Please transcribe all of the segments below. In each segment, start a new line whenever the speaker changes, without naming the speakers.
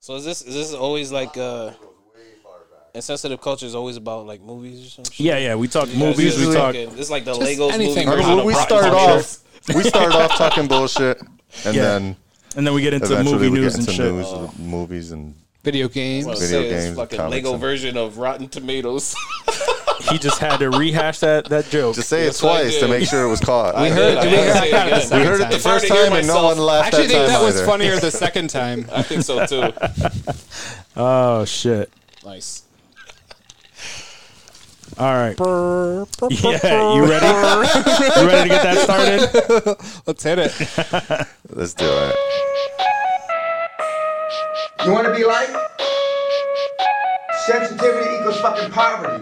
So is this is this always like uh insensitive culture is always about like movies or something?
Yeah, yeah. We talk movies. We
it's
talk.
Like it's like the Legos
anything.
movie. without
Or how
a
to
we
rock
started
culture.
off. We started off talking bullshit, and
Yeah.
then
And then we get into
eventually
movie
we
news
get
and
into
shit.
news, of movies, and
Video games.
Video
Say it's
games,
fucking
comics,
Lego
and-
version of Rotten Tomatoes.
He just had to rehash that that joke.
just say it
I
twice to
did.
make sure it was caught.
I
we
did, I gotta say it again.
heard it the
If I were
first
to hear
time, and no
myself-
one laughed.
I actually
that
think
time
that was
either.
funnier the second time.
I think so too.
Oh shit!
Nice.
All right. Yeah, you ready? you ready to get that started?
Let's hit it.
Let's do it.
You want to be like? Sensitivity equals fucking poverty.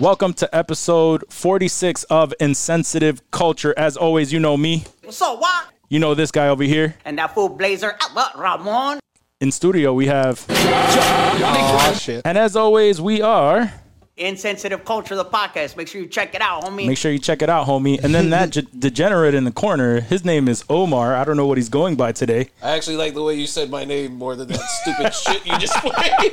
Welcome to episode 46 of Insensitive Culture. As always, you know me.
So what?
You know this guy over here.
And that fool blazer, uh, what, Ramon?
In studio, we have,
Oh shit.
and as always, we are.
Insensitive Culture, the podcast. Make sure you check it out, homie.
Make sure you check it out, homie. And then that ge- degenerate in the corner, his name is Omar. I don't know what he's going by today.
I actually like the way you said my name more than that stupid shit you just played.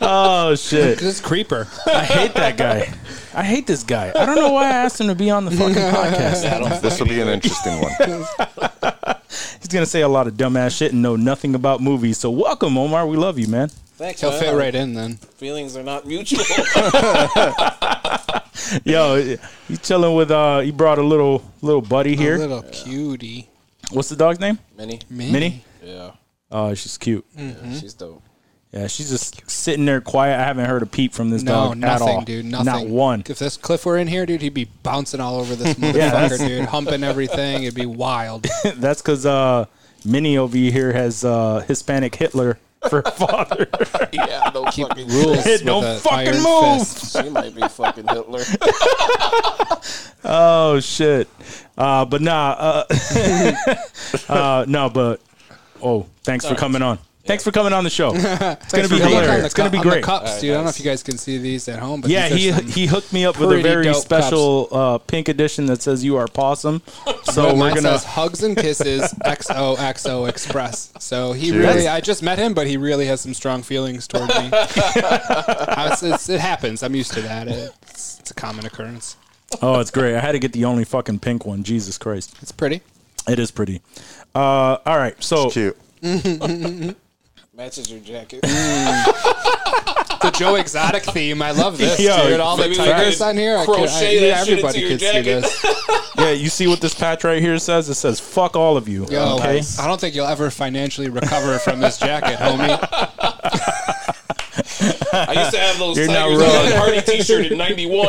Oh shit!
This creeper.
I hate that guy. I hate this guy. I don't know why I asked him to be on the fucking podcast.
This will be an interesting one.
He's gonna say a lot of dumbass shit and know nothing about movies. So welcome, Omar. We love you, man.
Thanks,
He'll
man.
fit right in then.
Feelings are not mutual.
Yo, he's chilling with. uh He brought a little little buddy here.
A little Mm. cutie.
What's the dog's name?
Many.
Minnie.
Yeah.
Oh, she's cute.
Mm.
yeah, she's dope.
Yeah, she's just sitting there quiet. I haven't heard a peep from this
No,
dog at all.
nothing, dude. Nothing.
Not one.
If this Cliff were in here, dude, he'd be bouncing all over this
that's-
motherfucker, dude, humping everything. It'd be wild.
That's because uh, Minnie over here has uh, Hispanic Hitler for father.
Yeah, no fucking shit.
It
Rules. with
don't
a
fucking
iron
move.
fist.
She might be fucking Hitler.
oh shit! Uh, but nah, uh, uh, no, but oh, thanks for coming on. Thanks for coming on the show. It's gonna
Thanks for
be
coming on
hilarious.
the
It's gonna
cu-
be
on the
great.
cups, dude. I don't know if you guys can see these at home, but
Yeah, he
these are some-
he hooked me up with a
pretty
very
dope
special uh, pink edition that says "You are possum." So
Well,
we're
mine
gonna
says hugs and kisses XOXO Express. So he
Cheers.
really, I just met him, but he really has some strong feelings toward me. I was- it's- it happens. I'm used to that. It's, it's a common occurrence.
Oh, it's great. I had to get the only fucking pink one. Jesus Christ.
It's pretty.
It is pretty. Uh, all right. So,
Cute.
Matches your jacket.
The Joe Exotic theme. I love this,
Yo,
dude. All the
maybe we
tigers
could
on here. I could, I,
crochet
yeah,
that shit
everybody
into your
could see
jacket.
this.
yeah, you see what this patch right here says? It says, fuck all of you.
Yo,
okay.
I don't think you'll ever financially recover from this jacket, homie.
I used to have those
You're not
Tigers on party T-shirt in '91.
I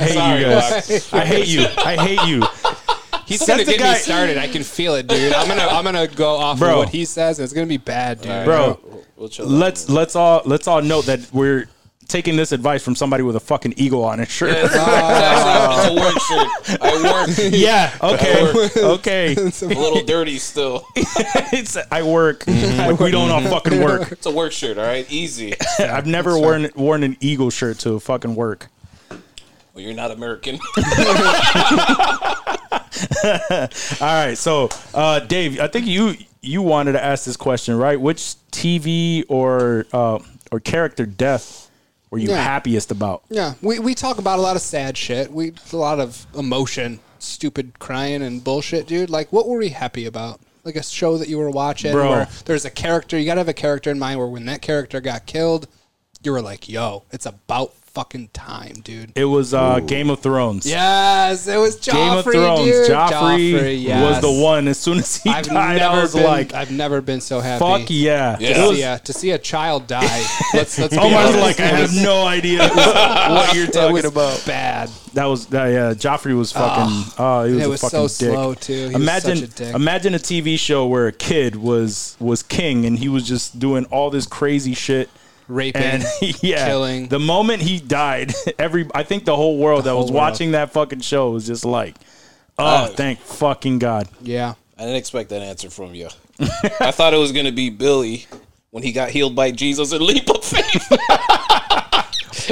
hate
Sorry,
you guys. I hate you. I hate you.
He's
That's
gonna
the
get
guy-
me started. I can feel it, dude. I'm gonna, I'm gonna go off
Bro.
of what he says, and it's gonna be bad, dude.
Bro,
We'll chill out.
let's let's all let's all note that we're taking this advice from somebody with a fucking eagle on his shirt. Ah.
It's actually- it's a work shirt. I work.
yeah. Okay. okay.
A little dirty still.
it's I work. Like, we don't all fucking work.
It's a work shirt. All right, easy.
I've never worn worn an eagle shirt to fucking work.
Well, you're not American.
All right, so uh, Dave, I think you you wanted to ask this question, right? Which TV or uh, or character death were you
Yeah.
happiest about?
Yeah, we, we talk about a lot of sad shit. We a lot of emotion, stupid crying and bullshit, dude. Like, what were we happy about? Like a show that you were watching,
Bro.
where there's a character. You gotta have a character in mind where when that character got killed, you were like, "Yo, it's about fucking time, dude."
It was uh, Game of Thrones.
yes, it was Joffrey.
Game of Thrones.
dude.
Joffrey, was
yes.
the one. As soon as he
I've
died,
never
I was
been,
like,
I've never been so happy.
"Fuck yeah!"
Yeah.
It
To
was,
see, a, to see a child die. Let's let's. be
Omar's
honest.
like, "I have no idea what you're
It was
talking about."
bad.
That was that, yeah. Joffrey was fucking. Oh, he was,
Ah. it
a
was
fucking
so
dick.
slow, too. He was
imagine,
such a dick.
imagine a TV show where a kid was was king and he was just doing all this crazy shit.
Raping,
And yeah,
killing.
the moment he died, every I think the whole world that
whole
was
world.
watching that fucking show was just like, oh, thank fucking god.
yeah.
I didn't expect that answer from you. I thought it was gonna be Billy when he got healed by Jesus and leap of faith.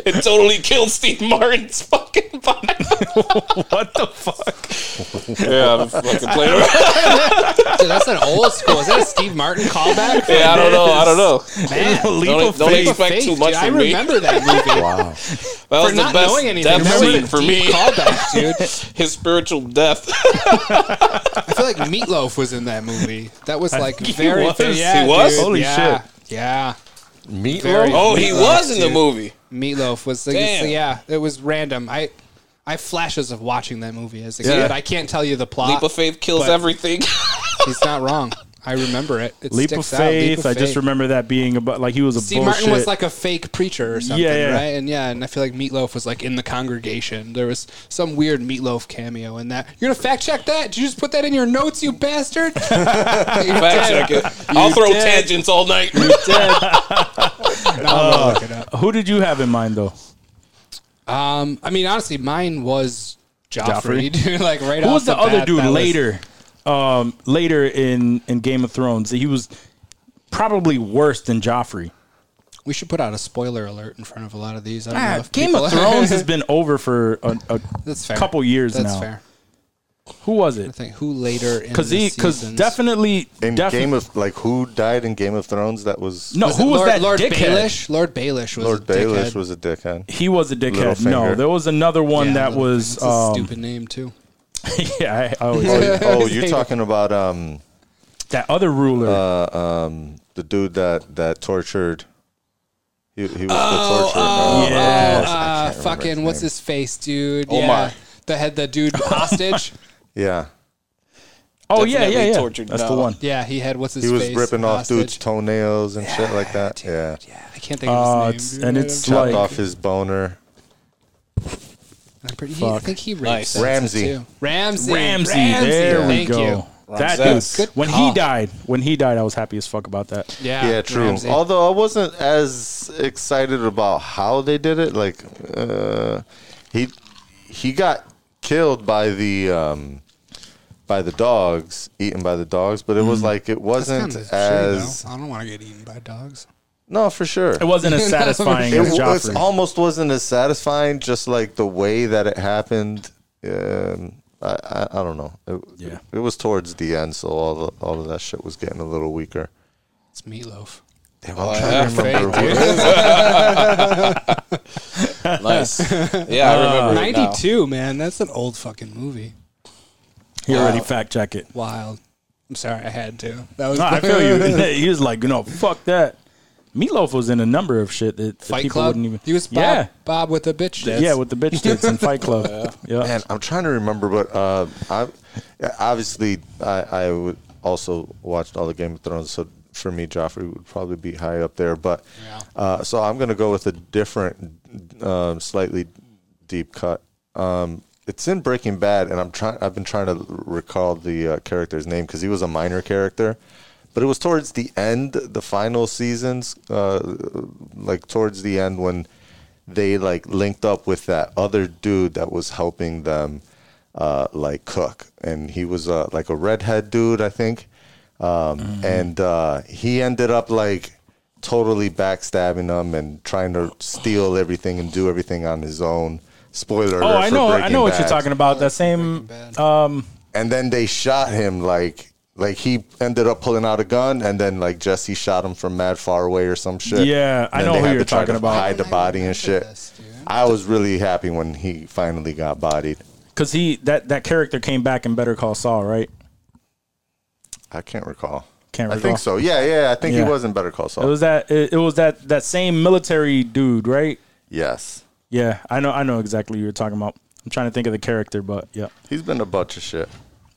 It totally killed Steve Martin's fucking vibe.
what the fuck?
yeah, I'm fucking playing around.
Dude, that's an old school. Is that a Steve Martin callback?
Yeah, I don't know. I don't know.
Man,
A leap
Don't-
of
don't
faith.
expect- too
dude,
much
I
from me.
remember that movie.
Wow.
That was
For
the
not
best
knowing anything,
death
that was
scene
a
for
deep
me.
callback, dude.
His spiritual death.
I feel like Meatloaf was in that movie. That was like
think he
very.
was.
fa-
He
Yeah,
was?
dude,
Holy
yeah,
shit.
Yeah, Very-
Meatloaf.
Oh, he
Meatloaf,
was in the
dude.
movie.
Meatloaf was like,
Damn.
yeah, it was random. I, I have flashes of watching that movie as a
Yeah.
kid. I can't tell you the plot.
Leap of faith kills
but-
everything.
He's not wrong. I remember it. it
Leap of
sticks
faith.
Out. Leap of
I just
faith.
remember that being about like he was a
Steve
bullshit.
Martin was like a fake preacher or something,
Yeah, yeah.
right? And yeah, and I feel like Meatloaf was like in the congregation. There was some weird Meatloaf cameo in that. You're gonna fact check that? Did you just put that in your notes, you bastard?
Fact check it. I'll throw
dead.
tangents all night.
Uh,
I'll look it up.
Who did you have in mind though?
Um, I mean, honestly, mine was
Joffrey?
Joffrey, dude. Like right
Who
off
was the,
the
other
bat,
dude
that was-
later? Um, later in in Game of Thrones, he was probably worse than Joffrey.
we should put out a spoiler alert in front of a lot Ah, of these. I don't know if
Ah, Game
people-
of Thrones has been over for a, a
That's fair.
couple years
That's
now.
fair.
Who was
I
it?
think who later in
Because
the
he because
seasons-
definitely
In
defi-
Game of like who died in Game of Thrones? That was
no
Was
who
it
was
Lord,
that
Lord
dickhead?
Baelish? Lord Baelish was a
Lord Baelish
dickhead.
was a dickhead.
He was a dickhead. No,
Littlefinger.
there was another one
Yeah,
that
Littlefinger.
was
It's a
um,
stupid name too.
yeah. I, I always
Oh, you- oh, you're talking about um
that other ruler.
Uh, the dude that that tortured. He, he was
Oh,
the torturer. no?
yeah.
I
Uh,
can't remember his
fucking what's
name.
his face, dude?
Omar.
Yeah, the head, the dude hostage.
Yeah,
oh yeah, yeah,
definitely
yeah.
tortured
That's the
now.
one.
yeah, he had what's his
he was
face
ripping off
hostage.
dudes' toenails and shit like that. Yeah,
Yeah, I can't think
Uh,
of
it's-
his name. dude.
and it's
chopped
like
off his boner.
I'm pretty, he, I
fuck.
think he raped
Nice.
that
Ramsey.
too. Ramsey.
Ramsey. There we
Thank
go.
You.
That
Ramses.
dude.
Good
When he
call.
died, when he died, I was happy as fuck about that.
Yeah.
Yeah, true.
Ramsey.
Although I wasn't as excited about how they did it. Like, uh, he he got killed by the um, by the dogs, eaten by the dogs. But it was like it
That's kinda
wasn't
shitty,
as
though. I don't want to get eaten by dogs.
no for sure.
It wasn't as satisfying
It
as
wa- it's
Joffrey.
almost wasn't as satisfying. Just like the way that it happened. Um, I, I I don't know. It,
Yeah.
it was towards the end, so all the, all of that shit was getting a little weaker.
It's meatloaf.
Damn, I'm trying to remember what it
nice. Yeah, I remember. it now.
Uh, Ninety-two, man. That's an old fucking movie.
He already fact checked it.
Wild. I'm sorry, I had to. That was.
No, I feel you. he was like, no, fuck that. Meatloaf was in a number of shit that, that
Fight
people
Club.
wouldn't even.
He was Bob,
yeah,
Bob with the bitch. tits.
yeah, with the bitch tits in Fight Club. yeah.
Man, I'm trying to remember, but uh, I obviously I, I would also watched all the Game of Thrones, so for me, Joffrey would probably be high up there. But
Yeah.
uh, so I'm going to go with a different, um, slightly deep cut. Um, it's in Breaking Bad, and I'm trying. I've been trying to recall the uh, character's name because he was a minor character, but it was towards the end, the final seasons, uh, like towards the end when they like linked up with that other dude that was helping them uh, like cook and he was uh, like a redhead dude i think um,
Mm-hmm.
and uh, he ended up like totally backstabbing them and trying to steal everything and do everything on his own spoiler
Oh,
alert
I
for
know, I
Breaking
know what you're
Bad.
talking about. That same.
Bad.
and then they shot him like like he ended up pulling out a gun and then like jesse shot him from mad far away or some shit
Yeah, I
And then
know
they
who
had
you're
to try
talking
to
about.
hide the
I
body and shit
remember this, dude.
i was really happy when he finally got bodied
Because he that that character came back in Better Call Saul, right?
I can't recall.
Can't
I think
recall.
so. Yeah, yeah. I think
Yeah.
he was in Better Call Saul.
It was that it, it was that that same military dude, right?
yes,
Yeah, I know, I know exactly who you're talking about. I'm trying to think of the character, but yeah,
he's been a bunch of shit.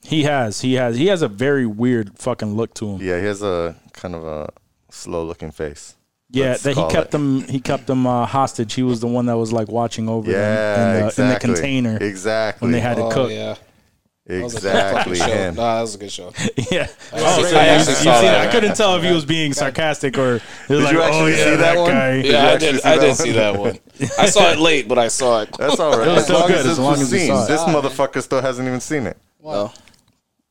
he has, he has, he has a very weird fucking look to him.
Yeah, he has a kind of a slow-looking face.
Yeah,
Let's
that he
call
kept
it.
them. He kept them uh, hostage. He was the one that was like watching over them
Yeah,
in the,
exactly.
in the container
Exactly.
when they had to
Oh,
cook. Yeah,
yeah. That was a good fucking
exactly
show.
him.
Nah, that was a good show.
Oh,
actually-
so
I
you-
actually
you
saw
see
that.
that. I couldn't tell if he was being sarcastic or. Did like,
you
oh,
actually
yeah,
see that one?
guy.
Did
Yeah,
you
I
actually
did.
see
I
that
did
one?
see that one. I saw it late, but I saw it.
That's all right.
was
As
still
long
good,
as
as
this
long
was
as you
seen,
saw it.
Oh.
this motherfucker still hasn't even seen it.
No.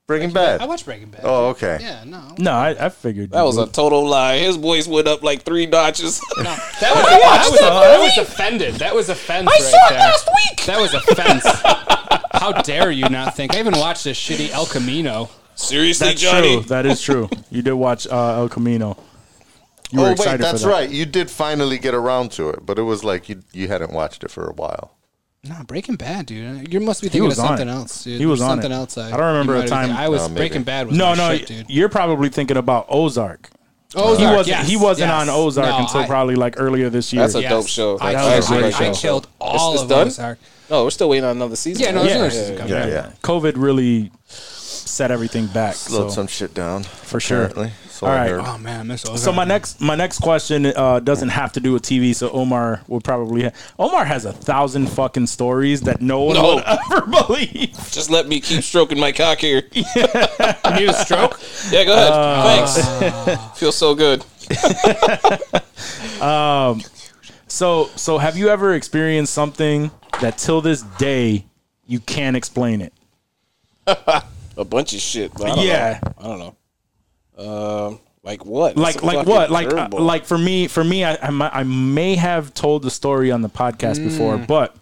Breaking Bad.
I watched Breaking Bad.
Oh, okay.
Yeah, no.
No, I, I figured
That
you
was a
would.
total lie. His voice went up like three notches.
That was, that, was, that was offended. That was offense right there.
week.
That was offense. How dare you not think? I even watched this shitty El Camino.
Seriously,
That's
Johnny.
true. That is true. You did watch uh, El Camino. You were
oh wait,
excited
that's
for that.
right. You did finally get around to it, but it was like you you hadn't watched it for a while.
No, Breaking Bad, dude. You must be
He
thinking of
was on
something
it.
else, dude.
He was
There's
on
something
it.
else.
I don't remember
you might
a
be
time-
thinking- I was
Oh, maybe.
Breaking Bad. Was
No,
my
no,
shit, dude.
you're probably thinking about Ozark.
Ozark,
he wasn't.
yes,
he wasn't
yes.
on Ozark
No,
until
I-
probably like earlier this year.
That's a dope show.
I,
That
was a
killed,
great
I, I
show.
killed all
it's
of
done?
Ozark.
No, we're still waiting on another season.
Yeah, no,
right?
there's another
Yeah,
season coming.
Yeah,
out.
yeah.
COVID really set everything back.
Slowed
so.
some shit down for
sure.
So
All
I
right.
heard.
Oh man, I miss Ozark.
So my next my next question uh, doesn't have to do with TV. So Omar will probably ha- Omar has a thousand fucking stories that no one
No.
will ever believe.
Just let me keep stroking my cock here.
You need a stroke.
Yeah, go ahead.
Uh,
Thanks. Feels so good.
So so have you ever experienced something that till this day you can't explain it?
A bunch of shit. but I don't know.
Yeah.
I don't know. Um, like what?
like
That's a
like
fucking
what like uh,
curveball.
like for me for me I, I mi- I may have told the story on the podcast before
Mm.
but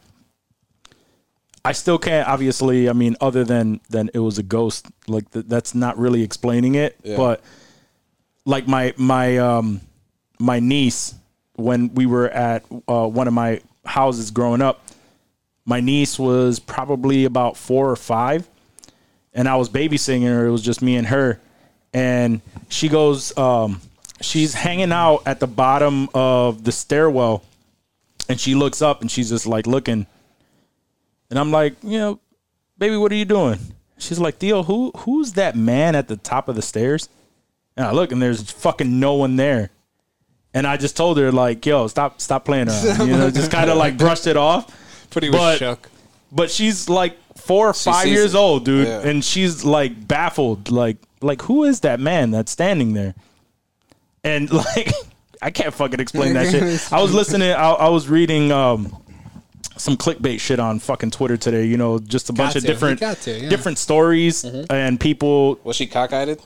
I still can't obviously I mean other than than it was a ghost like th- that's not really explaining it but like my my um my niece when we were at uh, one of my houses growing up my niece was probably about 4 or 5 and I was babysitting her. It was just me and her. And she goes, um, she's hanging out at the bottom of the stairwell, and she looks up and she's just like looking. And I'm like, you know, baby, what are you doing? She's like, Theo, who who's that man at the top of the stairs? And I look, and there's fucking no one there. And I just told her like, yo, stop, stop playing around. You know, just kind of like brushed it off.
Pretty
But-
much shook.
But she's like four or five
sees
years
it.
old, dude,
Yeah.
and she's like baffled, like like who is that man that's standing there? And like I can't fucking explain that shit. I was listening, I, I was reading um some clickbait shit on fucking Twitter today. You know, just a bunch of
Got to, you
different
got to, yeah.
different stories
Mm-hmm.
and people
Was she cockeyed?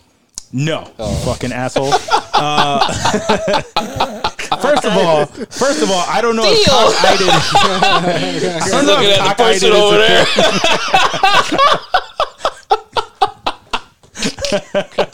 no,
Oh.
fucking asshole. Uh, first of all, first of all, I don't know if cockeyed. I don't know
Looking
if
at the
cockeyed
person
is a
over there.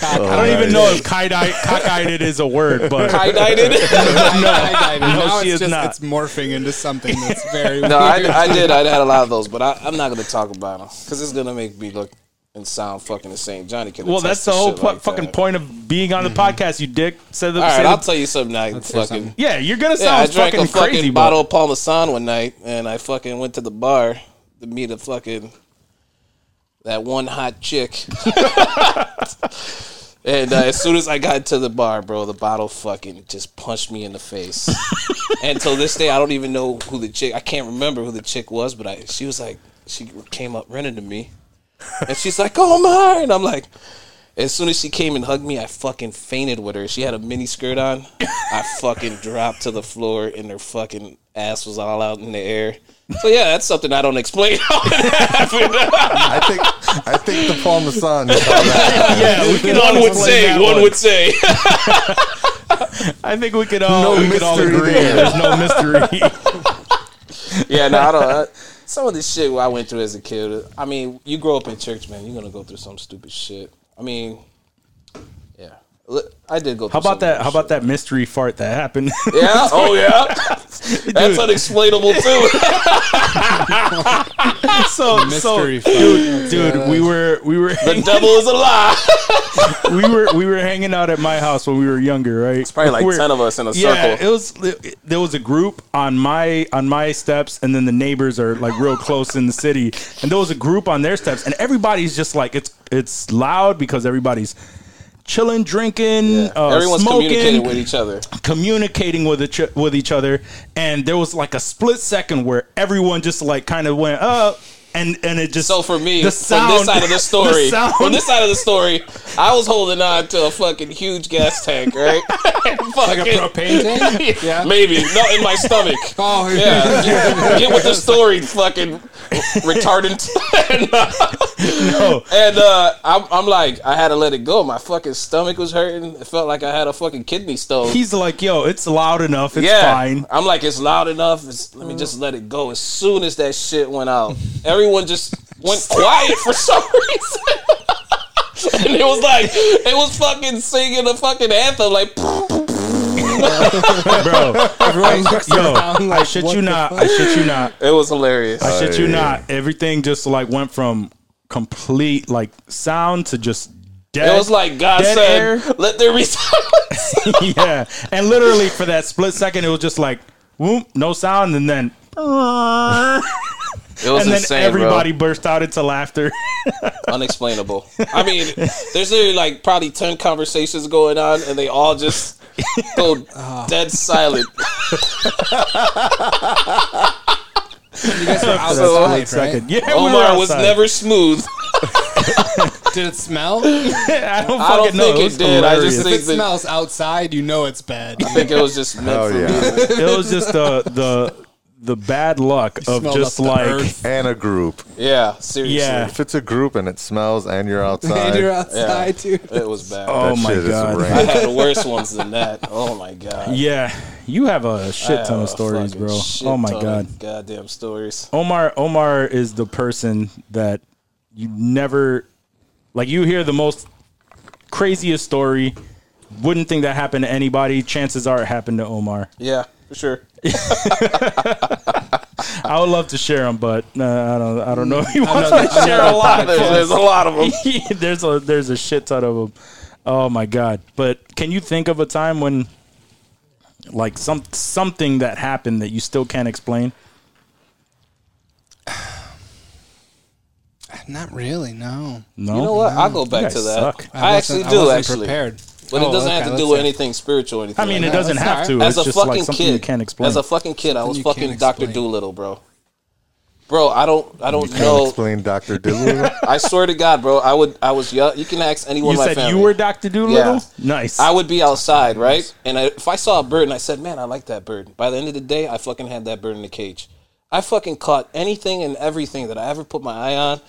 I don't even know if cockeyed, cockeyed it is a word, but
Cockeyed?
no, I, I, I,
No,
now
she
it's
is
just,
not.
It's morphing into something that's very.
No, I, I did. I had a lot of those, but I, I'm not going to talk about them because it's going to make me look and sound fucking insane. Johnny can.
well, that's
attest
the
to
whole
shit
pu-
like
fucking
that.
point of being on the podcast. You dick said the,
All
say
right,
the-
I'll tell you something. I
hear
fucking.
something.
yeah, you're gonna
Yeah, I
sound
drank
fucking
a fucking
crazy, but-
bottle of Parmesan one night, and I fucking went to the bar to meet a fucking that one hot chick. and uh, as soon as I got to the bar, bro, the bottle fucking just punched me in the face. and till this day, I don't even know who the chick. I can't remember who the chick was, but I she was like she came up running to me, and she's like, "Oh my!" And I'm like. As soon as she came and hugged me, I fucking fainted with her. She had a mini skirt on. I fucking dropped to the floor, and her fucking ass was all out in the air. So yeah, that's something I don't explain.
I think I think the Parmesan. is all that.
yeah, we can all
one would
explain
say,
that
one, would say.
I think we could all
No
we could all
mystery
agree.
there.
There's no mystery.
yeah, no, I don't. I, some of the shit I went through as a kid. I mean, you grow up in church, man. You're gonna go through some stupid shit. I mean, yeah, Look, I did go.
How about that? How about that mystery fart that happened?
Yeah. Oh yeah. That's unexplainable too.
so so,
Mystery fart.
dude, dude, we were we were
the devil is a lie.
we were we were hanging out at my house when we were younger, right? It's
probably like 10 of us in a circle.
It was it- there was a group on my on my steps, and then the neighbors are like real close in the city, and there was a group on their steps, and everybody's just like it's it's loud because everybody's chilling, drinking, uh,
Everyone's
smoking,
communicating with each other.
communicating with each with each other, and there was like a split second where everyone just like kind of went up. and and it just
So for me, from
the
this
sound-
side of the story,
sound-
from this side of the story, I was holding on to a fucking huge gas tank, right?
Like a
Fucking-
propane tank? Yeah.
Maybe no in my stomach.
Oh,
Yeah, get, get with the story, fucking retardant. and uh, and, uh, I'm, I'm like, I had to let it go. My fucking stomach was hurting. It felt like I had a fucking kidney stone.
he's like, yo, it's loud enough, it's
yeah,
fine.
I'm like, it's loud enough. It's, let me just let it go. As soon as that shit went out, everyone just went quiet for some reason. and it was like, it was fucking singing a fucking anthem, like.
bro.
Everyone's looking
Yo,
around like,
I shit
what
you
the
not.
fuck?
I shit you not.
It was hilarious.
I shit you not. Everything just like went from complete like sound to just dead.
It was like God
dead
said,
air.
"Let there be silence."
yeah, and literally for that split second, it was just like, whoop, no sound, and then,
It was
and then
insane,
everybody burst out into laughter.
bro. Unexplainable. I mean, there's literally like probably ten conversations going on, and they all just go dead silent.
You guys
So-
were outside, right?
Second, yeah, we were
Omar was
outside.
never smooth.
Did it smell? if
I don't fucking
I don't
know.
think it
was
did. I just
hilarious.
think-
it smells outside, you know it's bad.
I think it was just meant
Oh
for me.
yeah,
it was just the the the bad luck of
smelled
just
up the
like
earth.
and a group.
Yeah, seriously.
yeah.
If it's a group and it smells and you're outside,
And you're outside, dude.
It was bad.
Oh
that
my
shit is
god.
I
rank.
had the worse ones than that. Oh my god.
Yeah, you have a shit ton
Oh,
of stories,
fucking
bro.
shit
Oh my
ton of
god.
Goddamn stories.
Omar Omar is the person that you never like you hear the most craziest story wouldn't think that happened to anybody chances are it happened to Omar
Yeah, for sure.
I would love to share them but uh, I don't I don't know if you want
Another-
to share a lot
There's, there's a lot of them.
there's a there's a shit ton of them oh my god but can you think of a time when like some something that happened that you still can't explain
Not really, no.
no
You know what? I'll go back
guys
to that.
suck.
I,
wasn't-
actually
I
do
wasn't
actually,
prepared.
but
Oh,
it doesn't
okay,
have to
let's
do
see.
with anything spiritual or anything.
I mean, it
like
doesn't
that's
have
all
to.
right.
that.
it's
as a
just
fucking
like something
kid,
you can't explain.
As a fucking kid, I was
you can't
fucking Doctor
explain.
Doolittle, bro. Bro, I don't, I don't
Can't
know.
explain Doctor Doolittle.
I swear to God, bro, I would, I was young. You can ask anyone.
you
in my
said
family.
you were Doctor Doolittle.
Yeah.
Nice.
I would be outside, right? And I, if I saw a bird and I said, "Man, I like that bird," by the end of the day, I fucking had that bird in the cage. I fucking caught anything and everything that I ever put my eye on.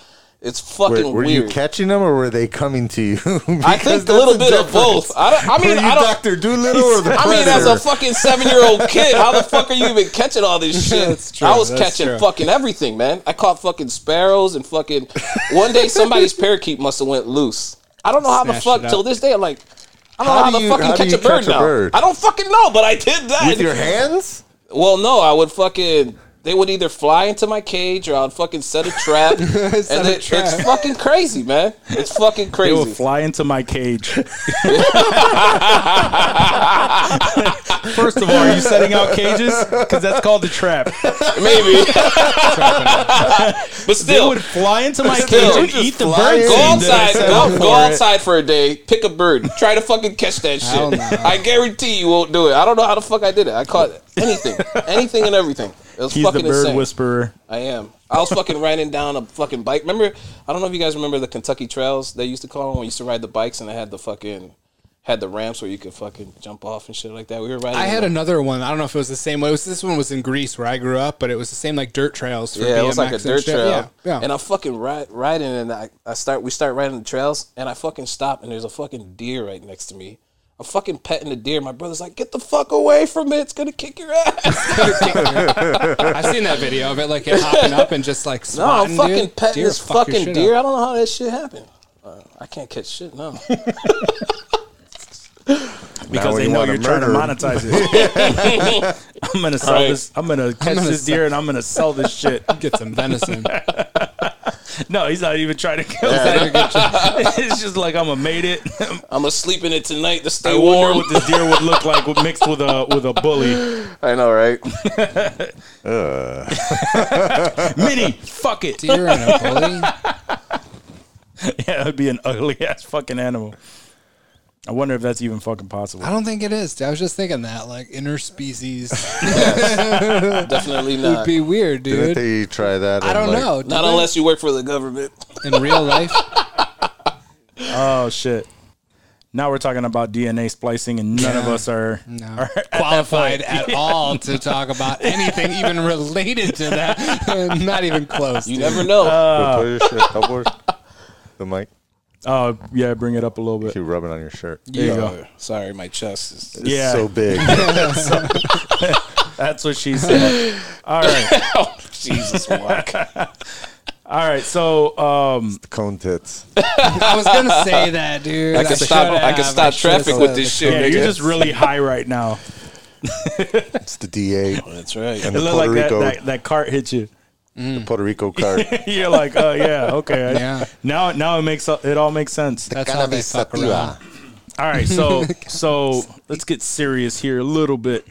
It's fucking
were were you
weird.
catching them or were they coming to you?
I think a little bit of both. I, don't, I mean,
Were you
I don't.
Doctor Doolittle or the
I mean,
Predator?
as a fucking seven-year-old kid, how the fuck are you even catching all this shit?
That's true,
I was
that's
catching
true.
fucking everything, man. I caught fucking sparrows and fucking. One day, somebody's parakeet must have went loose. I don't know how
Snatched
the fuck
it up.
till this day. I'm like, I don't
How
know how
do
the
you-
fucking
how do
catch
you
a bird
catch a
now.
bird?
I don't fucking know, but I did that
with your hands.
Well, no, I would fucking. They would either fly into my cage or I'd fucking set a trap.
Set
and
a
it-
trap.
it's fucking crazy, man. It's fucking
they
crazy.
will fly into my cage. First of all, are you setting out cages? Because that's called the trap.
Maybe. but
They
still,
would fly into my
Still,
cage and
just
eat the
fly
birds.
in.
go
Dude,
outside.
that's
Go,
it.
go outside for a day. Pick a bird. Try to fucking catch that
Hell
shit.
no.
I guarantee you won't do it. I don't know how the fuck I did it. I caught anything, anything and everything. It was
He's the
fucking
bird
insane.
whisperer.
I am. I was fucking riding down a fucking bike. Remember? I don't know if you guys remember the Kentucky trails they used to call them when we used to ride the bikes and they had the fucking had the ramps where you could fucking jump off and shit like that. We were riding.
I had
a
another one. I don't know if it was the same one. It was, this one was in Greece where I grew up, but it was the same like dirt trails for
yeah,
BMX
it was like a
and
dirt
shit.
trail.
Yeah, yeah.
And I'm fucking ri- riding and I, I start we start riding the trails and I fucking stop and there's a fucking deer right next to me. I'm fucking petting the deer. My brother's like, "Get the fuck away from it! It's gonna kick your ass."
I've seen that video of it, like it hopping up and just like
no, I'm
swatting,
fucking
dude.
petting
Deer
this
fuck your
fucking
shit
deer.
up.
I don't know how that shit happened. Uh, I can't catch shit. No.
Because
we
they know
wanna
you're trying to
murder him.
monetize it. I'm gonna sell
All right.
this. I'm gonna catch
gonna
this
sell-
deer and I'm gonna sell this shit.
Get some venison.
No, he's not even trying to kill. it. it's just like I'm gonna made it.
I'm gonna sleep in it tonight to stay
I
warm.
wonder what this deer would look like with- mixed with a with a bully.
I know, right?
Mini, fuck it.
deer and a bully.
Yeah, it'd be an ugly ass fucking animal. I wonder if that's even fucking possible.
I don't think it is. dude. I was just thinking that, like interspecies
Definitely
would
not.
be weird,
Didn't
dude.
they try that?
I
in,
don't
like-
know.
Not
did
unless you work for the government.
they? in real life.
Oh shit. Now we're talking about DNA splicing, and none of
Yeah.
us are.
No. qualified at all to talk about anything even related to that. Not even close.
You
dude.
never know.
Uh,
Wait,
Uh.
put your shit upward. The mic.
Oh yeah, bring it up a little bit.
Keep rubbing on your shirt.
There you go.
Oh, Sorry, my chest is.
It's
Yeah.
so big.
That's what she said. all right,
Oh, Jesus, Mark.
all right. So um,
Cone tits.
I was gonna say that, dude.
I can stop.
should've.
I can stop
should've
traffic
said
with
that.
this shit.
yeah,
nigga.
you're just really high right now.
It's the DA
That's right.
and
It
the
looked like
Puerto
that,
Rico
that that cart hit you.
the Puerto Rico card.
You're like, oh yeah, okay.
Yeah.
Now now it makes it all makes sense.
That's how they fuck around.
All right, so so let's get serious here a little bit.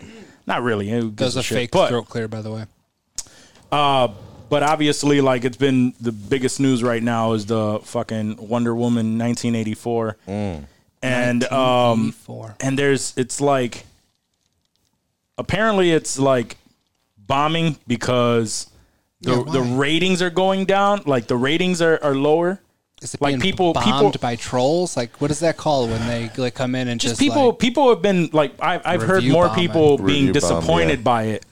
Not really. who gives
That was a
shit,
fake
but,
throat clear, by the way.
But obviously, like it's been the biggest news right now is the fucking Wonder Woman 1984,
Mm.
and um,
Before.
and there's it's like apparently it's like bombing because the
Yeah,
the
why?
ratings are going down. Like the ratings are, are lower.
Is it
like
being
people- people-
bombed by trolls? Like, what is that called when they like come in and just,
Just people
like,
people have been like I, I've heard
Review
more
bombing.
people being
Review bomb,
disappointed
yeah.
by it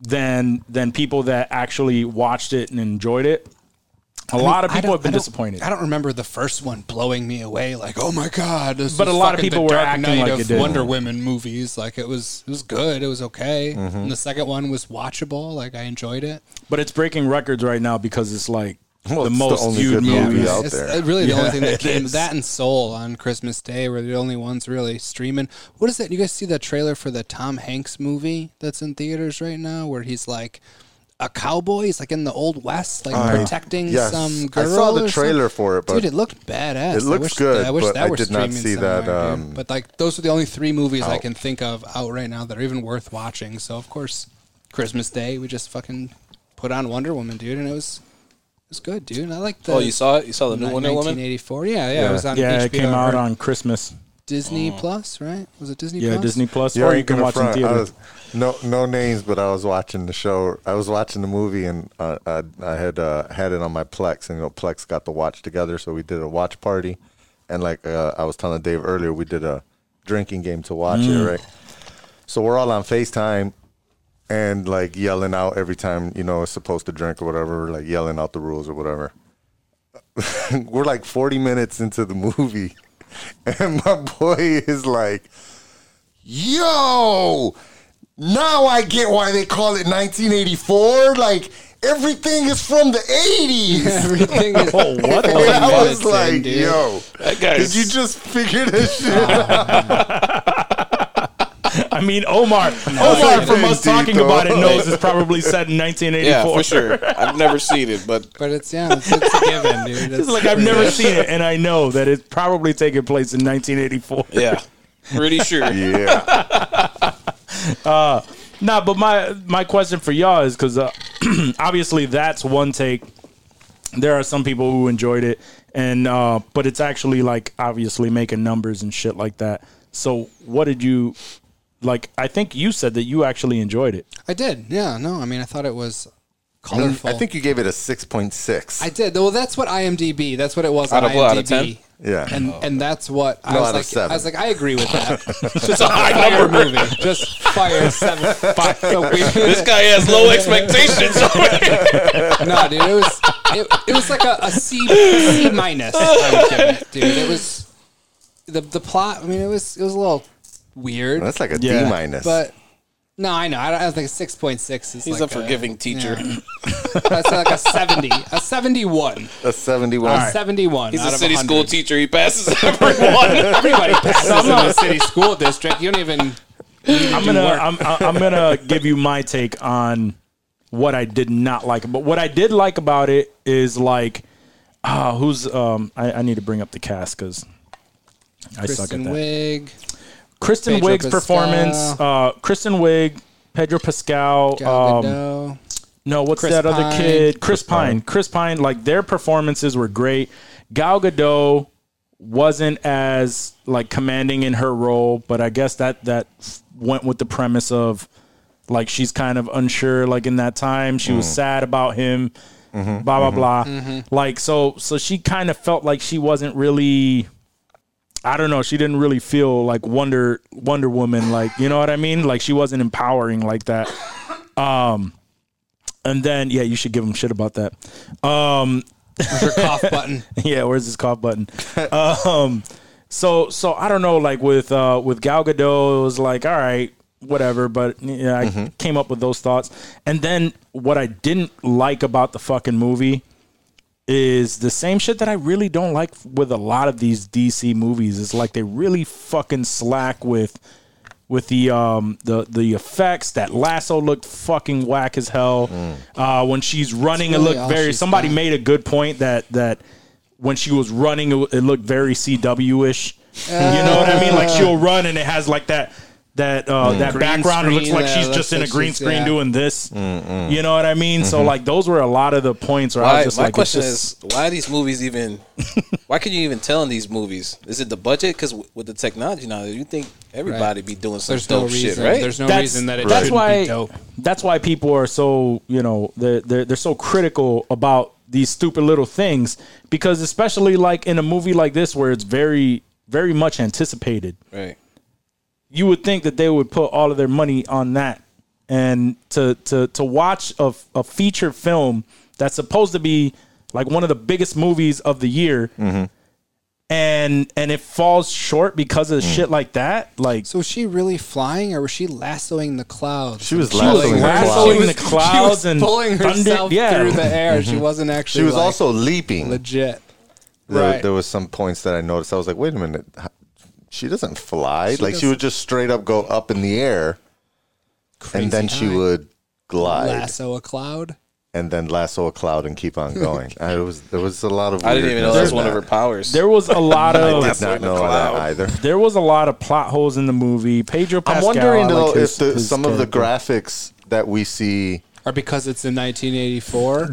than than people that actually watched it and enjoyed it. A lot of
I
people
don't-
have been
I don't-
disappointed.
I don't remember the first one blowing me away. Like, oh my god! This
But
is
a lot of
fucking
people
the
were
Dark
acting
Knight
like
of
it did.
Wonder Women movies. Like, it was it was good. It was okay.
Mm-hmm.
And the second one was watchable. Like, I enjoyed it.
But it's breaking records right now because it's like
Well,
the
it's the
most
only
viewed
good
movie.
movie
movies.
out
It's uh,
there.
really the only thing that
it
came.
is.
That and Soul on Christmas Day were the only ones really streaming. What is that? You guys see the trailer for the Tom Hanks movie that's in theaters right now, where he's like a cowboy. He's like in the old west, like protecting
yes.
some
I
girl.
saw the
or something.
trailer for it, but-
dude, it looked badass.
It
I
looks
wish-
good,
I wish
but
that
I
were
did not
streaming
see that,
somewhere,
um,
dude. But like, those are the only three movies I
out.
can think of out right now that are even worth watching. So of course, Christmas Day, we just fucking put on Wonder Woman, dude, and it was. It was good, dude. And I like the
Oh, you saw it? You saw the new
Ni-
Wonder Woman?
1984. Yeah, yeah,
Yeah.
It was on
Yeah, it
HBO
came out
or
on Christmas.
Disney Plus, right? Was it Disney?
Yeah,
Plus?
Disney Plus,
Yeah,
or you can watch in
I
theater.
was, no, no names, but I was watching the show. I was watching the movie, and uh, I, I had uh, had it on my Plex, and you know, Plex got the watch together, so we did a watch party. And like uh, I was telling Dave earlier, we did a drinking game to watch it, right? So we're all on Facetime, and like yelling out every time you know it's supposed to drink or whatever, like yelling out the rules or whatever. we're like 40 minutes into the movie, and my boy is like yo, now I get why they call it 1984. Like everything is from the 80s.
Everything is oh,
what
And I was like,
dude.
yo,
That guy
did you
is
just figure this shit out?
I mean, Omar, Omar
I
from
didn't,
us talking
Tito.
about it knows it's probably set in 1984.
yeah, for sure. I've never seen it, but
But it's yeah, it's, it's a given, dude.
It's like I've never seen it, and I know that it's probably taking place in 1984.
yeah, pretty sure.
Yeah.
Nah, but my my question for y'all is because uh, obviously that's one take. There are some people who enjoyed it, and uh, but it's actually like obviously making numbers and shit like that. So what did you like? I think you said that you actually enjoyed it.
I did. Yeah, no, I mean, I thought it was colorful.
I think you gave it a 6.6.
I did. Well, that's what IMDb. That's what it was
Out
on
of what, out of
IMDb.
10?
Yeah.
and and that's what I
No,
was
out of
like.
seven.
I was like, I agree with that. Just a high number movie. Just fire seven. Fire.
This guy has low expectations.
no, dude, it was it, it was like a, a C C minus. I would give it, dude. It was the the plot. I mean, it was it was a little weird,
That's like a D
Yeah.
minus.
but no, I know. I don't, I don't think six point six is.
He's
like
a forgiving teacher.
That's like a seventy, a seventy-one,
a 71.
a seventy-one.
He's
out
a
of
city
100.
school teacher. He passes everyone.
Everybody passes in the city school district. You don't even.
I'm gonna I'm, I'm gonna give you my take on what I did not like. But what I did like about it is like, ah, who's um, I, I need to bring up the cast because I suck at
Kristen
that.
Wiig.
Kristen
Pedro
Wiig's performance, uh, Kristen Wiig, Pedro Pascal,
Gal
um,
Gadot.
no, what's
Chris
that other
Pine.
kid? Chris Pine. Chris Pine. Like their performances were great. Gal Gadot wasn't as like commanding in her role, but I guess that that went with the premise of like she's kind of unsure. Like in that time, she was sad about him. Blah blah blah.
Mm-hmm.
Like so, so she kind of felt like she wasn't really. I don't know. She didn't really feel like Wonder Wonder Woman. Like you know what I mean. Like she wasn't empowering like that. Um, and then yeah, you should give him shit about that. Um,
Your cough button.
yeah, where's his cough button? um, so so I don't know. Like with uh, with Gal Gadot, it was like all right, whatever. But yeah, I came up with those thoughts. And then what I didn't like about the fucking movie is the same shit that I really don't like with a lot of these DC movies. It's like they really fucking slack with with the um the the effects. That lasso looked fucking whack as hell. Uh, when she's running,
really
it
all
looked very.
she's
Somebody
got.
made a good point that that when she was running, it, w- it looked very CW ish. you know what I mean? Like she'll run and it has like that. That uh, that
Uh. Green
background it looks
screen,
like
yeah,
she's
looks
just in a
like
green
she's-
screen
yeah.
doing this. You know what I mean? So like those were a lot of the points where I
Why,
was just
my
like, it's
question
just-
is, why are these movies even? why can you even tell in these movies? Is it the budget? Because with the technology now, you think everybody be doing some
There's no
dope
reason.
shit, right?
There's no reason that it
that's
shouldn't
why
be dope.
that's why people are so you know they're, they're they're so critical about these stupid little things because especially like in a movie like this where it's very very much anticipated
right.
you would think that they would put all of their money on that and to to to watch a, a feature film that's supposed to be like one of the biggest movies of the year
Mm-hmm.
and and it falls short because
Mm.
of shit like that like
So was she really flying, or was she lassoing the clouds?
She was
She
was
lassoing her
lassoing
clouds. Mm-hmm.
in the clouds
was
and
pulling
thunder-
herself
yeah.
through the air. She wasn't actually.
She was
like,
also leaping.
legit.
there,
right.
there was some points that I noticed. I was like, wait a minute, h- she doesn't fly. like she
doesn't-
would just straight up go up in the air, and then she
high.
would glide,
lasso a cloud.
and then lasso a cloud and keep on going. I was there was a lot of.
I didn't even know that
weirdness
was
in
one of her powers.
there was a lot
I
of
did not know that either.
there was a lot of plot holes in the movie. Pedro Pascal.
I'm wondering
I
though
like his-
if the,
his
some of the
character.
graphics that we see.
Or because it's in 1984. Do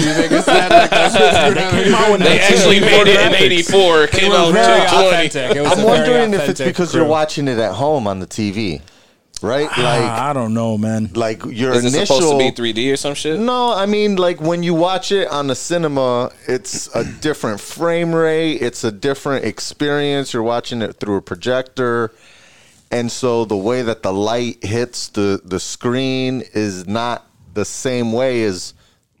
you think it's that? Like, that's
came out when
they actually made it in '84. Came
It was
out
very
in 2020.
authentic. It was
I'm
a very
wondering if it's
authentic
because
crew.
you're watching it at home on the TV, right?
Ah, I don't know, man.
Like like your
Is it
initial
supposed to be 3D or some shit?
No, I mean like when you watch it on the cinema, it's a different frame rate, it's a different experience. You're watching it through a projector. And so the way that the light hits the the screen is not the same way as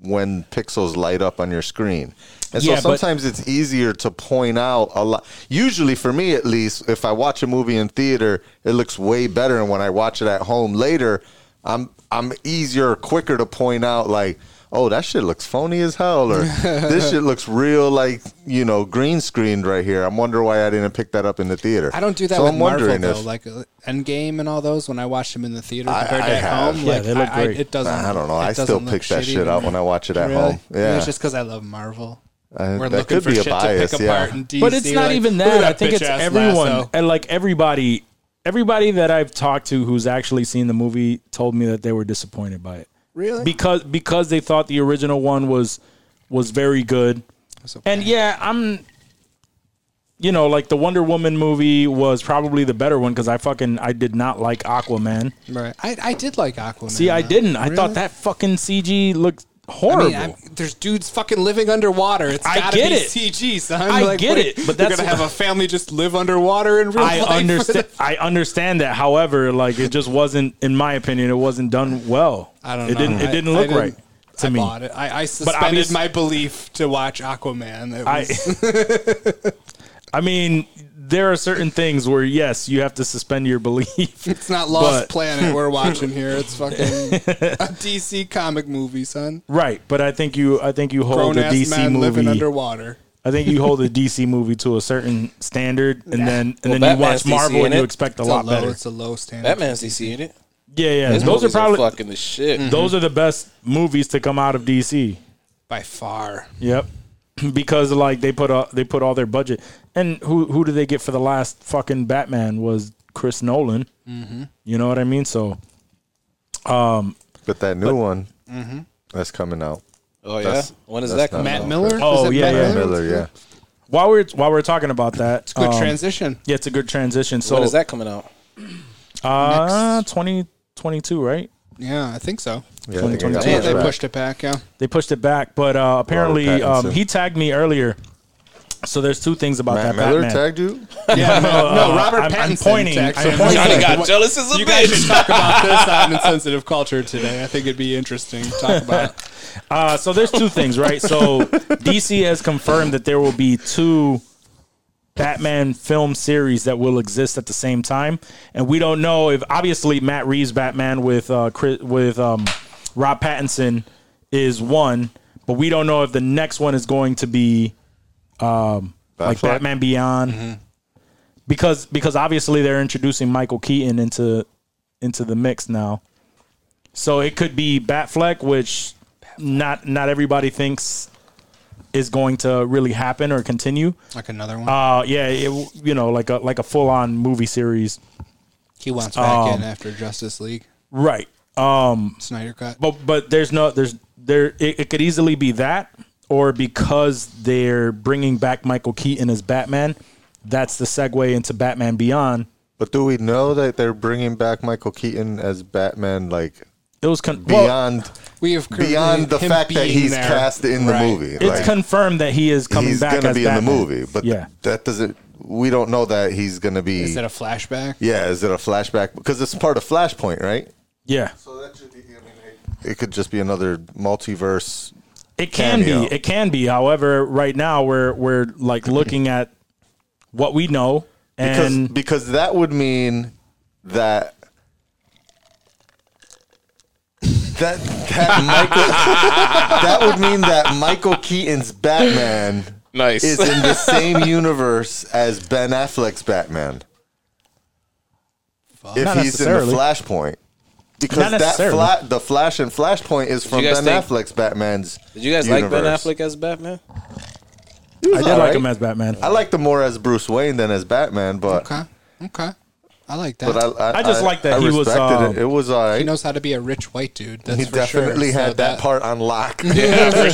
when pixels light up on your screen. And
Yeah,
so
but-
sometimes it's easier to point out a lot. Usually for me at least, if I watch a movie in theater, it looks way better and when I watch it at home later, I'm I'm easier, quicker to point out like, oh, that shit looks phony as hell, or this shit looks real, like you know, green screened right here. I'm wondering why I didn't pick that up in the theater.
I don't do that
So
with
I'm
Marvel
wondering
though,
if-
like uh, Endgame and all those. When I watch them in the theater
I-
compared
I
to at
have.
home,
Yeah,
like
they look
I- I-
great.
it doesn't.
I don't know.
it
I
doesn't
still
look
pick that
shitty
shit
to
out
me.
when I watch it at
Really?
home.
Maybe
Yeah,
it's just because I love Marvel.
Uh,
We're
that
looking
could
for
be a
shit
bias,
to pick
yeah.
apart in DC.
but it's not
like,
even
look
that.
at
I think it's
bitch-ass
everyone
lasso.
and like everybody everybody that I've talked to who's actually seen the movie told me that they were disappointed by it.
Really?
Because because they thought the original one was was very good. And yeah, I'm you know, like the Wonder Woman movie was probably the better one because I fucking I did not like Aquaman.
Right. I, I did like Aquaman.
See, I
though.
didn't. I
Really?
thought that fucking CG looked horrible.
I mean, I'm- there's dudes fucking living underwater. It's
I
gotta
get
be
it.
CG, son.
I get it, but that's
you're gonna
what-
have a family just live underwater in real
I
life.
understand. I understand that. However, like it just wasn't, in my opinion, it wasn't done well.
I don't
It
know.
didn't. It
I-
didn't
I
look right to
I
me.
bought it. I, I
obvious-
suspended my belief to watch Aquaman. It
I.
was-
I mean, there are certain things where yes, you have to suspend your belief.
it's not Lost
but-
Planet we're watching here. It's fucking a DC comic movie, son.
right, but I think you. I think you hold
Grown
the
ass
DC
man living
movie.
underwater.
I think you hold the DC movie to a certain standard, and then and
Well,
then you
Batman's
watch Marvel
DC,
and you
innit?
expect a
It's
lot
a low,
better.
It's a low standard.
Batman's DC in it.
Yeah, yeah.
His
Those are
movies
probably Mm-hmm.
fucking the shit.
those are the best movies to come out of DC.
by far.
Yep. Because like they put all, they put all their budget and who who did they get for the last fucking Batman was Chris Nolan. You know what I mean? So
but that new one
Mm-hmm.
that's coming out.
Oh yeah.
That's-
when is
that's
that coming
not
out?
Matt Miller.
Oh,
Is it
yeah,
Matt
yeah.
Miller, yeah.
while we're while we're talking about that, it's
Good transition.
Yeah, it's a good transition. So
when is that coming out?
Uh, twenty twenty two, right?
Yeah, I think so.
Yeah, I think I got
They,
pushed
they
back.
pushed it back. Yeah.
They pushed it back, but uh, apparently um,
Pattinson.
he tagged me earlier. So there's two things about
Matt
that
Miller
Batman.
tagged you?
Yeah, no,
No,
uh,
Robert
I'm, I'm
Pattinson
pointing.
tagged
I am
him.
pointing.
Johnny got
What-
jealous as a
You guys
bitch.
should talk about this on insensitive culture today. I think it'd be interesting to talk about.
Uh, so there's two things, right? So DC has confirmed that there will be two Batman film series that will exist at the same time, and we don't know if obviously Matt Reeves Batman with uh, Chris, with um, Rob Pattinson is one, but we don't know if the next one is going to be um, like
Batfleck?
Batman Beyond, because because obviously they're introducing Michael Keaton into into the mix now. So it could be Batfleck, which not not everybody thinks is going to really happen or continue.
Like another one.
Uh, yeah, it, you know, like a like a full on movie series,
he wants back
um,
in after Justice League
right?
Snyder cut.
But Oh, but there's no there's there it, it could easily be that or because they're bringing back Michael Keaton as Batman, that's the segue into Batman Beyond.
But do we know that they're bringing back Michael Keaton as Batman, like
It was con- well,
beyond
we have
beyond the
him
fact that
being
he's
there.
cast in the
Right.
movie?
it's
like,
confirmed that he is coming
he's
back
gonna
as
be in the
Batman.
movie, but
yeah,
that doesn't. We don't know that he's gonna be.
Is that a flashback?
yeah, is it a flashback? Because it's part of Flashpoint, right?
yeah.
So that should be. I mean, it, it could just be another multiverse.
It can
cameo.
be. It can be. However, right now we're we're like looking at what we know
Because
and
because that would mean that. That that Michael that would mean that Michael Keaton's Batman
Nice.
is in the same universe as Ben Affleck's Batman. If
Not
he's in the
necessarily.
Flashpoint, because
Not
that
necessarily.
fla- the Flash and Flashpoint is from
you
Ben
guys think-
Affleck's Batman's.
Did you guys like Ben
universe.
Affleck as Batman?
He was
I did
all
like
right.
him as Batman.
I liked him more as Bruce Wayne than as Batman, but
Okay. Okay. I like that.
but I, I,
I just liked that he was,
respected
um,
it. It was all right.
he knows how to be a rich white dude. That's
he
for sure.
definitely
So
had that, part on lock.
Yeah, for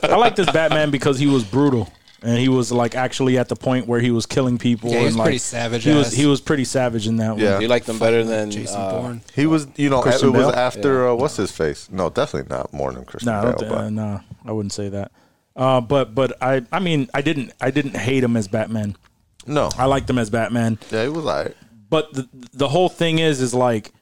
sure.
I like this Batman because he was brutal and he was like actually at the point where he was killing people.
Yeah, he was
and, like,
pretty savage
He was
ass.
he was pretty savage in that
Yeah.
one.
You like them better than
Jason
uh,
Bourne.
He was, you know,
Christian
it was
Bale?
after uh, what's his face? No, definitely not more than Christian
No, I don't
Bale.
thi-
but
uh, no, I wouldn't say that. Uh, but but I I mean I didn't I didn't hate him as Batman.
no,
I liked him as Batman.
yeah, he was all right.
But the the whole thing is is like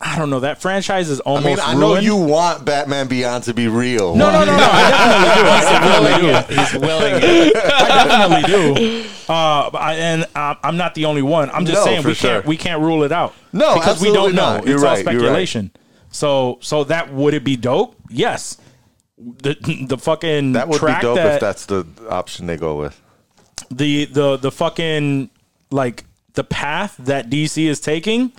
I don't know that franchise is
I
almost.
mean, I know
ruined.
you want Batman Beyond to be real.
No, no, no, no. I definitely do. I definitely do.
He's willing it.
I definitely do. Uh, but I, and uh, I'm not the only one. I'm just
No,
saying
for
we
sure.
can't we can't rule it out.
No,
because we don't
absolutely
know.
not. You're
it's all
right, you're right.
speculation. So so that would it be dope? Yes. The the fucking
That would be
track
dope
that
if that's the option they go with.
the the the fucking like the path that DC is taking.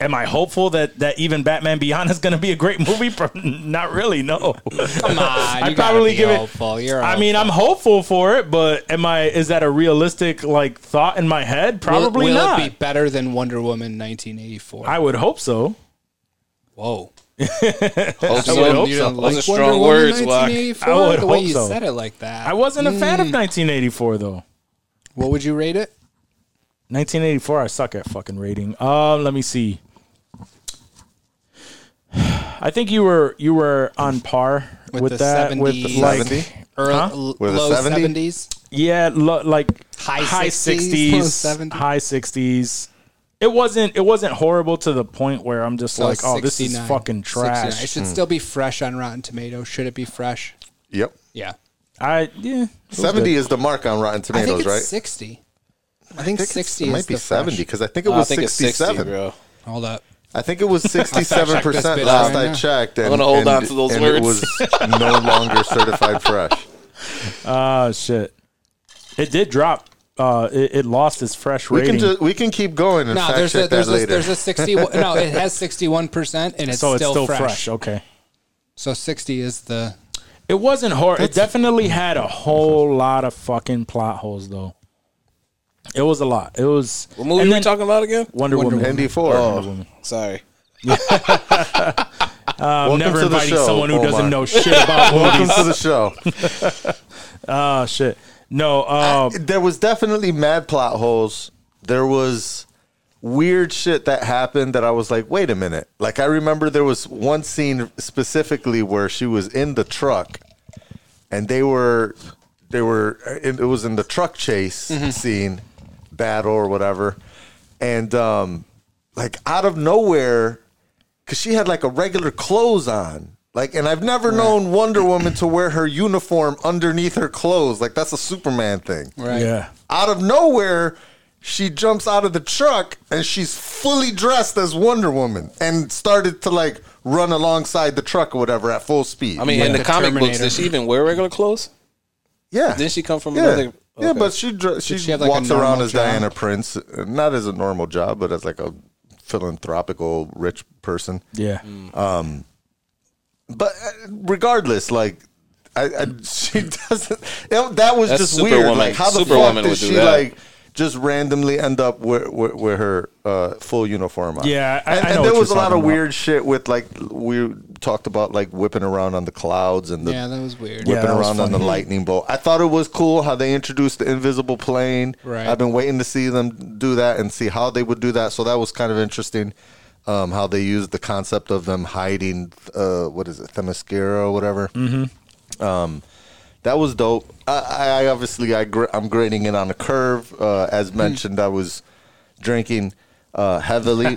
Am I hopeful that that even Batman Beyond is going to be a great movie? Pro- Not really. No.
Come on.
I
you gotta
probably
be
give it-
hopeful. You're
I mean, I'm hopeful for it, but am I? Is that a realistic like thought in my head?
hopeful.
Probably
will, will
not.
it be better than Wonder Woman 1984?
I would hope so.
Whoa.
I would hope
you
so.
don't
Those are
like
strong
Wonder Woman
words, Locke.
1984?
I would
the way
hope
you
so.
said it like that.
I wasn't a fan
Hmm.
of 1984 though.
what would you rate it?
1984, I suck at fucking rating. Um, let me see. I think you were you were on par with,
With the
that with
70s.
like
70?
Early,
Huh?
With a
low
70?
70s?
yeah lo, like
High
high
60s,
60s,
low 70s.
high 60s. It wasn't it wasn't horrible to the point where I'm just
So
like, oh, this is
69.
fucking
69. It
trash.
Hmm.
should still be fresh on Rotten Tomatoes. Should it be fresh?
Yep,
Yeah.
I yeah, it was
seventy
good.
is the mark on Rotten
I
Tomatoes,
think it's
right?
60. I think,
I think it's-
60
it
is
might be
the
seventy
fresh.
because I think it
I
was
think it's 60,
sixty-seven.
bro.
Hold up.
I think it was 67 percent
bitch
last
right
I
now.
checked. And,
gonna hold
and-
on to those
and
words.
It was no longer certified fresh.
Oh shit, it did drop. Uh, it, it lost its fresh
We
rating.
can ju- we can keep going and
No,
fact
there's
check
a there's
that
a,
later.
there's a 60 no, it has 61% and it's,
so
still,
it's still
fresh.
fresh. Okay.
So 60 is the
It wasn't horrible. It
mm.
definitely had a whole lot of fucking plot holes, though. It was a lot. It was.
What movie
and
we
then
talking about again?
Wonder,
Wonder
Woman.
Andy Ford.
Sorry.
I'm never
to the
inviting
show,
someone who
Omar.
doesn't know shit about
Welcome
movies.
to the show.
Oh shit. No. Um,
there was definitely mad plot holes. There was weird shit that happened that I was like, wait a minute. Like I remember there was one scene specifically where she was in the truck and they were they were it it was in the truck chase scene battle or whatever. And um like out of nowhere cuz she had like a regular clothes on. Like and I've never known Wonder Woman to wear her uniform underneath her clothes. Like that's a Superman thing
Right.
Yeah.
out of nowhere, she jumps out of the truck and she's fully dressed as Wonder Woman and started to like run alongside the truck or whatever at full speed.
I mean, in
Yeah.
the comic books,
Terminator.
did she even wear regular clothes?
yeah,
Didn't she come from
yeah,
another?
yeah,
okay.
but she dr- she,
she have, like, a
walks around
normal
as
job?
Diana Prince, uh, not as a normal job, but as like a philanthropical rich person.
Yeah.
Mm.
But uh, regardless, like. I, I, she doesn't. That that was
That's
just
Superwoman.
weird. Like, how the
Superwoman
fuck did
would do
she
that.
like just randomly end up with, with, with her uh, full uniform on?
Yeah, I-
and,
I
and
know
there
what
was a
you're
lot of
talking about.
weird shit with like we talked about like whipping around on the clouds and the
Yeah, that was weird.
Yeah.
whipping
that was
around on the
funny.
lightning bolt. I thought it was cool how they introduced the invisible plane.
Right.
I've been waiting to see them do that and see how they would do that. So that was kind of interesting. Um, how they used the concept of them hiding, uh, what is it, Themyscira or whatever. Mm-hmm. Um, that was dope. I, I I obviously I gr- I'm grading it on a curve. Uh, as
Mm.
mentioned, I was drinking uh, heavily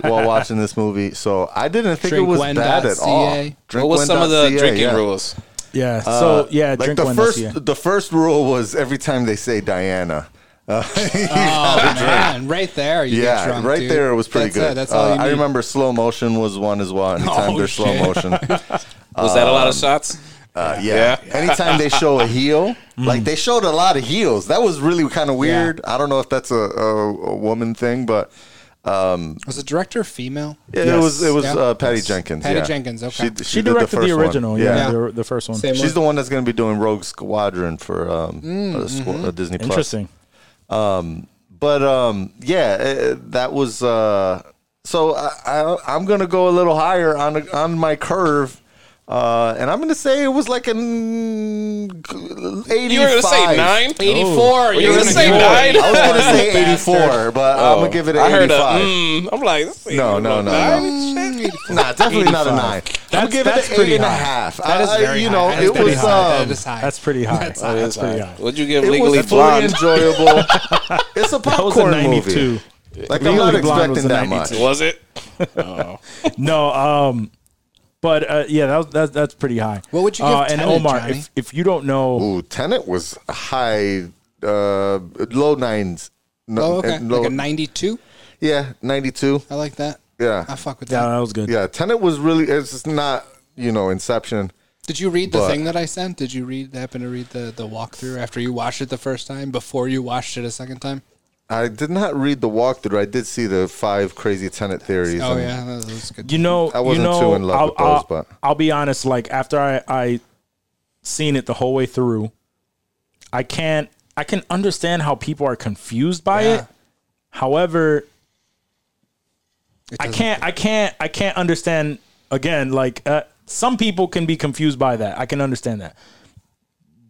while watching this movie, so I didn't think it was bad at all.
Drinkwhen.ca.
what was some of the
Drinkwhen.ca,
drinking
yeah.
rules?
Yeah. So yeah,
Uh, Like
drink
the
one
first,
this year.
the first rule was every time they say Diana. Uh, you gotta
Oh
drink.
man, right there. You
yeah,
get drunk,
right
dude.
there it was pretty
That's
good.
It, that's all
Uh,
you need.
I remember slow motion was one as well. Anytime
Oh,
there's slow
shit.
motion, uh,
Was that a lot of shots?
yeah. Anytime they show a heel,
Mm.
like they showed a lot of heels. That was really kind of weird. I don't know if that's a, a, a woman thing, but
Was the director female?
it
Yes.
was it was
Yeah.
uh, Patty Jenkins.
Patty
yeah.
Jenkins, okay.
she,
She
did the
directed the,
first one.
original. Yeah, The, the first one.
Same
She's the one that's going to be doing Rogue Squadron for um,
Mm,
uh, Squ-
mm-hmm.
uh, Disney Plus.
Interesting.
but um, yeah, eh, that was uh, so. I, I, I'm gonna go a little higher on on my curve, uh, and I'm gonna say it was like an 85.
You were gonna say nine,
Oh.
E
Eighty-four.
You were gonna say nine. Oh,
I was gonna say
Bastard.
84, but I'm gonna give it an
I heard a.
85.
Mm, I'm like, this ain't
No, no, no,
nine.
no. Nah, definitely not a nine. I'm gonna give
that's
it an
pretty
eight and a
high.
half.
That is
I- I-
very
you
high.
know,
That is
it
pretty
was
high.
um,
that is high.
That's pretty high.
That's high.
That's pretty high.
What'd you give
it
Legally
was fully
Blonde?
enjoyable. It's a
That was a
popcorn
ninety-two.
movie. Like I'm not
Legally Blonde was
expecting
a
that
92.
much.
Was it?
No. Um. But uh, yeah, that was, that's that's pretty high.
What would you
Uh,
give
and
Tenet,
Omar,
Johnny?
if if you don't know,
Ooh, Tenet was high, uh, low nines. No,
Oh, okay.
uh, low-
Like a 92.
yeah, 92.
I like that.
Yeah.
I fuck with
yeah,
that.
that was good.
Yeah, Tenet was really, it's just not, you know, Inception.
Did you read the
But-
thing that I sent? Did you read happen to read the the walkthrough after you watched it the first time before you watched it a second time?
I did not read the walkthrough. I did see the five crazy Tenet theories.
Oh
and
yeah, that was good.
You know,
I wasn't
you know,
too in love
I'll,
with those,
I'll-
but-
I'll be honest. Like after I I seen it the whole way through, I can't. I can understand how people are confused by
Yeah.
it. However,
It
I
doesn't-
can't. I can't. I can't understand. Again, like uh, some people can be confused by that. I can understand that,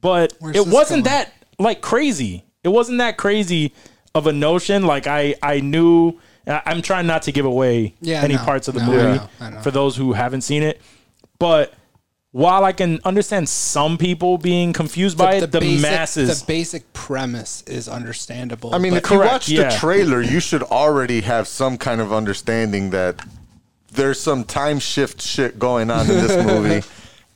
but
Where's
it
this
wasn't
going?
that like crazy. It wasn't that crazy of a notion. Like I, I knew. I- I'm trying not to give away
Yeah,
any
no,
parts of the
no,
movie
I know, I know.
for those who haven't seen it, but. While I can understand some people being confused by it, the
basic,
masses,
The basic premise is understandable.
I mean,
but
if you
Correct,
watch the
yeah.
trailer, you should already have some kind of understanding that there's some time shift shit going on in this movie,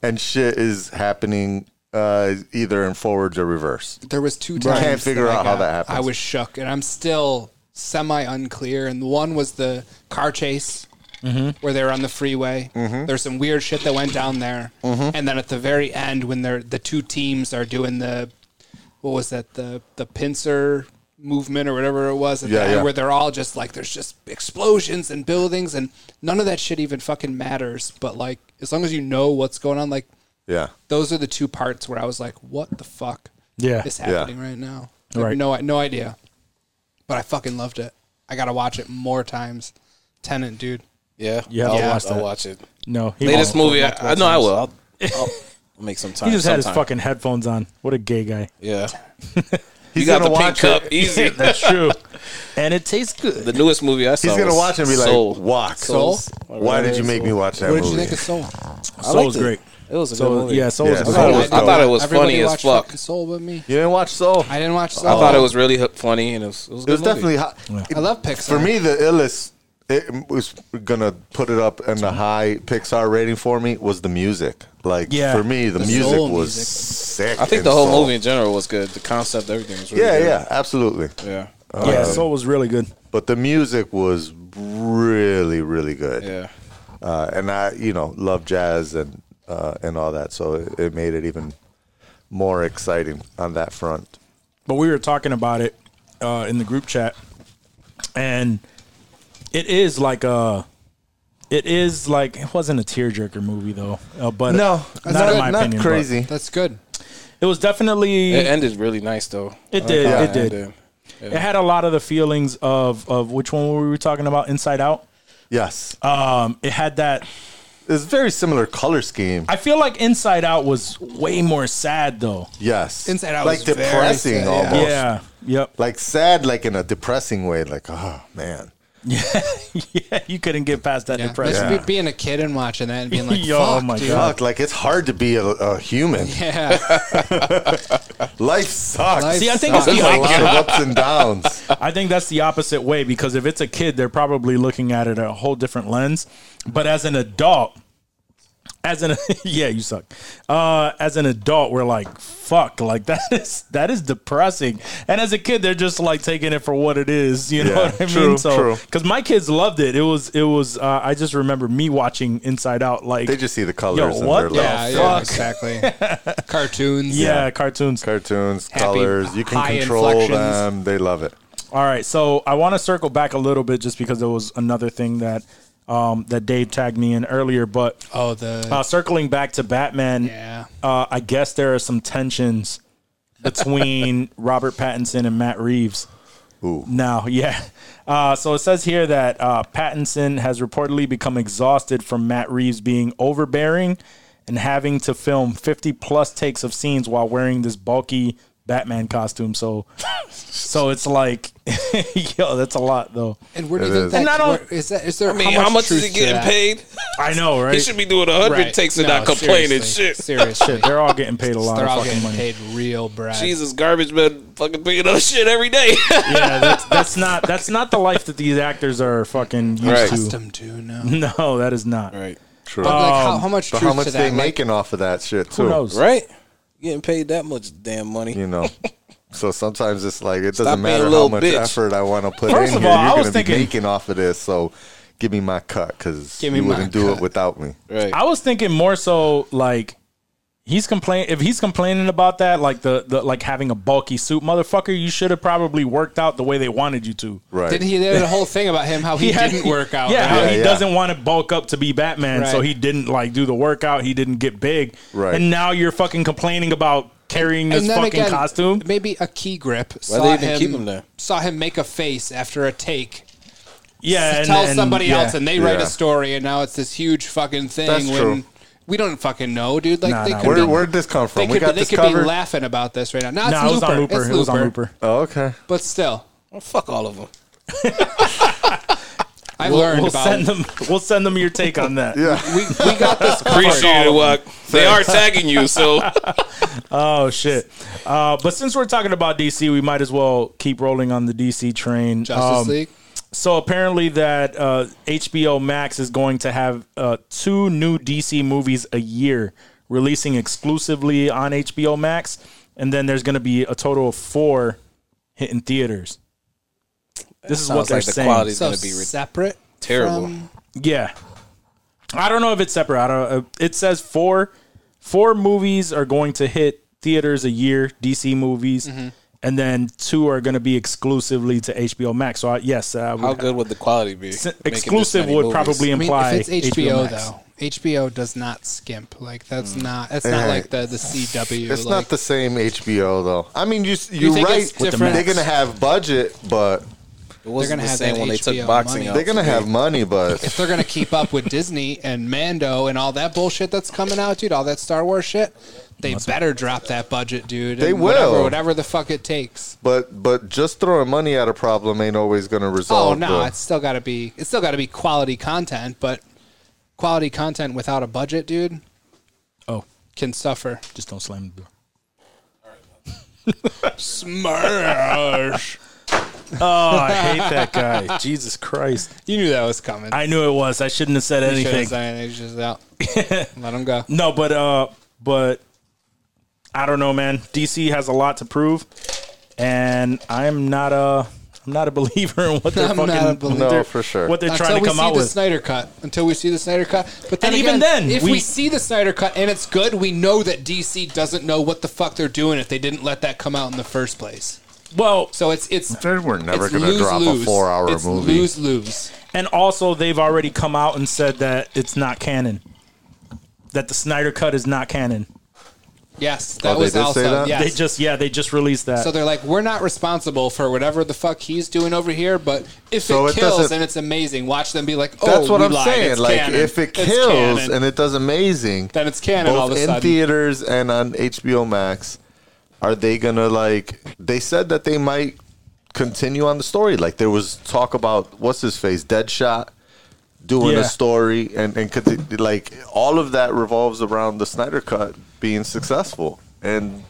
and shit is happening uh, either in forwards or reverse.
there was two
Right.
times
Can't figure
I
out how
got-
that happens.
I was shook, and I'm still semi unclear. And one was the car chase
Mm-hmm.
where they were on the freeway. There's some weird shit that went down there,
Mm-hmm.
and then at the very end, when they're the two teams are doing the what was that the the pincer movement or whatever it was at
Yeah,
the end,
yeah.
where they're all just like there's just explosions and buildings and none of that shit even fucking matters but like as long as you know what's going on like
Yeah.
those are the two parts where I was like, "What the fuck?
Yeah.
is
Yeah.
happening right now." I have
Right.
No, no idea. But I fucking loved it. I gotta watch it more times. Tenant, dude.
Yeah.
Yeah, I'll
I'll,
watch
I'll
that.
watch it.
no, he
Latest
won't.
movie. I, I know I will. I'll, I'll, make some time.
He just had his
sometime.
fucking headphones on. What a gay guy.
yeah.
He's
you got the
gonna
pink
watch
cup
it.
easy.
That's true. and it tastes good.
The newest movie I saw.
He's gonna
was
watch it and be like,
Soul.
"Walk."
Soul?
Why did you make me watch that
What did
movie?
you think of Soul?
I
Soul
liked
was
it.
great.
It was a good
So
movie.
yeah, Soul
Yeah,
was a
Soul
good
I thought it
movie.
was, I thought it was
Everybody
funny as
watched
fuck.
fucking Soul with me.
you didn't watch Soul?
I didn't watch Soul.
I thought it was really h- funny and it was. It was, a
it was
good movie.
definitely hot.
I love Pixar.
For me, the illest it was gonna put it up in the high Pixar rating for me was the music. Like
Yeah.
for me, the,
The
music
soul
was
music.
sick.
I think
and
the whole
soul.
movie in general was good. The concept, everything was really
Yeah,
good.
yeah, absolutely.
yeah, Uh,
yeah, Soul was really good.
But the music was really, really good.
yeah.
Uh, and I, you know, love jazz and uh, and all that, so it, it made it even more exciting on that front.
but we were talking about it uh, in the group chat, and it is like a, it is like it wasn't a tearjerker movie though, uh, but not, in my opinion, but
crazy.
That's good.
It was definitely
It
it,
ended really nice though.
did
Yeah,
it did it had a lot of the feelings of of which one were we talking about Inside Out.
Yes,
Uh,
Um, it had that.
it's very similar color scheme.
I feel like Inside Out was way more sad though.
Yes,
Inside Out
like
was very
depressing
sad, yeah.
almost.
Yeah. Yep.
like sad, like in a depressing way. Like, oh man,
yeah. You couldn't get past that
Yeah.
depression.
Imagine be- being a kid and watching that and being like,
Yo,
"Fuck,
oh my
dude."
God.
fuck! Like it's hard to be a, a human.
Yeah,
Life sucks.
Life
See, I think it's
sucks.
There's
the
a lot of ups and downs.
I think that's the opposite way because if it's a kid, they're probably looking at it a whole different lens. But as an adult, as an yeah, you suck. Uh, as an adult, we're like fuck, like that is that is depressing. And as a kid, they're just like taking it for what it is. You know
Yeah,
what I
true,
mean? So
true.
because my kids loved it, it was it was. Uh, I just remember me watching Inside Out. Like
They just see the colors. and
what
they're
the
like,
yeah, yeah,
Fuck.
exactly. Cartoons.
yeah, cartoons.
cartoons,
Happy,
colors. You can
high
control
inflections.
them. They love it.
All right, so I want to circle back a little bit just because there was another thing that um, that Dave tagged me in earlier, but
Oh, the
Uh, circling back to Batman,
Yeah.
uh, I guess there are some tensions between Robert Pattinson and Matt Reeves.
Ooh.
Now, yeah. Uh, so it says here that uh, Pattinson has reportedly become exhausted from Matt Reeves being overbearing and having to film 50 plus takes of scenes while wearing this bulky Batman costume. So, so it's like, yo, that's a lot though.
and where do you
It
think
is.
that,
And not
where-
on-
is that? Is there?
I mean, how much, is he
truth to
getting
that?
paid?
I know, right?
He should be doing hundred
Right.
takes and
No,
not complaining.
seriously.
Shit,
Seriously,
They're all getting paid a lot
they're
of
all
fucking
getting
money.
paid real bread.
Jesus, garbage man, fucking picking up shit every day.
yeah, that's, that's not that's not the life that these actors are fucking used
Right.
to.
Custom to no.
No, that is not.
right,
True.
But like, how, how much
but
truth
how much
to
they
that? Like,
making off of that shit too?
Who knows?
right. Getting paid that much damn money.
You know. So sometimes it's like it doesn't
Stop being a
matter how
little
much
bitch.
effort I want to put
First
in
of
here.
all, I
You're
was
gonna
thinking-
be making off of this, so give me my cut because
Give
you
me my
wouldn't do
cut.
it without me.
Right.
I was thinking more so like he's complaining if he's complaining about that, like the, the like having a bulky suit, motherfucker, you should have probably worked out the way they wanted you to.
Right.
Didn't he did a whole thing about him how he,
had-
didn't work out?
Yeah, how
right?
he
yeah.
doesn't want to bulk up to be Batman, so
Right.
he didn't like do the workout. He didn't get big,
Right.
And now you're fucking complaining about carrying this
then
fucking
again,
costume.
Maybe a key grip
Why
saw
they
him,
even keep him there?
saw him make a face after a take.
Yeah, and-
tell
and-
somebody
yeah.
else, and they write
Yeah.
a story, and now it's this huge fucking thing.
That's
when
true.
We don't fucking know, dude. Like
Nah,
they
nah,
could
Where
be,
where'd this come
they
from? We
could,
got
be, they
this
could
covered.
be laughing about this right now. No, it's
No, it was
Looper.
on Looper.
It's
It was on Looper.
oh, okay.
But still,
Oh, fuck all of them.
I
We'll-
learned
we'll
about.
send them. We'll send them your take on that.
Yeah.
we, we got this
Appreciate
covered.
it, Walk. They are tagging you, so
Oh shit! Uh, but since we're talking about DC, we might as well keep rolling on the DC train. Um,
Justice League.
So apparently, that uh, HBO Max is going to have uh, two new DC movies a year, releasing exclusively on HBO Max, and then there's going to be a total of four hitting theaters. This is
Sounds
what they're
like the
saying.
quality's
So
gonna be re-
separate.
terrible.
from-
Yeah, I don't know if it's separate. I don't. Uh, it says four four movies are going to hit theaters a year, DC movies,
Mm-hmm.
and then two are going to be exclusively to HBO Max. So I, yes, uh,
How good would the quality be?
s-
making this
exclusive
many
would
movies?
probably
I mean,
imply
if it's HBO,
Max.
though, HBO does not skimp. Like that's
Mm.
not. That's not
Hey.
like the the CW.
It's
like,
not the same HBO though. I mean, you s- you're
think
right.
it's With the different?
They're gonna have budget, but
It wasn't
gonna
the
have
same
that
when they took
HBO
boxing
money.
out.
They're gonna have money, but
if they're gonna keep up with Disney and Mando and all that bullshit that's coming out, dude, all that Star Wars shit, they better drop that budget, dude.
They
and whatever,
will.
whatever the fuck it takes.
but but just throwing money at a problem ain't always gonna
Oh
resolve.
no,
the-
it's still gotta be it's still gotta be quality content, but quality content without a budget, dude,
Oh,
can suffer.
just don't slam the door.
Smash.
Oh, I hate that guy. Jesus Christ.
you knew that was coming.
I knew it was. I shouldn't have said
You shouldn't
anything.
say anything, just out. Let him go.
No, but uh but I don't know, man. DC has a lot to prove and I'm not a I'm not a believer in what they're
I'm not
fucking
a believer.
what they're-
No, for sure.
what they're
until
trying to
we
come
see
out
the
with.
Snyder cut. Until we see the Snyder cut, but then
And even
again,
then,
if we,
we-
see the Snyder cut and it's good, we know that DC doesn't know what the fuck they're doing if they didn't let that come out in the first place.
well,
So it's it's
They were never
it's
gonna drop a four-hour
It's
movie.
Lose lose.
and also they've already come out and said that it's not canon. That the Snyder cut is not canon.
Yes, that
Oh, they
was
did say
also
that?
yes.
They just yeah, they just released that.
so they're like, we're not responsible for whatever the fuck he's doing over here, but if
So
it
it
kills
doesn't-
and it's amazing, watch them be like, oh,
That's what
we
I'm
lied.
saying.
It's
like,
canon.
if it
It's
kills
canon.
and it does amazing,
Then it's canon
both
all of a
in
sudden.
theaters and on HBO Max. Are they gonna like? They said that they might continue on the story. Like there was talk about what's his face, Deadshot, doing
Yeah.
a story, and and conti- like all of that revolves around the Snyder Cut being successful, and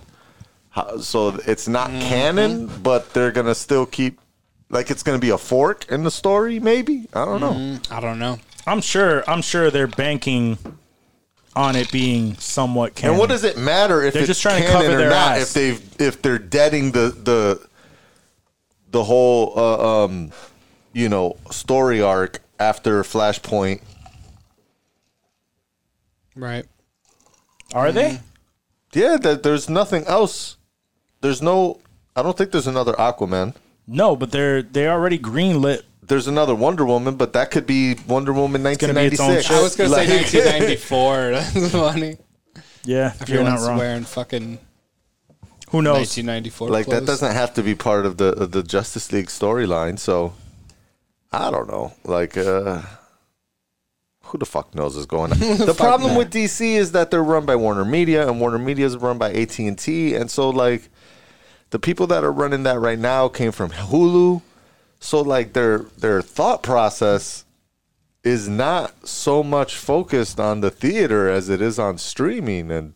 how, so it's not
Mm-hmm.
canon, but they're gonna still keep. Like it's gonna be a fork in the story, maybe. I don't know.
I don't know.
I'm sure I'm sure they're banking on it being somewhat canon.
And what does it matter if
They're
it's
just trying to
canon
cover
or
their
not?
ass.
If they if they're deading the the the whole uh, um, you know story arc after Flashpoint,
Right.
Are they?
Mm-hmm.
yeah, that there's nothing else. There's no. I don't think there's another Aquaman.
No, but they're they already greenlit.
There's another Wonder Woman, but that could be Wonder Woman
gonna be its own
1996.
show.
I was gonna
Like-
say 1994. That's funny.
Yeah, you're
Everyone's
not wrong.
wearing fucking
Who knows?
1994.
Oh, like that
clothes.
doesn't have to be part of the of the Justice League storyline. So I don't know. Like uh who the fuck knows what's going on? the problem with DC is that they're run by Warner Media, and Warner Media is run by AT and T, and so like the people that are running that right now came from Hulu. So like their their thought process is not so much focused on the theater as it is on streaming and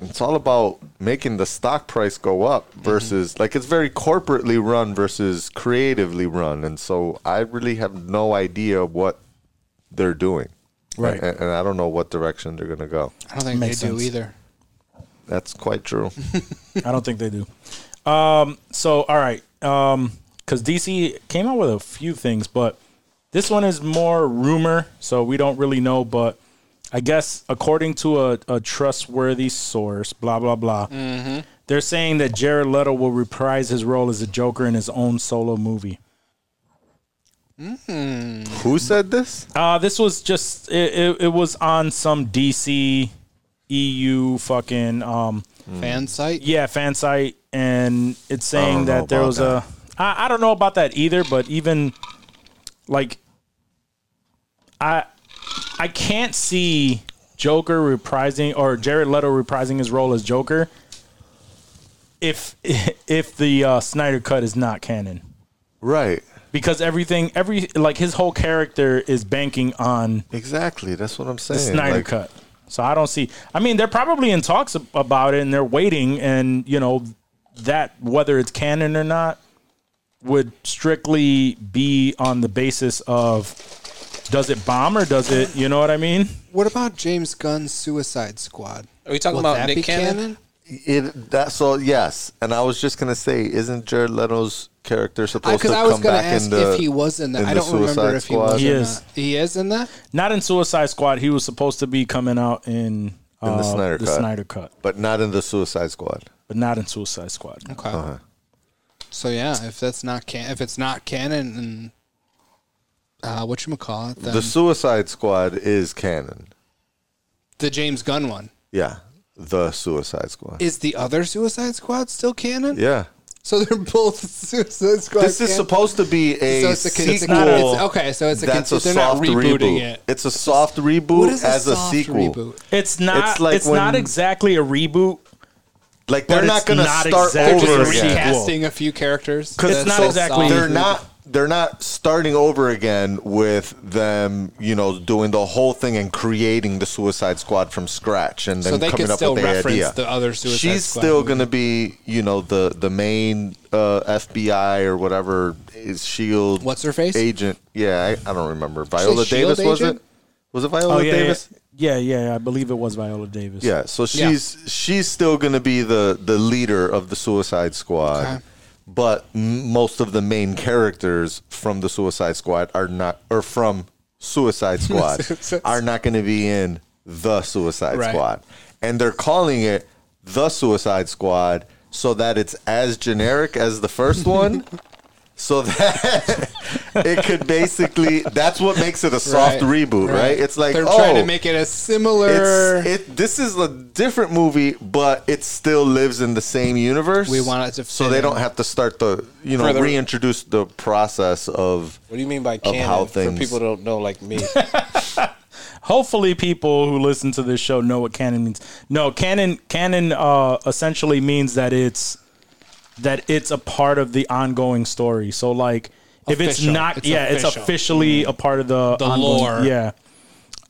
it's all about making the stock price go up
Mm-hmm.
versus like it's very corporately run versus creatively run and so i really have no idea what they're doing
Right.
and, and i don't know what direction they're going to go
I don't think they
Makes
do
sense.
either.
that's quite true
I don't think they do. Um, so all right, um, because DC came out with a few things, but this one is more rumor, so we don't really know. But I guess according to a, a trustworthy source, blah blah blah, they're saying that Jared Leto will reprise his role as the Joker in his own solo movie.
who said this
Uh, this was just it, it, it was on some DC EU fucking um
Hmm.
Fan site.
yeah fan site and it's saying
know
that there
about
was
that.
a I, I don't know about that either but even like I I can't see Joker reprising or Jared Leto reprising his role as Joker if if the uh, Snyder cut is not canon
right
because everything every like his whole character is banking on
exactly that's what i'm saying
Snyder
Like,
cut. So I don't see. I mean, they're probably in talks ab- about it, and they're waiting. And you know that whether it's canon or not would strictly be on the basis of does it bomb or does it? You know what I mean?
What about James Gunn's Suicide Squad?
Are we talking
Will
about
that
Nick
be
Cannon?
it that so yes and i was just going to say isn't jared leto's character supposed
Because
to
I, was
come
going to
back
ask
in the
if he was in that.
in
I
the
don't remember
Suicide
if he
Squad?
was.
He
or
is.
not. He is in that.
Not in Suicide Squad. He was supposed to be coming out in, uh,
the Snyder
the
Cut.
Snyder Cut,
but not in the suicide squad
but not in Suicide Squad.
Okay. So yeah, if that's not can, if it's not canon, and uh, what you call it,
the
the,
suicide squad is canon
the James Gunn one
Yeah, the Suicide Squad.
is the other Suicide Squad still canon?
yeah,
So they're both Suicide Squad.
This is
can-
supposed to be a
So it's a
sequel.
con- it's a con- it's- okay, so it's a con-
that's a
they're not
soft
rebooting
reboot.
it.
It's a soft reboot
What is
as a
soft
sequel.
reboot?
It's not. It's,
It's like when-
not exactly a reboot.
Like they're
But
not
it's
going to
not
start
exactly
over
a
again.
sequel.
Casting a few characters.
It's
That's
not
so
exactly-
solid.
they're not they're not starting over again with them you know doing the whole thing and creating the suicide squad from scratch and then
So they
coming
could
up
still
with the
reference
idea
the other Suicide
she's
Squad
still
movie.
going to be you know the the main uh, fbi or whatever is shield
What's her face?
E agent yeah i, I don't remember viola
SHIELD
davis was
E agent?
it was it viola
Oh, yeah,
davis
Yeah, yeah, yeah, I believe it was Viola Davis.
yeah, so
Yeah.
she's she's still going to be the the leader of the Suicide Squad,
Okay.
but m- most of the main characters from the Suicide Squad are not or from Suicide Squad are not going to be in the Suicide
Right.
Squad, and they're calling it the Suicide Squad so that it's as generic as the first one. So that it could basically, that's what makes it a soft
Right,
reboot, right. It's like,
they're
oh,
trying to make it a similar.
it's it. This is a different movie, but it still lives in the same universe.
We want it to
so
fit
they
in.
don't have to start the you know
Further-
reintroduce the process of
What do you mean by
how
canon?
things-
For people that don't know, like me,
Hopefully, people who listen to this show know what canon means. No, canon, canon, uh, essentially means that it's that it's a part of the ongoing story. So, like, if it's
Official.
not,
It's
yeah, it's
official.
officially a part of the
The
ongoing-
lore.
Yeah.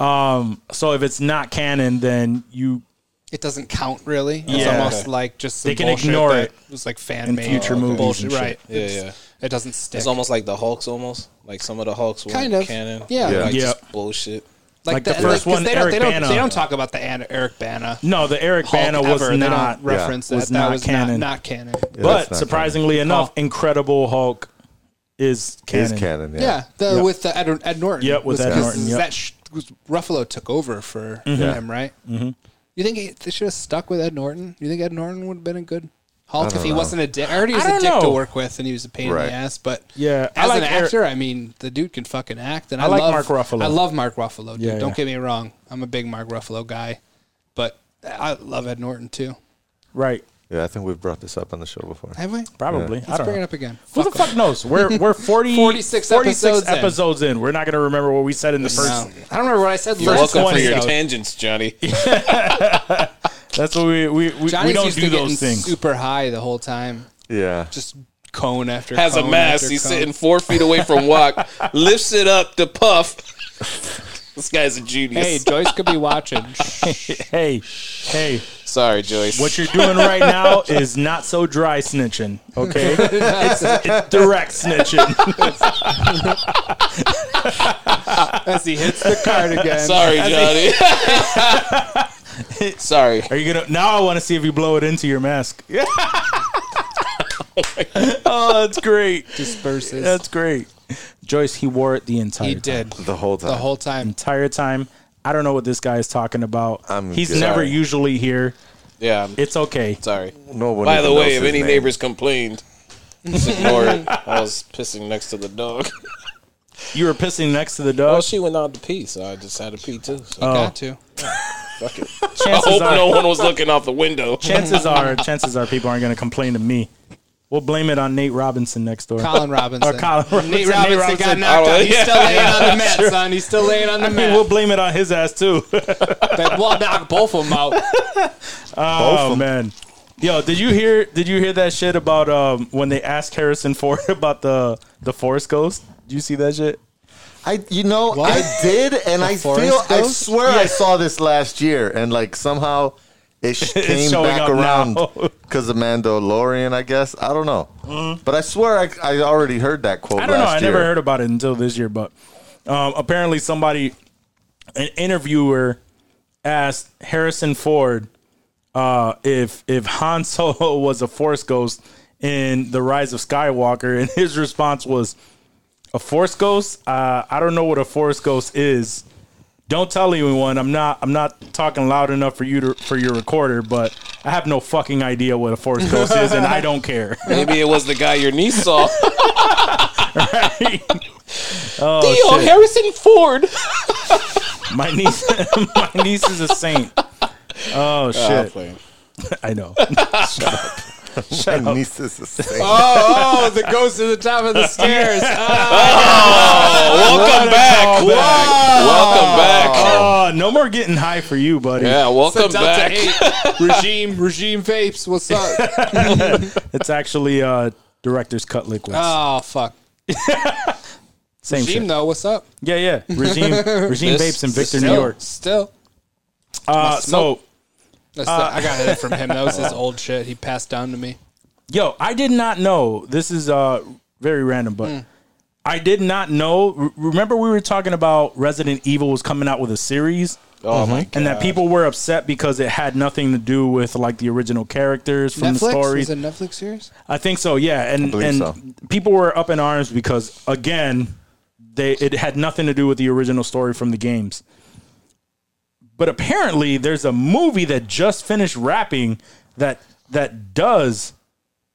Um. So if it's not canon, then you
it doesn't count really. It's
Yeah.
almost like just some
They can
bullshit
ignore
that
it
was like fan
in
made
future
or
movies
bullshit,
and shit.
right?
Yeah,
It's-
yeah.
It doesn't stick.
it's almost like the Hulks, almost like some of the Hulks were
Kind of.
canon.
Yeah.
Like
Yeah.
just bullshit.
like the first
'cause
one,
They don't, they
Eric
don't,
Bana.
they don't talk about the Anna, Eric Bana.
no, the Eric
Hulk
Bana was
ever. They don't
not.
reference that.
was
that
not
was
canon.
Not, not canon.
that's
But
not
surprisingly enough, Incredible Hulk is canon.
is canon. Yeah.
Yeah, the,
Yep.
with the Ed, Ed Norton.
Yep, with
Was-
Ed
'cause
Norton, yep.
That sh- was, Ruffalo took over for him, right? Mm-hmm. You think he, they should have stuck with Ed Norton? You think Ed Norton would have been a good Hulk if he wasn't a dick? I heard he was
I
a
don't
dick to
know.
work with, and he was a pain in
Right.
the ass. But
Yeah, I
as
like
an
Eric-
actor, I mean, the dude can fucking act, and I,
I like
love,
Mark Ruffalo.
I love Mark Ruffalo. Dude.
Yeah,
Don't
yeah.
get me wrong, I'm a big Mark Ruffalo guy, but I love Ed Norton too.
Right.
Yeah, I think we've brought this up on the show before.
Have we?
Probably. I
Let's
don't
bring
know.
it up again.
Who the fuck knows? We're we're 40,
46 episodes in.
episodes in. We're not going to remember what we said in the first.
No. I don't remember what I said.
First
last
Welcome
one
for your
episode.
tangents, Johnny.
That's what we we, we, we
Johnny's
don't
used
do
to getting
those things.
Super high the whole time,
Yeah,
just cone after
Has a
cone
mask.
after
He's
cone.
sitting four feet away from Walk. lifts it up to puff. this guy's a genius.
Hey, Joyce could be watching.
hey, hey,
Sorry, Joyce.
what you're doing right now is not so dry snitching. Okay, it's, it's direct snitching.
As he hits the card again.
Sorry, Johnny. Sorry.
Are you gonna? Now I want to see if you blow it into your mask. oh, that's great.
Disperses.
That's great. Joyce, he wore it the entire.
he
time.
did
the whole time.
the whole time.
entire time. I don't know what this guy is talking about.
I'm
He's
good.
never
Sorry.
usually here.
Yeah, I'm
It's okay.
sorry.
no one.
By the
even
way,
knows
if
his
any
name.
neighbors complained, just ignore it. I was pissing next to the dog.
You were pissing next to the
Well,
dog.
Oh, she went out to pee, so I just had to pee too. So
Got to.
fuck it. I
Chances
hope
are,
no one was looking out the window.
Oh, chances are, chances are, people aren't going to complain to me. We'll blame it on Nate Robinson next door.
Colin Robinson.
Or Oh, Colin Robinson.
Nate Robinson, got knocked
Robinson.
out. He's
Yeah.
still laying on the mat, son. He's still laying on the
I mean, we'll
mat.
blame it on his ass too.
But we'll knock both of them out.
oh man, yo, did you hear? Did you hear that shit about um, when they asked Harrison Ford about the the Forest Ghost? Did you see that shit?
I you know
What?
I did, and I feel
Forest
I
Ghost?
swear I saw this last year, and like somehow it sh- came
showing
back
up
around
now.
because of Mandalorian, I guess. I don't know, but I swear I, I already heard that quote.
Mm-hmm. I don't know.
last
I never
year.
heard about it until this year, but um, apparently somebody, an interviewer, asked Harrison Ford uh, if if Han Solo was a Force ghost in The Rise of Skywalker, and his response was, "A Force ghost? Uh, I don't know what a Force ghost is. Don't tell anyone. I'm not. I'm not talking loud enough for you to for your recorder, but." I have no fucking idea what a force ghost is, and I don't care.
Maybe it was the guy your niece saw.
Oh, shit.
Harrison Ford.
My niece, my
Uh,
niece is a saint. Oh shit! I know. Shut up.
My niece is the same.
Oh, oh, the ghost at the top of the stairs. Ah,
Oh, welcome back.
callback.
Welcome back.
Oh, no more getting high for you, buddy.
yeah, welcome
Delta
back.
Eight regime, regime vapes. What's up?
It's actually uh, director's cut liquids.
Uh,
oh fuck.
Same
Regime
shit.
though, what's up?
Yeah, yeah. Regime, regime
This-
vapes in Victor,
this-
New York.
Still.
Uh, so,
That's the- I got it from him. That was his old shit. He passed down to me.
yo, I did not know. This is uh, very random, but
Mm.
I did not know. re- remember, we were talking about Resident Evil was coming out with a series.
Oh my
and that people were upset because it had nothing to do with like the original characters from the
Netflix
stories.
is a Netflix series.
I think so, yeah. And
believe
and
so.
people were up in arms because again, they it had nothing to do with the original story from the games. But apparently there's a movie that just finished wrapping that that does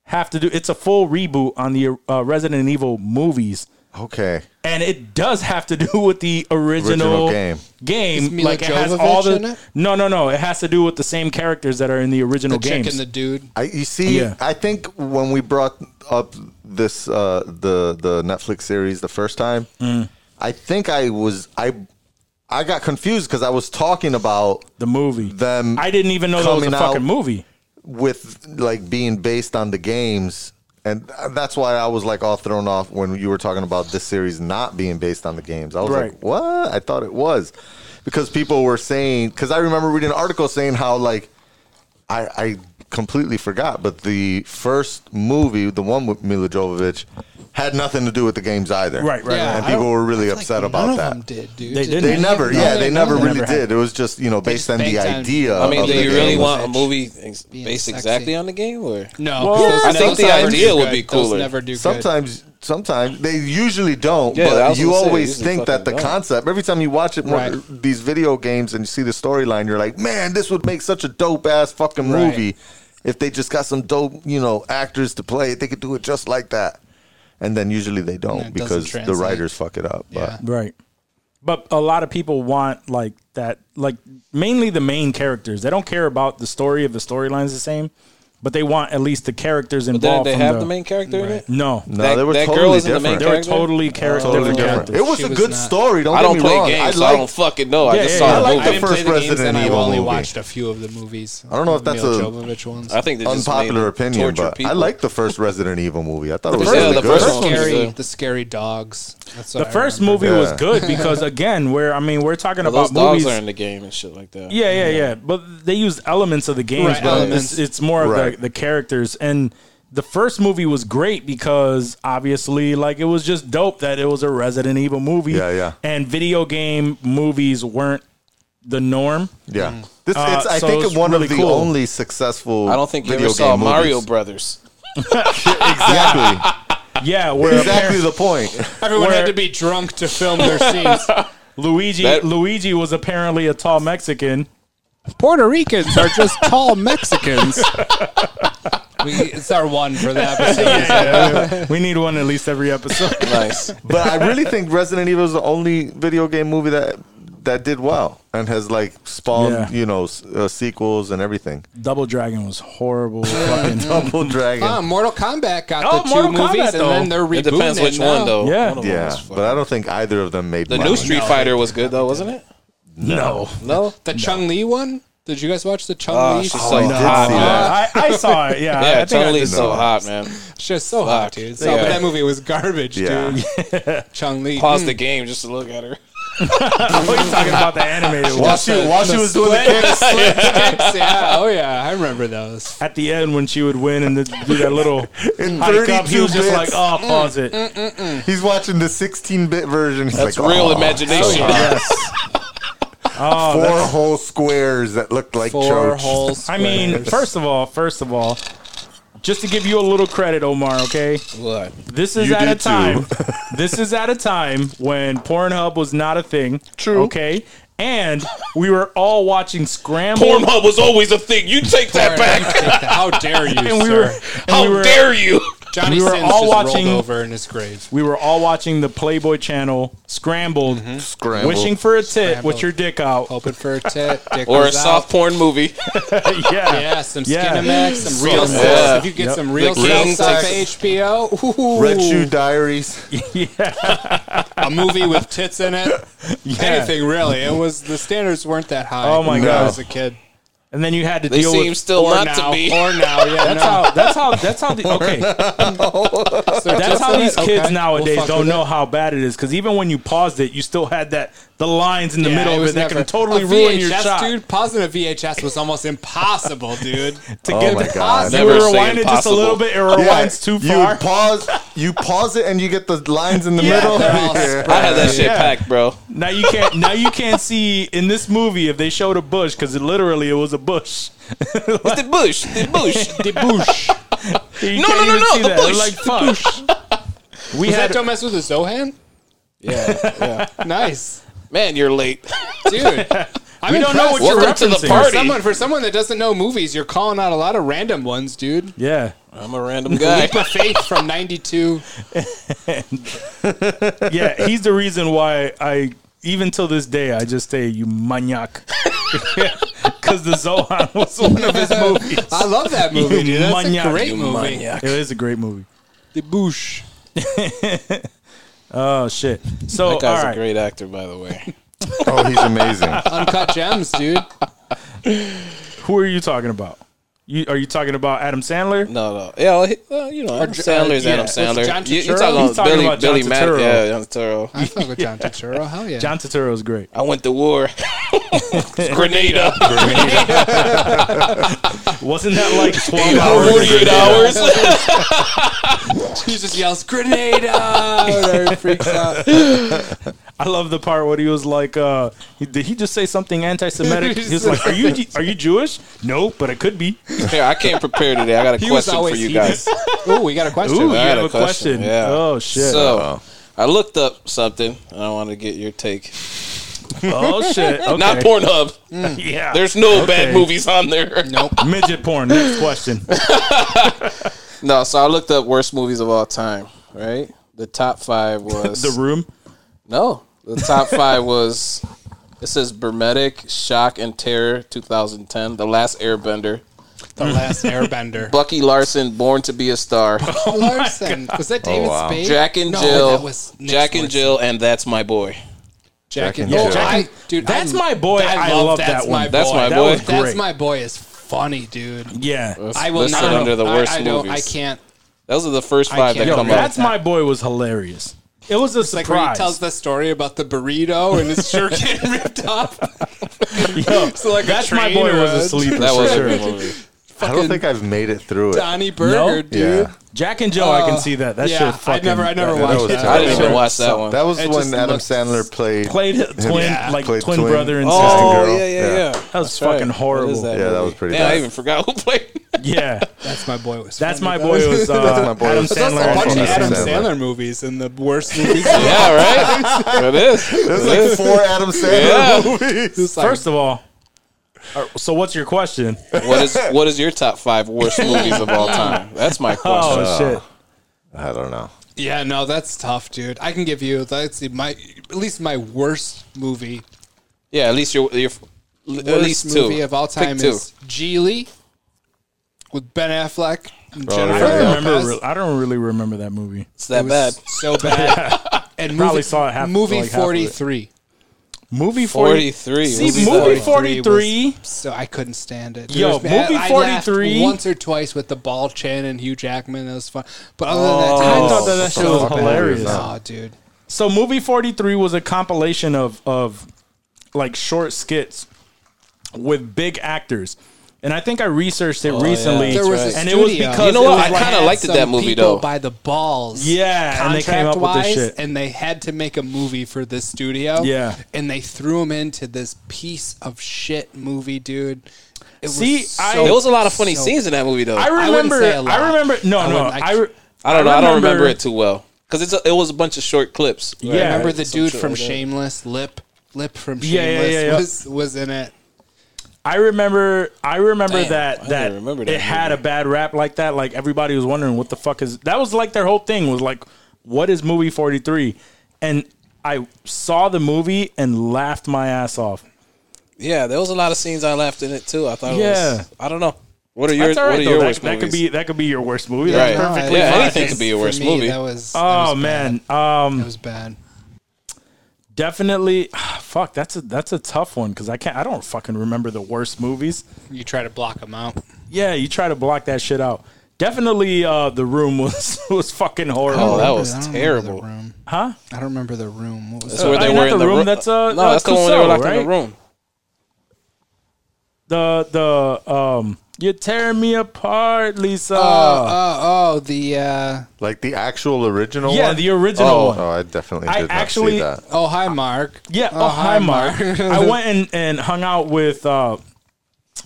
have to do it's a full reboot on the uh, Resident Evil movies
Okay.
and it does have to do with the original,
Original game.
game.
Is Mila
like it has
Jovovich
all
in
the
it?
no, no, no. It has to do with the same characters that are in the
The
original
chick
games.
and the dude.
I, you see,
Yeah.
I think when we brought up this uh, the the Netflix series the first time,
Mm.
I think I was I I got confused because I was talking about
The movie.
Them
I didn't even know that was a
coming
fucking
out-
movie.
with like being based on the games, and that's why I was like all thrown off when you were talking about this series not being based on the games. I was
Right.
like, what? I thought it was because people were saying because I remember reading an article saying how like I, I completely forgot, but the first movie, the one with Mila Jovovich, had nothing to do with the games either.
Right, right,
Yeah,
and
I
people
don't-
were really
It's like
upset
none
about
of them
that.
did, dude.
They
Just-
didn't.
They never, yeah,
no,
they never
none of
really
them.
did. It was just you know based
just
on the
banked on-
idea.
I mean,
of
do
the
you really
game.
want a
Bitch.
movie ex-
Being
based
sexy.
exactly on the game, or
No,
Well,
I think the
never do
idea would
good.
be
Those
cooler.
never do good.
Sometimes, sometimes they usually don't.
Yeah, I
but
was
you
gonna say,
always
usually
think that the
fucking don't.
concept. Every time you watch it, more,
Right.
these video games, and you see the storyline, you're like, man, this would make such a dope ass fucking
Right.
movie if they just got some dope, you know, actors to play it. They could do it just like that. And then usually they don't
And it doesn't
because the
translate.
writers fuck it up.
Yeah.
But
Right. But a lot of people want like that, like mainly the main characters. They don't care about the story if the storyline's the same, but they want at least the characters
didn't
involved.
they
from
have the, main character in it?
No,
no,
That-
they were
that girl
totally
isn't the
different.
main
They were
character?
totally character
They were
different
different.
characters.
It was
She
a
was
good
not-
story. Don't
I
get
don't
me
play
wrong.
games.
I
so I
like
don't fucking know.
Yeah,
I just
yeah,
saw
yeah.
the
I like
movie.
the
I didn't play
first Resident
games, and
Evil
I've only
movie.
watched a few of the movies.
I don't know if that's
Mila
a
Jovovich ones.
I think they just
unpopular
made
opinion,
torture
but I
people.
like the first Resident Evil movie. I thought it was
first-
really
yeah, the
good.
first one was
scary,
good.
the scary dogs. That's what
The
I
first
remember.
movie was
Yeah.
good because again, we're I mean we're talking
Well,
about
those dogs
movies.
are in the game and shit like that.
Yeah, yeah, yeah. But they used elements of the games,
Right,
but
elements.
it's, it's more of
Right.
the, the characters. And the first movie was great because obviously, like, it was just dope that it was a Resident Evil movie.
Yeah, yeah.
And video game movies weren't the norm.
Yeah, this, it's, I
Mm. Uh, so
think
it's
one
really
of the
cool.
only successful.
I don't think you
video
ever saw
game
Mario
movies.
Brothers.
exactly,
Yeah, where
exactly
apparent-
the point.
Everyone
where-
had to be drunk to film their scenes.
Luigi
That-
Luigi was apparently a tall Mexican.
Puerto Ricans are just tall Mexicans. we, it's our one for the episode.
we need one at least every episode.
Nice.
But I really think Resident Evil is the only video game movie that that did well and has like spawned
Yeah.
you know s- uh, sequels and everything.
Double Dragon was horrible. fucking
Double Dragon.
Ah, Mortal Kombat got
Oh,
the two
Mortal
movies,
Kombat,
and
though.
then they're rebooting
It depends which
now.
one though.
Yeah.
One of them
yeah,
was fuck-
but I don't think either of them made
The
money.
new Street Fighter was good though, wasn't it?
no.
No.
The Chung Li one? Did you guys watch the Chung
Oh,
Li?
she's
Oh,
so
did
hot.
see
man.
that.
I, I saw it. Yeah,
Yeah,
I think I
Chun
did
Li's
see
so
it.
hot, man.
she's so hot,
Fuck.
dude. So,
Yeah.
But that movie was garbage,
Yeah.
dude. Mm. Chung Li.
Pause the game just to look at her.
Oh, you're talking about the animated one.
While she while she was doing the kicks,
yeah, oh yeah, I remember those.
at the end when she would win and the, do that little
In
hike up, he
32
was just like,
bits.
"Oh, pause it."
he's watching the 16-bit version. He's
That's
like, "Oh,
real
"Aw,
imagination.
Yes. Oh,
Four
that's-
whole squares that looked like
Four
chokes.
whole.
I mean,
squares.
first of all, first of all, just to give you a little credit, Omar. Okay,
What?
this is
You
at a
did too.
time. this is at a time when Pornhub was not a thing.
True.
Okay, and we were all watching Scramble.
Pornhub was always a thing. You take that back.
How dare you,
And we
sir?
were, and
How
we were,
dare you?
Johnny
we were
Sins
all
just
watching-
rolled over in his grave.
we were all watching the Playboy Channel, scrambled,
Scrambled.
wishing for a tit with
Scrambled. Oh,
your dick out.
Hoping for a tit, dick
or a
was
soft
out.
porn movie.
yeah.
Yeah, some
Yeah.
Skinamax, some
Some-
real sex.
yeah.
If you get
Yep.
some real
The King
sex off
Tex-
HBO, ooh,
Red Shoe Diaries.
a movie with tits in it,
Yeah.
anything really. It was the standards weren't that high.
Oh my
when I
God.
was a kid.
And then you had to
They
deal
seem
with
still
or
not
now,
to be.
or now, yeah.
That's how. That's how. That's how. The, okay. That's how these kids nowadays don't know how bad it is. Because even when you paused it, you still had that the lines in the middle of it, that can totally
a VHS,
ruin your shot.
Dude, pausing a VHS was almost impossible, dude.
To
Oh
get
my
the,
God.
you
Never say
rewind it just a
impossible.
little bit. It
Yeah,
rewinds too far.
You pause. You pause it, and you get the lines in the
Yeah,
middle.
they're all
Yeah.
I had that shit
Yeah.
packed, bro.
now you can't. Now you can't see in this movie if they showed a bush because it literally it was a bush.
The bush, the bush.
The bush.
You
No, no,
can't
no,
even
no,
see
the
that. They're
bush,
Like
the
fuck. We
Was
had
that don't mess with the Zohan?
Yeah,
Nice,
man, you're late.
dude. I'm
We don't know what
impressed.
you're
Welcome to the
referencing.
party.
For someone for someone that doesn't know movies, you're calling out a lot of random ones, dude.
Yeah.
I'm a random guy.
Leap of Faith from '92.
yeah, he's the reason why I even till this day I just say you maniac because the Zohan was one of his movies.
I love that movie, dude. That's
Maniac.
a great
You
movie.
It is a great movie.
The bush.
Oh shit! So all
That guy's
right,
a great actor, by the way.
Oh, he's amazing.
Uncut gems, dude.
who are you talking about? You are you talking about Adam Sandler?
No, no, yeah, well, he, well, you know, Adam
J-
Sandler's
uh, yeah,
Adam
was
Sandler.
John
you, you're
Turturro?
talking
He's
about
talking
Billy,
about John
Billy Matt,
Turturro.
yeah, John Turturro.
I fuck with John Turturro. Hell yeah.
John Turturro is great.
I went to war. Grenada.
Wasn't that like twelve hours?
48 hours.
he just yells Grenada. Whatever, freaks out.
I love the part where he was like, uh, he- "Did he just say something anti-Semitic?" He was like, "Are you are you Jewish? No, but I could be."
Here, I came prepared today. I got a
He was
question for
always.
you guys.
Ooh, we got a question.
Ooh,
I
you
had
have a question. Oh, shit.
So
Uh-oh.
I looked up something, and I want to get your take.
Oh shit! Okay.
Not Pornhub.
Yeah,
There's no
Okay.
bad movies on there.
Nope.
midget porn. Next question.
No, so I looked up worst movies of all time. Right, the top five was
the room.
no. The top five was it says Bermetic, Shock and Terror, 2010, The Last Airbender,
The Last Airbender.
Bucky Larson, Born to Be a Star,
Larson. Was that David
wow.
Spade?
Oh, Jack and
No,
Jill,
that was Nick
Jack and
Swardson.
Jill, and That's My Boy.
Jack and
Yeah,
Jill.
Jack
I, dude,
That's
I-
my boy. I love that
That's
one.
My
That's
boy.
my
That
boy.
was
That's
great.
my boy is funny, dude.
Yeah,
I will
Listed
not
under the worst
I, I don't-
movies.
I can't.
Those are the first
I
five that
can't
yo,
come
remember
up.
that's my boy was hilarious. It was a
It's like when he
surprise.
tells the story about the burrito and his shirt getting ripped off.
Yo,
So like a
that's my
train
boy was
ride.
a sleeper
That was
for
a
sure.
good movie.
I don't think I've made it through it.
Donnie Burger,
No?
dude.
Yeah.
Jack and Joe, I can see that. That
Uh, yeah,
shit fucking.
I never, I never
that- that
watched
was
that.
I didn't even watch that one.
That was
It
when
just
Adam
looked-
Sandler played.
played twin
Yeah.
like
Played
twin,
twin.
brother and
Oh,
sister.
girl. Yeah.
That
was fucking horrible.
Yeah, that was pretty
Damn,
bad.
I even forgot who played.
Yeah,
That's my boy. Was
that's my
funny,
boy
though.
was uh,
That's my boy
Adam
was-
That's
Sandler.
a bunch
and
of
Adam
Adam
Sandler.
Sandler movies and the worst movies.
yeah, right. it is.
There's
It
like
is.
four Adam Sandler movies.
First of all, all right, so what's your question?
What is what is your top five worst movies of all time? That's my question.
Oh shit!
I don't know.
Yeah, no, that's tough, dude. I can give you that's my at least my worst movie.
yeah, at least your your at
Worst
least two
movie of all time
Pick two.
is Geely with Ben Affleck and
Oh,
Jennifer
I don't
yeah, yeah.
remember.
Lopez.
re- I don't really remember that movie.
It's that
It
bad.
was so bad. and movie,
Probably saw it half-
movie
like half of it.
forty three.
Movie
43.
See,
Movie
movie
43
43.
So I couldn't stand it.
Yo,
There's- I-
movie
I
43
laughed once or twice with the ball chin and Hugh Jackman. That was fun. But other
Oh,
than that,
I
dude,
thought that that shit
so
was
bad.
hilarious.
Nah, dude.
So movie 43 was a compilation of of like short skits with big actors. And I think I researched it
Oh,
recently.
That's
There was
right.
a
and it was
studio.
because
You know what?
it was
I
like-
kinda
had
liked it
some
that movie,
people
though.
By the balls,
Yeah, and they came up with this
contract-wise,
shit.
and they had to make a movie for this studio.
Yeah.
and they threw him into this piece of shit movie, dude. It
See,
was
I-
so-
There was a lot of funny
so-
scenes in that movie though. I,
I
wouldn't
remember
say
I,
a lot.
remember no
I
no.
wouldn't- I-
I, re-
don't know. I don't remember it too well because it's a, it was a bunch of short clips. right?
Yeah.
Remember the
Some
dude
shit
from
like that.
Shameless, Lip, Lip from Shameless
Yeah, yeah, yeah, yeah.
was was in it.
I remember, I remember
Damn, I
that
didn't
that,
remember
it
that
had a
movie.
bad rap like that. Like everybody was wondering what the fuck is that was like their whole thing was like, what is movie forty three? And I saw the movie and laughed my ass off.
Yeah, there was a lot of scenes I laughed in it too. I thought, it
Yeah.
was, I don't know. What are your
That's all right
What are
though.
your
That,
worst
that could be
movies?
that could be your worst movie.
Right.
That's
No,
perfectly.
yeah,
fine.
anything could be your
For
worst
me,
movie.
That was. that
Oh
was
man,
bad.
um,
it was bad.
definitely. Fuck, that's a that's a tough one because I can't. I don't fucking remember the worst movies.
You try to block them out.
Yeah, you try to block that shit out. Definitely, uh, the room was was fucking horrible.
Oh, that
Remember-
was
I don't remember the
terrible.
room.
huh?
I don't remember the room. What was
That's
that?
where
uh, I
they
mean,
were
not
in
the
the
room,
ru-
that's,
no,
uh, uh,
that's the one where they were
Clouseau,
locked in
right?
the room.
The the um, you're tearing me apart, Lisa.
uh,
Oh, oh, oh, the uh,
Like the actual original
yeah,
one?
the original
oh,
one.
Oh, I definitely did
I
not
actually-
see that.
oh, hi, Mark.
Yeah. Oh, hi, Mark. I went and, and hung out with uh,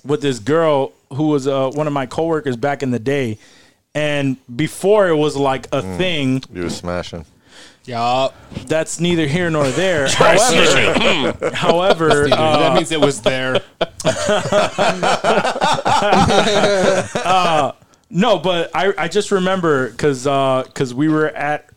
with this girl who was uh, one of my coworkers back in the day, and before it was like a
Hmm.
thing.
You were smashing.
Yup.
That's neither here nor there. however, however, uh,
that means it was there.
No, but I, I just remember because because we were at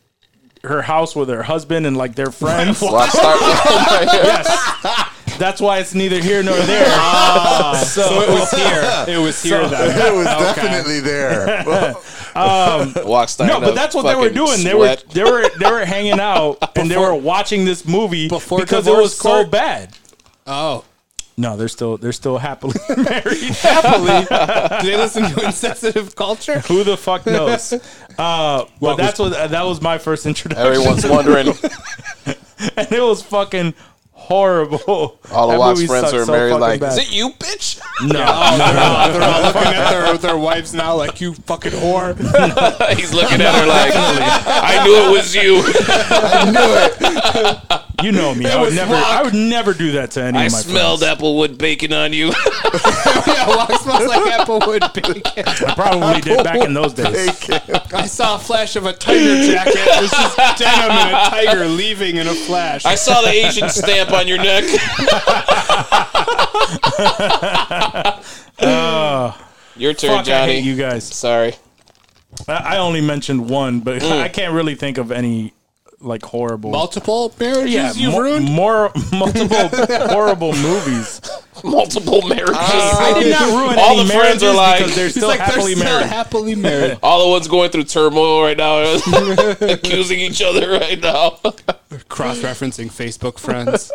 her house with her husband and like their friends.
Well, start
yes, that's why it's neither here nor there. so, it was here. It was here. then.
it was definitely there. Well,
Walk started
No, but
to
that's what they were
fucking
doing.
sweat.
They were they were they were hanging out and they were watching this movie
Before
because it
divorce,
was so
sir?
bad.
Oh,
No, they're still they're still happily married.
do they listen to insensitive culture?
Who the fuck knows? Uh, but that's what that was my first introduction.
Everyone's wondering.
and it was fucking horrible.
All
That
the Walk's
movie
friends
sucked
are
so
married.
fucking
Like,
bad.
is it you, bitch?
no,
They're all, they're all looking at their, their wives now like you fucking whore.
He's looking at her like, I knew it was you.
you know me. I would never. I would never do that to any
I
of my
smelled applewood bacon on you.
yeah, Walk smells like applewood bacon.
friends. I probably did back in those days.
I saw a flash of a tiger jacket. It was just denim and a tiger leaving in a flash.
I saw the Asian stamp on your neck. your turn,
Fuck, I
Johnny.
hate you guys.
Sorry.
I I only mentioned one, but
Mm.
I can't really think of any like horrible.
Multiple marriages
yeah,
you
mo-
ruined?
more multiple horrible movies.
Multiple marriages.
I did not ruin
All
any
the friends
marriages
are like-
because they're
It's
still happily married.
happily married.
All the ones going through turmoil right now, accusing each other right now.
Cross-referencing Facebook friends.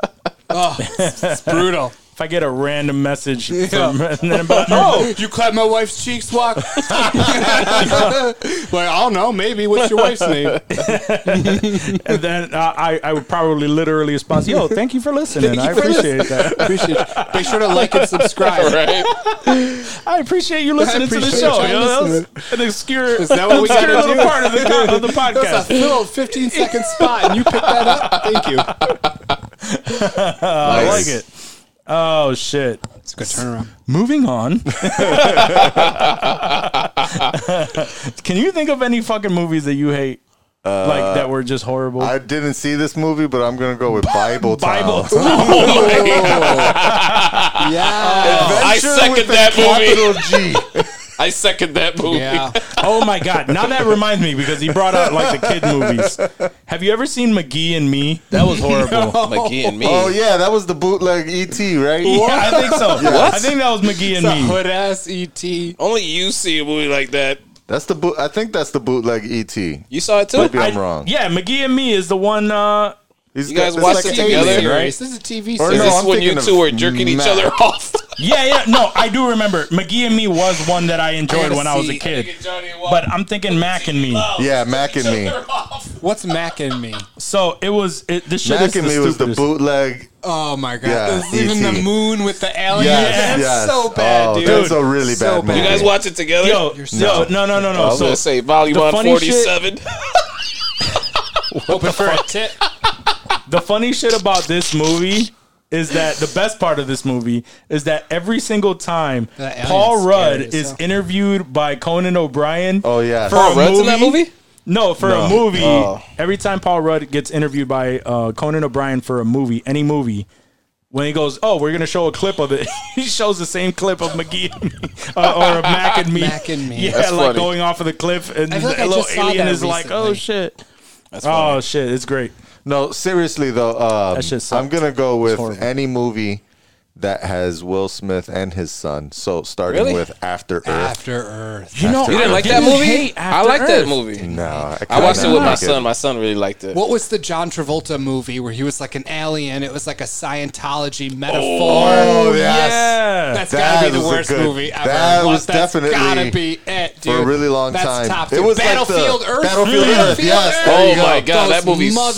Oh, it's, it's brutal.
if I get a random message from and then about, oh,
You clap my wife's cheeks, walk. well, I don't know. Maybe. What's your wife's name?
and then uh, I I would probably literally respond, "Yo, thank you for listening. I appreciate that."
Appreciate it. Make sure to like and subscribe.
Right?
I appreciate you listening to the
appreciate
show.
you
yo. That was
listening.
an obscure,
Is that what we
obscure
gotta
little
do?
part of the, co- of the
That's a
podcast.
little 15 second spot, and you picked that up. Thank you.
I like it. Oh shit!
It's a good turnaround.
Moving on. Can you think of any fucking movies that you hate, like that were just horrible?
I didn't see this movie, but I'm gonna go with Bible Time.
Bible.
Yeah.
I
Adventure
second
with a
that movie.
Capital G.
I second that movie.
Yeah.
oh my god! Now that reminds me because he brought out like the kid movies. Have you ever seen McGee and Me? That was horrible.
McGee and me.
oh yeah, that was the bootleg ET, right?
Yeah, I think so. I think that was McGee and Me.
Hood ass ET.
Only you see a movie like that.
That's the boot. I think that's the bootleg E ET. Maybe
You saw it too?
I'm wrong.
Yeah, McGee and Me is the one. Uh,
He's
You
got-
guys
it's
watched
like
it
an
together?
alien,
Right.
This is a
Or
TV
Is
series.
no,
this
I'm
when you
thinking
two
of
were jerking each
Mac.
other off?
yeah, yeah. No, I do remember. McGee and Me was one that I enjoyed
gotta
when I was a
see-
kid. But I'm thinking Mac and Me.
Yeah, Mac and Me.
What's Mac and me?
So it was. It, this shit
Mac
is
and
the
Me was the
stupidest.
bootleg.
Oh my god!
Yeah,
There's even
E.T..
the moon with the alien.
Yes,
That's
yes.
so bad,
Oh,
dude.
That's a really
So
bad
bad.
movie.
You guys watch it together?
Yo,
You're
yo,
so-
no, no, no, no.
I was
so
gonna say Volume
the funny
147.
Open for a tit.
Oh,
the funny shit about this movie is that the best part of this movie is that every single time
That alien's
Paul
scary
Rudd
as
is
hell.
interviewed by Conan O'Brien.
Oh yeah.
for
Paul
a
Rudd's in that movie?
No, for a
No.
movie.
Oh.
Every time Paul Rudd gets interviewed by uh, Conan O'Brien for a movie, any movie, when he goes, oh, we're gonna show a clip of it. he shows the same clip of McGee and me, uh, or of Mac and me.
Mac and me.
Yeah,
That's
like
funny.
going off of the cliff, and
I
the
feel like I
little
just saw
alien
that
is like, oh
recently.
shit.
funny.
Oh shit, it's great.
No, seriously though, um,
That shit sucked.
I'm gonna go with
horrible.
any movie that has Will Smith and his son. So starting
Really?
with After Earth.
After Earth.
You know,
After
You didn't like that movie? I like that movie.
no, I,
I watched it
kinda
with my
like
son. My son really liked it.
What was the John Travolta movie where he was like an alien? It was like a Scientology metaphor.
Oh, yes.
Yeah.
That's
That
gotta be the
was a
worst
good-
movie ever.
that was
That's
definitely-
gotta be it, dude.
For a really long
That's
time.
Top
It
tier.
was like the
Battlefield Earth.
Battlefield Earth, yes, there
Oh you go. my God,
Those
that movie sucked.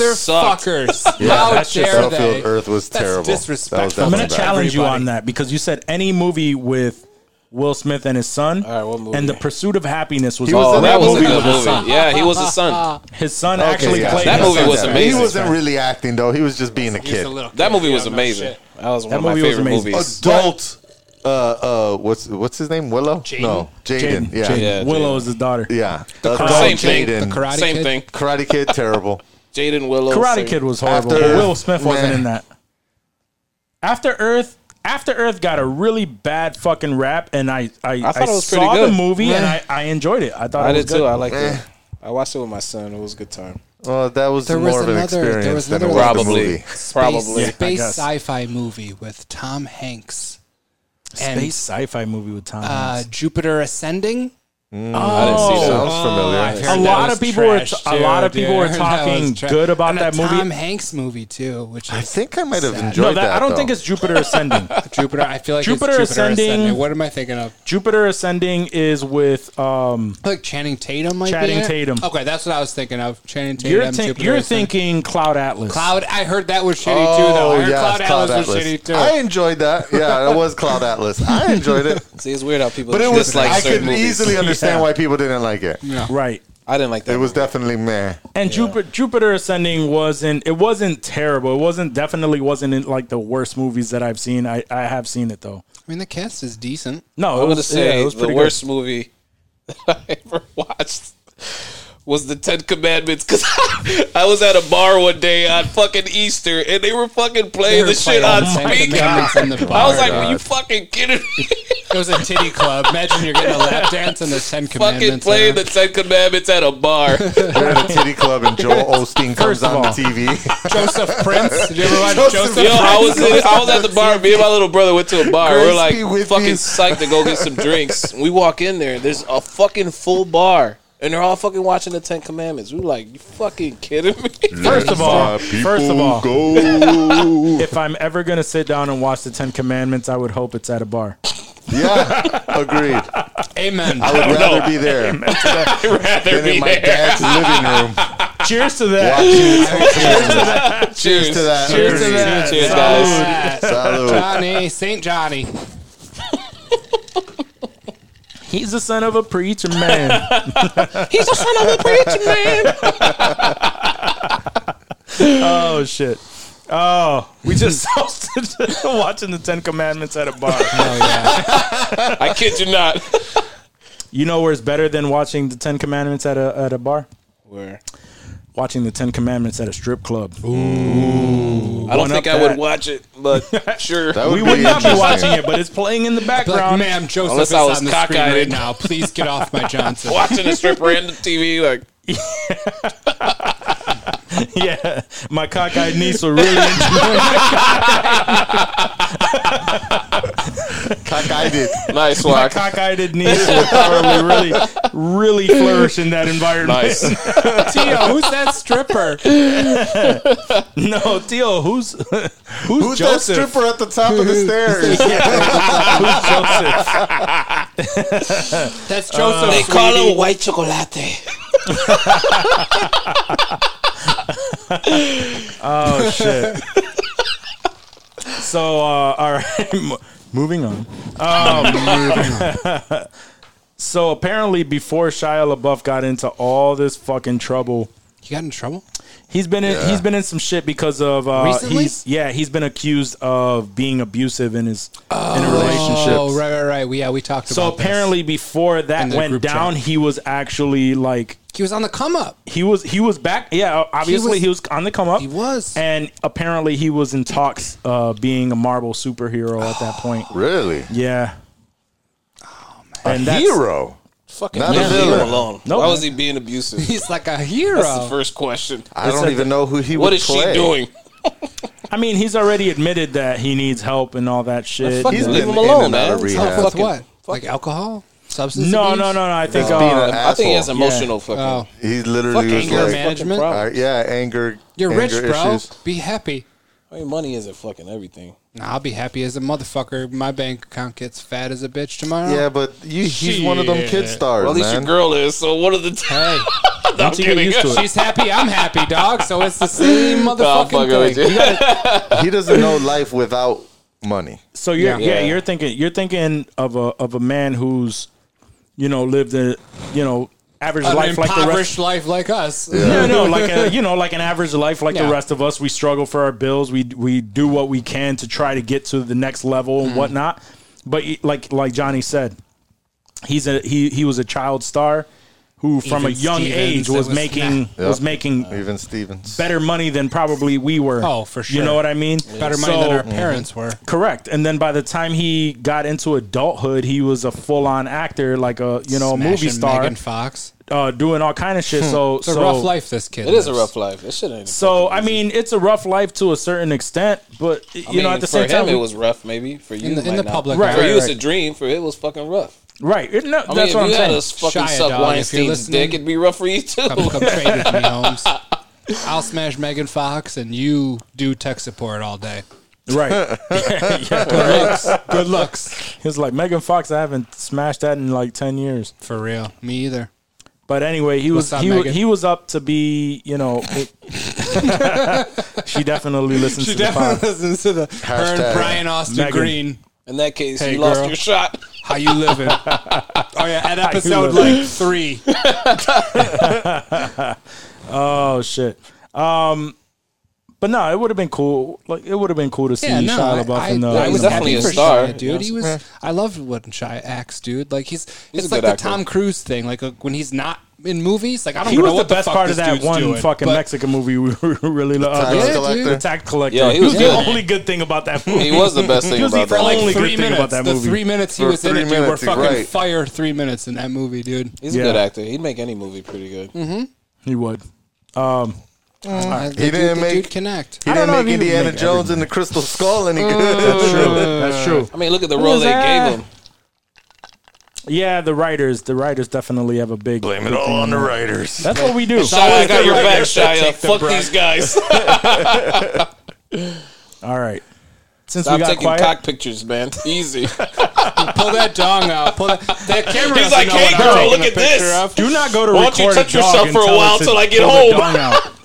motherfuckers.
Yeah,
How
that's just-
dare
Battlefield
they?
Earth was
That's
terrible. That was
disrespectful.
I'm gonna
Everybody.
challenge you on that because you said any movie with Will Smith and his son,
right, what movie?
and The Pursuit of Happiness was
He was
all
Oh,
in
that
that
was a
movie
good
with his
movie. Yeah, he was a
Uh,
son.
his son
Okay,
actually
yeah.
played.
That
his
movie
son.
was amazing.
He wasn't really acting though. He was just being a
He was
kid.
a little
That
kid,
movie
he
was
don't know
amazing.
shit.
That was one
That
of my
movie was
favorite
amazing.
movies.
Adult. Uh, uh, what's what's his name? Willow? No, Jaden.
Jaden.
Yeah.
Jaden.
Yeah,
Willow
Jaden.
is his daughter.
Yeah.
Same
Adult
thing.
Jaden.
The Karate
Same
Kid?
thing.
Karate Kid. Terrible.
Jaden Willow.
Karate
same-
Kid was horrible.
After
but
Earth,
Will Smith wasn't
meh.
in that. After Earth, After Earth got a really bad fucking rap, and I I, I,
thought it was pretty
saw the
good.
movie and I, I enjoyed it. I thought
I
it was
did too.
good.
I liked
Eh.
it. I watched it with my son. It was a good time.
Well, Oh, that was
There
more
was
of an
another- there
experience
was
than it
another
was the
Probably.
movie.
Space,
Probably.
I
space
guess.
sci-fi movie with Tom Hanks and
Space sci-fi movie with Tom.
uh,
Hanks.
Jupiter Ascending.
I didn't
Oh,
see that.
Sounds familiar.
A lot of people were t- a lot of people were talking good about
and
that
a
movie.
Tom Hanks movie too, which is
I think I might have
Sad.
enjoyed
no, that,
that.
I don't
though.
think it's Jupiter Ascending.
Jupiter. I feel like
Jupiter
it's Jupiter
Ascending.
Ascending. What am I thinking of?
Jupiter Ascending is with um.
I feel like Channing Tatum might be
Channing
in it.
Tatum.
Okay, that's what I was thinking of. Channing Tatum.
You're, thi-
Jupiter
you're
Ascending.
thinking Cloud Atlas.
Cloud. I heard that was shitty
Oh,
too, though. I heard
yes,
Cloud,
Cloud
Atlas, was
Atlas.
shitty too.
I enjoyed that. Yeah, that was Cloud Atlas. I enjoyed it,
See, it's weird how people
but it was.
dislike
I
certain
could
movies.
easily understand
Yeah.
why people didn't like it.
Right.
I didn't like that.
It was
movie.
definitely meh.
And Jupiter, Jupiter Ascending wasn't. It wasn't terrible. It wasn't definitely wasn't in, like the worst movies that I've seen. I, I have seen it though.
I mean, the cast is decent.
No,
I'm
it
gonna
was, yeah,
say
it was
the
pretty
worst movie that I ever watched was the Ten Commandments because I was at a bar one day on fucking Easter and they were fuking playing
were
the shit
playing
on
the Ten
speaker.
Commandments in the
I
bar.
was like,
God.
"Were you fucking kidding me?"
It was a titty club. Imagine you're getting a lap dance and the Ten
fucking
Commandments.
playing the
there.
Ten Commandments at a bar.
We're at a titty club and Joel Osteen comes
of
on the
all-
TV.
Joseph Prince. Did you ever watch
Joseph
Joseph?
Yo, I was
Prince?
in, I was at the bar. Me and my little brother went to a bar.
Grace
We're like
be with
fucking
you.
psyched to go get some drinks. We walk in there. There's a fucking full bar, and they're all fucking watching the Ten Commandments. We were like, you fucking kidding me?
First of all,
Uh, people
first of all,
go.
if I'm ever gonna sit down and watch the Ten Commandments, I would hope it's at a bar.
yeah, agreed.
Amen.
I would rather be there
rather
than
be
in my
there.
dad's living room
Cheers to that.
watching.
Cheers
to that.
Cheers to
Cheers.
that. Cheers, guys.
Yes.
Salud.
Johnny, Saint Johnny.
He's the son of a preacher man.
He's a son of a preacher man.
oh shit. Oh, we just toasted watching the Ten Commandments at a bar.
I kid you not.
You know where it's better than watching the Ten Commandments at a at a bar?
Where?
Watching the Ten Commandments at a strip club.
I don't think
up
I would
that.
watch it, but sure.
That
We would not be
interesting.
watching it, but it's playing in the
Like,
background.
ma'am, Joseph
Unless
is
I was
on the screen
cockeyed.
right now. Please get off my Johnson.
Watching a stripper in the TV, like
yeah, my cockeyed niece will really enjoy.
Cock I did.
nice
my
walk,
cockeyed niece will probably really, really flourish in that environment.
nice.
Tio, who's that stripper?
No, Tio, who's who's,
Who's
Joseph?
that stripper at the top of the stairs?
Who's Joseph?
That's Joseph.
They call
sweetie.
him white chocolate.
Oh shit. so uh, all right, mo- moving on. Um, so apparently, before Shia LaBeouf got into all this fucking trouble,
You got in trouble?
He's been in, he's been in some shit because of uh,
Recently?
He's, yeah, he's been accused of being abusive in his in a relationship.
Oh, right, right, right. We, yeah, we talked
So
about this.
apparently, before
In
that
the
went
group chat.
down, he was actually like
he was on the come up.
he was he was back. Yeah, obviously
He
he was, on the come up.
he was.
and apparently he was in talks uh, being a Marvel superhero at
Oh.
that point.
Really?
Yeah. Oh man, and that's,
Hero.
Fucking
Not
leave
a
him
villain.
alone.
Nope.
Why was he being abusive?
He's like a hero.
That's the first question.
I don't even know who he
What
would
is she
play.
doing?
I mean, he's already admitted that he needs help and all that shit.
Fucking
He's
leave
been
him
in
alone,
and out
man.
of
It's
rehab.
not
With
With
fucking-
what? Like alcohol? Substance
No,
abuse?
no, no, no. I think
He's being
uh,
an
I think he has
asshole.
emotional fucking.
Oh,
He literally
Fucking
was
anger
like,
management.
All right, yeah, anger.
you're rich,
anger
bro.
Issues.
Be happy.
I mean, money isn't fucking everything.
Nah, I'll be happy as a motherfucker. My bank account gets fat as a bitch tomorrow.
Yeah, but you, he's one of them kid
Shit.
stars,
Well, at least
man.
your girl is. So what are the? T-
Hey,
I'm
once you get
kidding.
used to it.
she's happy. I'm happy, dog. So it's the same
Oh,
Nah, I'm
motherfucking
fucking with
thing.
you.
he doesn't know life without money.
So you're
Yeah.
yeah.
Yeah.
you're thinking you're thinking of a of a man who's you know lived a you know average
An
life like the
impoverished
rest.
life like us.
No, no, like a, you know, like an average life, like
Yeah.
the rest of us. We struggle for our bills. We we do what we can to try to get to the next level
Mm-hmm.
and whatnot. But y- like like Johnny said, he's a he he was a child star who from a
Even
young
Stevens,
age
it
was,
was
making
not-
was
Yep.
making
Even Stevens.
better money than probably we were.
Oh, for
You
sure.
know what I mean?
Better money than
So-
our parents were.
Correct. And then by the time he got into adulthood, he was a full on actor, like a you know, a movie
Smashing
star,
Megan Fox.
uh, doing all kind of
Hmm.
shit. So
It's a
so,
rough life this kid.
It is a
lives.
rough life. It shit ain't.
So I mean, it's a rough life to a certain extent, but you
I mean,
know, at the
for
same
him,
time,
it was rough. Maybe for you,
In the-
it
in
might
the
not.
public
Right,
For
eye.
you, it's
right.
a dream. For it, it was fucking rough.
right. It- no,
I
that's
mean,
what
if
I'm
you had
saying.
to fucking
Shia,
suck
dog, if you're
Weinstein's
listening-
dick, it'd be rough for you too.
Come, come trade with me, Holmes. I'll smash Megan Fox, and you do tech support all day.
Right.
Good looks. Good looks.
It's like Megan Fox. I haven't smashed that in like ten years.
For real. Me either.
But anyway, he
What's
was
up,
he, wa-
Megan?
he was up to be you know. it- she definitely listens to the pod.
listens to the her
Hashtag
and Brian Austin
Megan.
Green.
In that case,
Hey,
you lost
girl.
your shot.
How you living? oh yeah, at episode
living?
like three.
Oh shit. Um, but no, it would have been cool. Like it would have been cool to see
Yeah, no,
Shia
I,
LaBeouf uh, in the.
I, I
in
was
the
happy
definitely a
for
star.
Shia, dude. He was. I loved what Shia acts, dude. Like he's.
He's
it's
a
like
good
the
actor.
Tom Cruise thing. Like uh, when he's not in movies. Like I don't
he
know
was the
what
best
fuck
part of
this
that
dude's
one
doing,
fucking
but
Mexican movie we really loved.
Tax
Yeah, dude.
collector.
The Tax Collector.
Yo,
he
he
was
was
the
good.
only good thing about that movie.
He was the best thing
He was
about
the
that.
only
movie.
good
Three
thing
minutes.
about that
the
movie.
three minutes he
For
was in
three
it, dude, were
minutes,
fucking
right.
fire. Three minutes in that movie, dude.
He's a
Yeah.
good actor. He'd make any movie pretty good.
He would.
Uh, the
He
dude-
didn't
the
make-
dude connect.
He
I don't
didn't
know if
make
he would
Indiana
make
Jones and the Crystal Skull any good.
That's true.
I mean, look at the role
was
they
that?
gave him.
Yeah, the writers, the writers definitely have a big.
Blame it all on the writers.
That's what we do.
Shia, I
the
got your back,
writers that
Shia.
take the
Fuck
brunt.
these guys.
All right. Since
Stop
we got
taking
quiet,
cock pictures, man. Easy.
Pull that dong out. Pull that. That camera.
He's like,
doesn't know
hey,
what I'm
girl,
taking
look
a
at this.
picture of."
do not go to.
Why don't you
record
touch
a dog
yourself for a
until
while
it's
till I get
pull the
home?
dong out.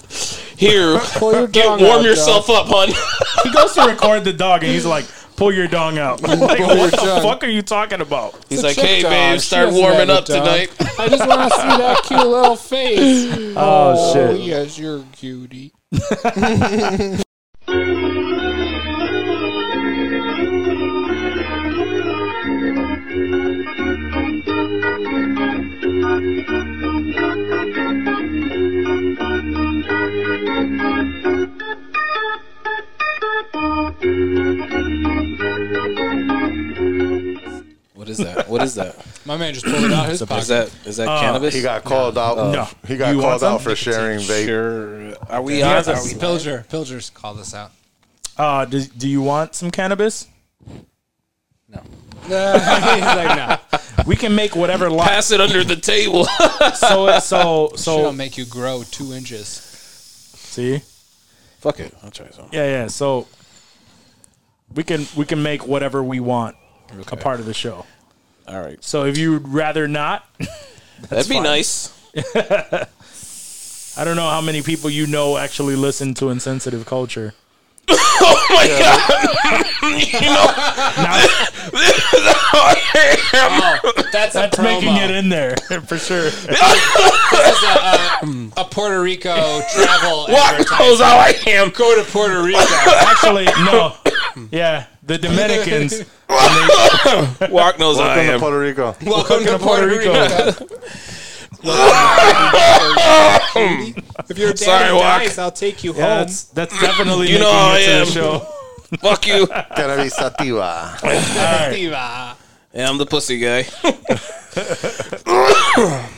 Here,
your
get
dong
warm
out,
yourself up, hon.
He goes to record the dog, and he's like, "Pull your dong out." I'm like, what the fuck are you talking about?
He's
The
like,
chick
hey,
dog,
babe,
she
start
doesn't have
warming
a
up
dog.
tonight.
I just want to see that cute little face.
Oh
Oh,
shit.
yes, you're a cutie.
What is that? What is that?
My man just pulled it out of his
Is
pocket.
that is that cannabis?
Oh, He got called out.
No.
He got
Uh, You want
called
some?
out for sharing vape.
Sure. Are we
Yeah,
on? Are
that's-
we-
Pilger, Pilger's called us out.
Uh, do, do you want some cannabis?
He's like, no,
We can make whatever lot.
Pass it under the table.
So so
it'll
so.
make you grow two inches.
See.
Fuck it. I'll try some.
Yeah, yeah. So we can we can make whatever we want a part of the show.
All right.
So if you'd rather not,
That'd be nice.
I don't know how many people you know actually listen to insensitive culture.
Oh my god.
you know,
That's,
That's
a promo.
making it in there for sure.
That's a, uh, a, a Puerto Rico travel
what
advertisement.
goes out like him.
Go to Puerto Rico.
Actually, no. Yeah, the Dominicans.
Walk knows I
Welcome to
am.
Puerto Rico.
Welcome to Puerto
Puerto
Rico.
Rico.
if your daddy
Sorry, Wak.
dies, I'll take you
Yeah,
home.
that's, that's definitely
You know
making
I
it to
am.
the show.
Fuck you.
Cannabis sativa.
Diva.
Yeah, I'm the pussy guy.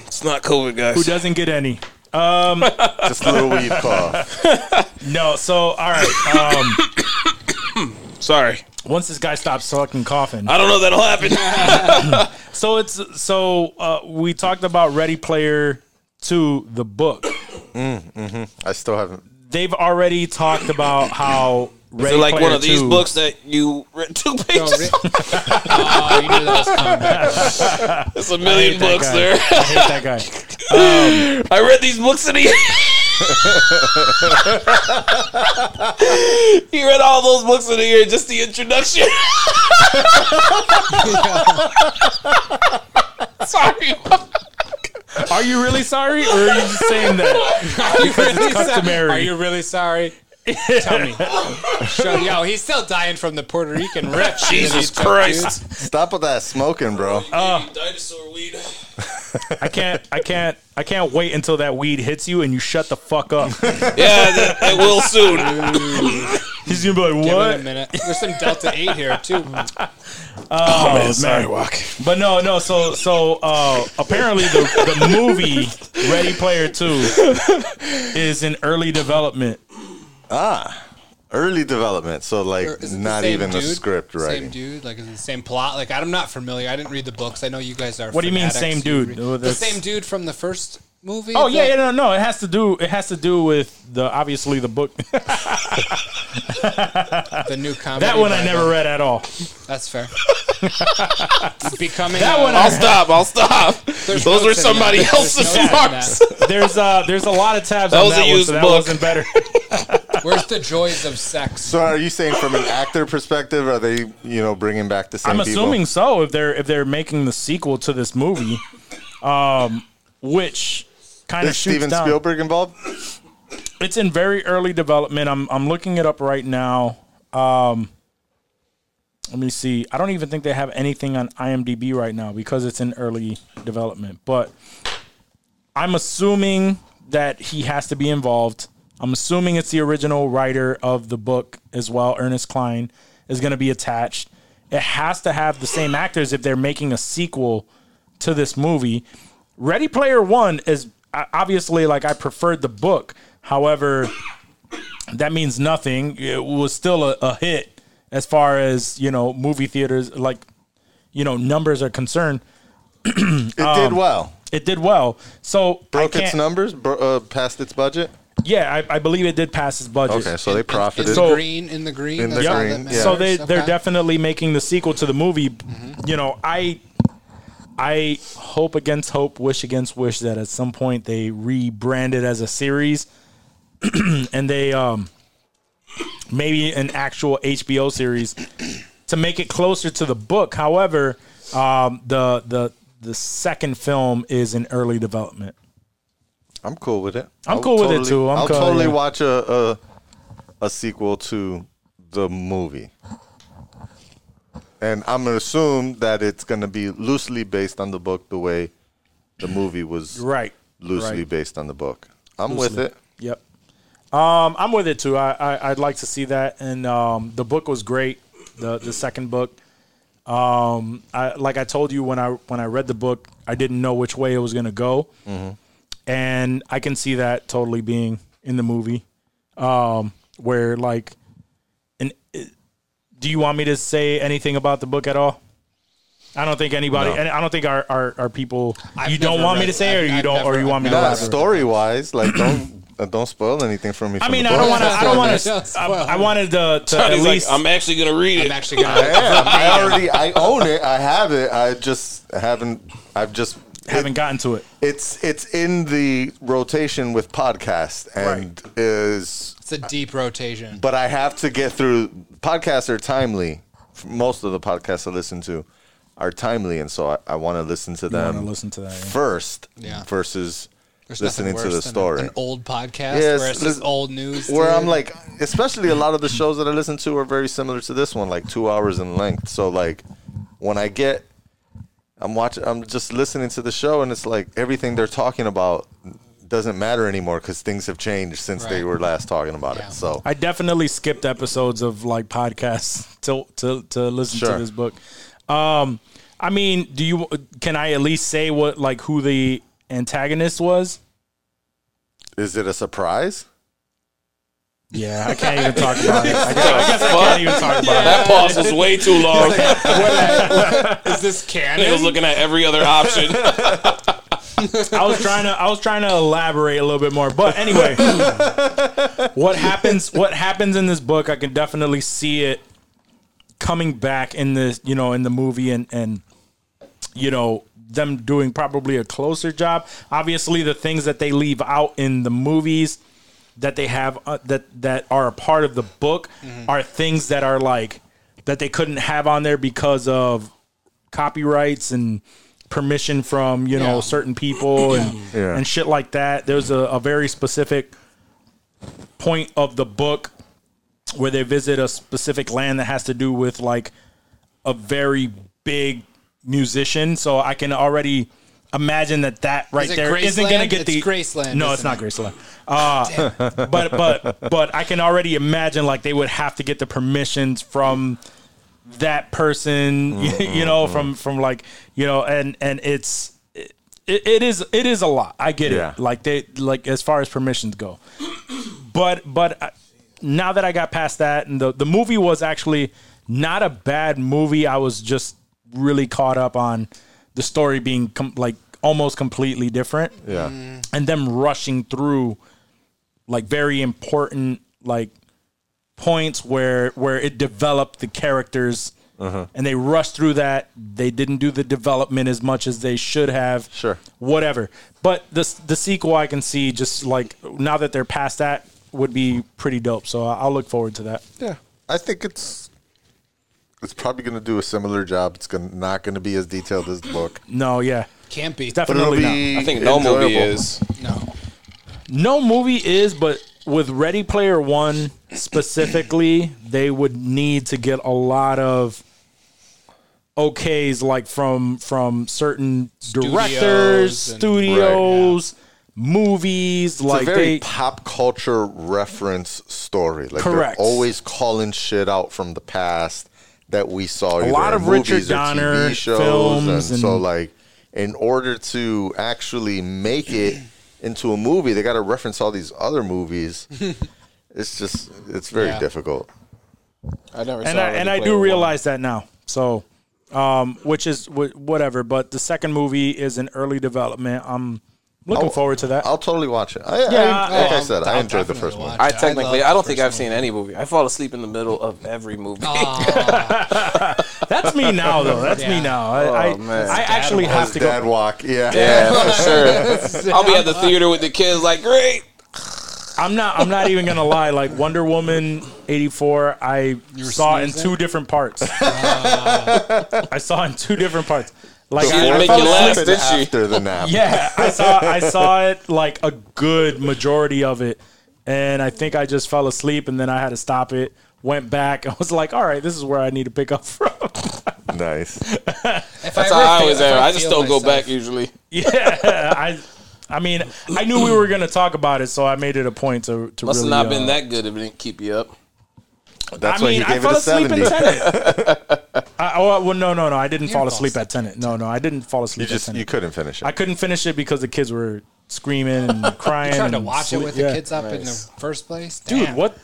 it's not COVID, guys.
Who doesn't get any?
Just a little weed cough.
No. So all right. Um,
Sorry.
once this guy stops fucking coughing,
I don't know if that'll happen.
so it's so uh, we talked about Ready Player Two, the book.
I still haven't.
They've already talked about how
Is
Ready
it like
Player
one of these
Two-
books that you read two pages?
Oh, you knew that was coming back.
It's a
I
million
hate that
books
guy.
there.
I hate that guy.
I read these books and he He read all those books in a year, just the introduction. Sorry.
Are you really sorry, or are you just saying that?
Are you really sorry?
customary.
Are you really sorry? Tell me. Show, yo, he's still dying from the Puerto Rican rip.
Jesus Christ.
Stop with that smoking, bro.
Uh.
Dinosaur weed.
I can't. I can't. I can't wait until that weed hits you and you shut the fuck up.
Yeah, that- it will
Oh,
soon.
He's gonna be
Give it a
like, what?
minute. There's some Delta 8 here, too.
Oh, man. But no, no. So, so uh, apparently the, the movie Ready Player Two is in early development.
Early development, so
Or
like
is it the
not
same
even a
dude?
script
Same
writing.
dude? Like, is it the same plot? Like, I'm not familiar. I didn't read the books. I know you guys are.
What do you mean,
fanatics.
same
You
dude?
read-
Oh,
The
that's-
same dude from the first movie?
Oh yeah,
The-
yeah, no, no. It has to do. It has to do with the obviously the book.
The new comedy.
that one I
Bible.
never read at all.
That's fair. Becoming
That
a-
one I-
I'll stop. I'll stop.
There's notes
Those were
in that.
somebody
There's
else's
notes in that.
marks.
There's uh, there's a lot of tabs. on
was a
that one,
used
so that
book.
wasn't better.
Where's the joys of sex?
So are you saying from an actor perspective, are they you know bringing back the same?
I'm
people?
assuming so. If they're if they're making the sequel to this movie, um, which kind
is
of shoots
Steven
down.
Spielberg involved?
It's in very early development. I'm I'm looking it up right now. Um, let me see. I don't even think they have anything on IMDb right now because it's in early development. But I'm assuming that he has to be involved. I'm assuming it's the original writer of the book as well. Ernest Klein is going to be attached. It has to have the same actors if they're making a sequel to this movie. Ready Player One is uh, obviously like I preferred the book. However, that means nothing. It was still a, a hit as far as you know movie theaters like you know numbers are concerned.
It did well.
It did well. So I
Broke its
Um, can't-
numbers, bro- uh, passed its budget.
Yeah, I, I believe it did pass its budget.
Okay, so they
In
profited.
the
So-
green, in the green.
In the
that's all
green,
that
yeah.
so they
matters.
they're
Okay.
definitely making the sequel to the movie. You know, I I hope against hope, wish against wish that at some point they rebrand it as a series and they um maybe an actual HBO series to make it closer to the book. However, um the the the second film is in early development.
I'm cool with it.
I'm cool with it, too. I'm
will
cool,
totally
yeah.
watch a, a a sequel to the movie, and I'm gonna assume that it's gonna be loosely based on the book, the way the movie was
Right.
loosely
Right.
based on the book. I'm with it.
Yep. Um, I'm with it too. I, I I'd like to see that, and um, the book was great. The the second book. Um, I like I told you when I when I read the book, I didn't know which way it was gonna go,
Mm-hmm.
and I can see that totally being in the movie, um, where like, and do you want me to say anything about the book at all? I don't think anybody. and I don't think our our, our people.
I've
you don't
never
want
read
me to
it.
say, or
I've-
you
I've
don't, or
never-
you want me
I've
to
never
Not
Elaborate.
elaborate?
story wise, like don't uh, don't spoil anything for me.
I
from
mean,
the
I don't
book.
want to. I don't want to.
Don't spoil
I, I
it.
wanted to, to at
He's like,
least.
I'm actually gonna read
I'm
it.
actually gonna.
Yeah, I already I own it. I have it. I just haven't. I've just
haven't gotten to it.
It's it's in the rotation with podcast and is
It's a deep rotation.
but I have to get through. Podcasts are timely. Most of the podcasts I listen to are timely, and so I, I want to listen to them.
wanna listen to that, yeah.
first,
Yeah.
versus
There's nothing
listening to
worse
the
than a-
story.
An old podcast
Yes,
where it's
listen-
just old news.
where
dude.
I'm like, especially a lot of the shows that I listen to are very similar to this one, like two hours in length. So like, when I get, I'm watching, I'm just listening to the show, and it's like everything they're talking about doesn't matter anymore because things have changed since they
Right.
were last talking about
Yeah.
it. So
I definitely skipped episodes of like podcasts to to to listen
Sure.
to this book. Um, I mean, do you can I at least say what like who the antagonist was?
is it a surprise?
Yeah, I can't even talk about it. I guess, I guess I can't even talk about it.
That pause was way too long.
Is this
I was
canon?
looking at every other option.
I was trying to I was trying to elaborate a little bit more, but anyway, what happens what happens in this book? I can definitely see it coming back in this, you know, in the movie and and you know them doing probably a closer job. Obviously, the things that they leave out in the movies that they have uh, that that are a part of the book are things that are like that they couldn't have on there because of copyrights and permission from you know
Yeah.
certain people and
Yeah.
and shit like that. There's a, a very specific point of the book where they visit a specific land that has to do with like a very big musician. So I can already imagine that that right
it
there not going to
Graceland?
get
It's
the
Graceland,
No, it's
isn't
not Graceland. Uh, but but but I can already imagine like they would have to get the permissions from that person, you know, from from like you know, and and it's. It, it is it is a lot. I get
Yeah.
it. Like they like as far as permissions go, but but I- now that I got past that, and the the movie was actually not a bad movie. I was just really caught up on the story being com- like almost completely different,
Yeah.
Mm.
and them rushing through like very important like points where where it developed the characters.
Uh-huh.
And they rushed through that. They didn't do the development as much as they should have
Sure.
whatever. But the the sequel I can see just like now that they're past that would be pretty dope. So I- I'll look forward to that.
Yeah, I think it's it's probably going to do a similar job. It's gonna, not going to be as detailed as the book,
No, yeah,
Can't be.
but it'll
definitely
be.
I think no
enjoyable.
movie is.
No.
not. No movie is, but with Ready Player One specifically, they would need to get a lot of okays like from from certain directors,
Studios and-
studios, movies.
It's
like
a very
they,
pop culture reference story. Like
Correct.
they're always calling shit out from the past that we saw. A
lot of Richard Donner films
and, so
and-
like in order to actually make it into a movie, they got to reference all these other movies. it's just it's very
Yeah.
difficult.
I never
and
saw
I,
Ready
and I
Player
do
One.
realize that now. So, um, which is wh- whatever. But the second movie is an early development. I'm looking
I'll-
forward to that.
I'll totally watch it. I,
Yeah,
I, like
I'll-
I said, I
I'll
enjoyed the
definitely
first one.
watch
I
it.
technically,
love
I, don't
the
think
first
I've seen any movie. I fall asleep in the middle of every movie.
That's me now, though. That's me
Yeah.
now. I, I,
man.
I actually have to go.
Dad walk, yeah.
yeah, for sure. I'll be at the theater with the kids, like, great.
I'm not. I'm not even gonna lie. Like Wonder Woman '84, I saw it in
snoozing?
two different parts. I saw it in two different parts. Like
She
I-
didn't
I
make
fell
you laugh,
asleep-
did
Happened
she?
after the nap.
Yeah, I saw I saw it like a good majority of it, and I think I just fell asleep, and then I had to stop it. Went back and was like, "All right, this is where I need to pick up from."
Nice.
If
That's how
ever
I
feel-
always
if
am. I just
feel
don't go
myself-
back usually.
yeah, I, I mean, I knew we were gonna talk about it, so I made it a point to to
Must
really.
have not
uh,
been that good if it didn't keep you up.
That's
I
why
mean,
you
I
gave
fell
it a
asleep
70.
in Tenet. I, oh, well, no, no, no, I didn't fall
fall
asleep at Tenet. No, no, I didn't fall
You
asleep at
just
Tenet.
you couldn't finish it.
I couldn't finish it because the kids were screaming and crying.
Trying to
and
watch it
sleep-
with
yeah.
the kids up in the first place,
dude.
Damn.
What?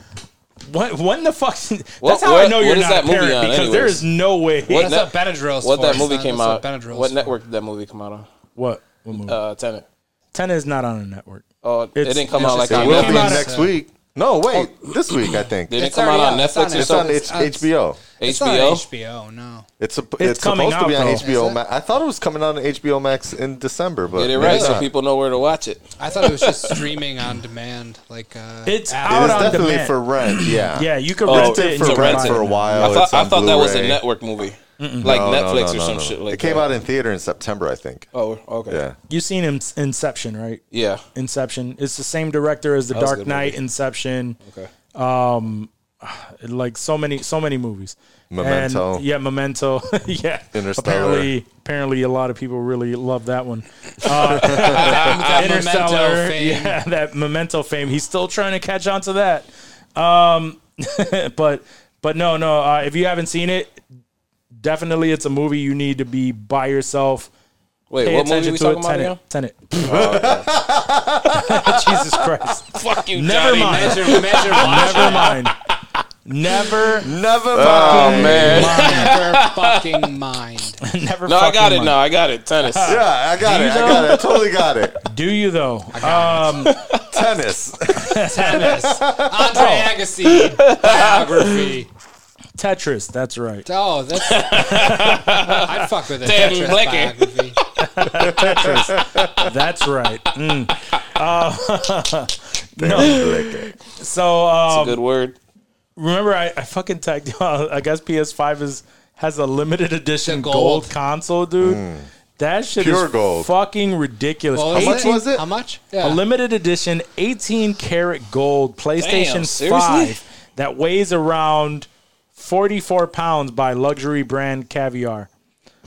What? When the fuck?
What-
that's how I
what-
know you're
what is
not
that
a
movie
parent
on
because
anyways?
there is no way.
What
What?
That's
ne-
what Benadryl's
What that
for,
movie
son.
came
That's
out?
what Benadryl's
What
for.
network did that movie come out on?
What, movie?
Uh, Tenet.
Tenet is not on a network.
Oh, it
It's-
didn't come
it's
out like
just-
on
it Oh. will
We'll
came
be
out
Netflix.
at-
next week. No, wait. This week, I think.
Did it
It's
come out on
already out.
Netflix or
It's on
something?
H- HBO.
It's not
HBO.
HBO, no.
It's, a, it's,
coming
supposed to be
out,
on
though.
HBO
Is it?
Max. I thought it was coming out on HBO Max in December, but
Get it
maybe
right,
it's
so
not.
people know where to watch it.
I thought it was just streaming on demand, like uh,
It's
It
out
is
on
definitely
demand.
for rent. Yeah.
Yeah, you could
Oh,
rent
It's
it
been
and
for
you
rent
buy
for a
it.
while.
I thought
It's
I
on
thought that was a
Blu-ray.
network movie, like
No, no,
Netflix
no,
or
no,
some
no.
shit. Like
it came
that.
out in theater in September, I think.
Oh, okay.
Yeah.
You seen in- Inception, right?
Yeah.
Inception. It's the same director as The
was a
Dark
good
Knight, Inception.
Okay.
like so many so many movies.
Memento.
And, yeah, Memento. yeah.
Interstellar.
Apparently apparently a lot of people really love that one.
That memento
Interstellar.
fame.
Yeah, that Memento fame. He's still trying to catch on to that. Um but but no, no, uh, if you haven't seen it, definitely it's a movie you need to be by yourself.
Wait,
Pay
what movie
attention
we
to
talking
it.
about again? Oh,
Tenet. Tenet. Jesus Christ.
Fuck you,
Never
Johnny.
mind.
Measure, measure, watch.
Never mind. Never
Never
Oh man.
never fucking mind.
never
No, I got
fucking
it. No, I got it. Tennis.
Yeah, I got it. I got it. I totally got it.
mind. Do you though? Uh,
Tennis.
Tennis.
Oh.
Andre Agassi. Biography.
Tetris. That's right.
Oh, that's I'd fuck with a
Damn
Tetris
blicker.
biography.
That's right. Mm. Uh,
no.
So
It's a
um,
good word.
remember, I, I fucking tagged. I guess PS5 is has a limited edition
The
gold.
gold.
console, dude. That shit
Pure
is
gold.
fucking ridiculous.
What was
much
it?
was it?
How much?
A
Yeah.
limited edition 18 karat gold PlayStation
seriously?
5 that weighs around 44 pounds by luxury brand Caviar.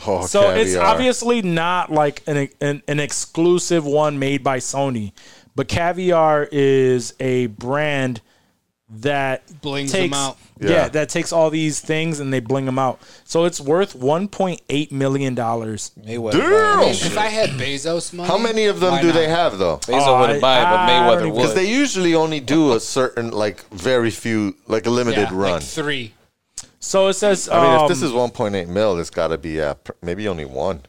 Oh,
So it's
caviar.
obviously not like an, an an exclusive one made by Sony, but Caviar is a brand that
Blings
takes,
them out.
Yeah.
Yeah.
that takes all these things and they bling them out. So it's worth 1.8 million dollars.
Mayweather.
Damn!
buying that shit.
If I had Bezos money,
How many of them
why
do
not?
they have though?
Bezos
Oh,
wouldn't
I-
buy it, but
I don't
Mayweather
even-
Because
would.
they usually only do a certain, like, very few, like a
Yeah,
limited run.
Like three.
So it says
I mean,
um,
if this is 1.8 mil, it's got to be uh, pr- maybe only one.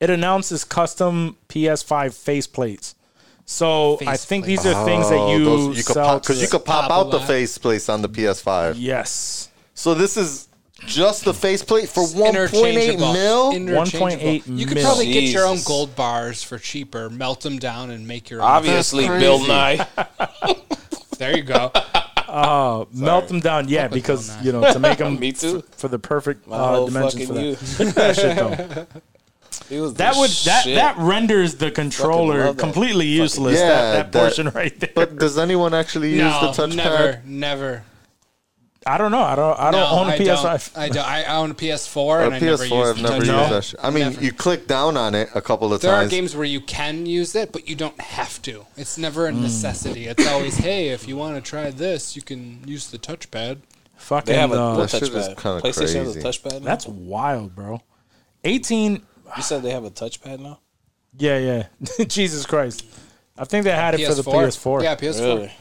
it announces custom PS5 faceplates. So I think these are things that you,
Oh, Those- you could
sell
pop
to
because you
the-
could pop
Pop a
out the
lot.
faceplates on the PS5.
yes.
So this is just the faceplate for
It's
1.8
interchangeable.
mil.
Interchangeable.
1.8
You could
mil.
probably get your own
Jesus.
gold bars for cheaper, melt them down, and make your own.
Obviously,
That's
Bill
crazy.
Nye.
There you go.
Melt them down, yeah, because you know to make them
Me too.
For, for the perfect
My
uh,
whole
dimensions
fucking
for that.
youth.
that shit though.
He was the
That would that
shit.
that renders the
Fucking
controller
love that.
completely useless.
Yeah,
that, that
that-
portion right there.
But does anyone actually use
no,
the touchpad?
never, never.
I don't know. I don't. I don't
no,
own a
I
PS5.
Don't. I don't. I own a PS4
A
and I
PS4,
never used
I've
the
never used
touchpad.
that. Shit. I mean,
Never.
you click down on it a couple of
There are
times.
games where you can use it, but you don't have to. It's never a
Hmm.
necessity. It's always, hey, if you want to try this, you can use the touchpad.
Fucking.
They have a
uh,
what
That shit is
touchpad.
kinda
PlayStation has a
crazy.
touchpad. Now?
that's wild, bro. Eighteen.
You said they have a touchpad now.
Yeah, yeah. Jesus Christ. I think they had it for the PS4.
Yeah, PS4.
Really,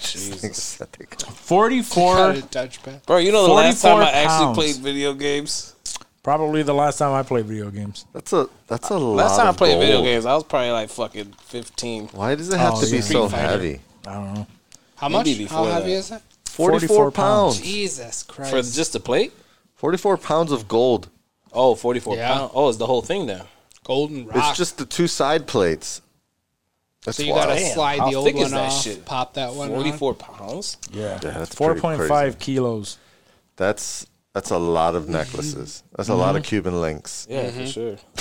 Jesus. I think-
Got
Forty-four.
a touchpad.
bro? You know the last time
44
I actually
pounds.
played video games.
Probably the last time I played video games.
That's a that's a lot.
Last time I
of
played video
gold.
games, I was probably like fucking fifteen.
Why does it have
Oh,
to be
yeah.
so
Street Fighter.
heavy?
How much?
Maybe
How
before
heavy
that.
is it?
44,
44
pounds.
Jesus Christ.
For just a plate?
44 pounds of gold.
Oh, 44
Yeah.
pounds. Oh, it's the whole thing now.
golden rock.
It's just the two side plates. That's
so you
wild.
gotta
Damn,
slide
how
the old
thick is
one
that
off,
shit?
pop that one. uh, on.
44 pounds?
Yeah.
Yeah, that's
Four
pretty
point
crazy.
five kilos.
That's that's a lot of necklaces. That's a lot
Mm-hmm.
of Cuban links.
Yeah, for sure.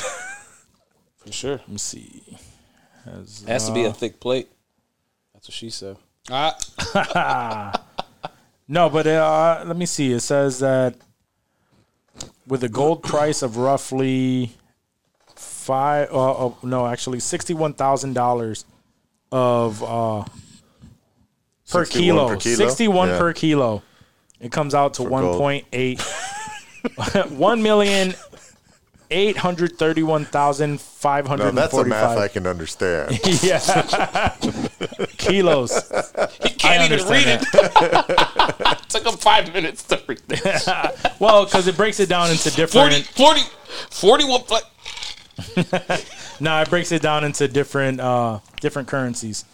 for sure.
Let me see. Has-
It has to be a thick plate. That's what she said.
Ah,
No, but uh, let me see. It says that with a gold price of roughly five. Uh, oh, no, actually sixty-one thousand dollars of uh, per,
61
kilo.
per kilo?
Sixty-one
Yeah.
per kilo. It comes out to one
gold.
point eight. One million eight hundred thirty-one thousand five
Now
hundred
that's a math I
forty-five.
can understand.
Yeah, kilos.
He can't even read
understand
it. Took him five minutes to read this.
Well, because it breaks it down into different.
40, 40, 41. Like,
No, it breaks it down into different uh different currencies.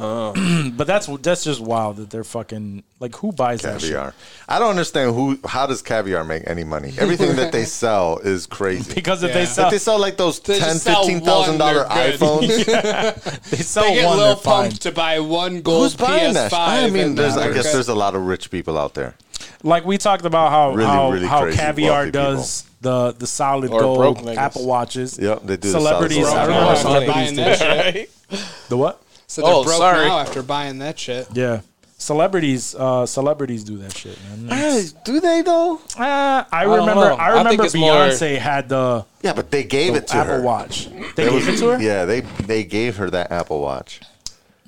Oh.
but that's that's just wild that they're fucking like who buys that shit?
caviar. I don't understand who. How does caviar make any money? Everything that they sell is crazy.
Because if they
Yeah.
But
sell,
they sell like those
They
ten,
just sell
fifteen thousand dollar
one, they're good.
iPhones.
they sell
They get
one, they're
Lil
fine.
Pump to buy one gold
Who's buying
PS5.
that? I mean,
and
there's, I
they're
guess
good.
there's a lot of rich people out there.
Like we talked about how
Really,
how,
really
how
crazy
caviar
wealthy people.
does the the solid
Or broke
gold
niggas.
Apple watches.
Yep, they do the solid
celebrities.
gold
I don't
Apple
know
Broke
why
now after buying
watches.
celebrities do
that shit.
the what?
So they're
Oh,
broke
sorry.
now after buying that shit.
Yeah, celebrities. Uh, celebrities do that shit, man.
Do they though?
Uh, I
don't
remember.
know. Uh, I
I
think
remember
it's more-
Beyonce had the
Yeah, but they gave it to
Apple
her.
Watch. They
It
gave
was-
it to her.
Yeah, they they gave her that Apple Watch.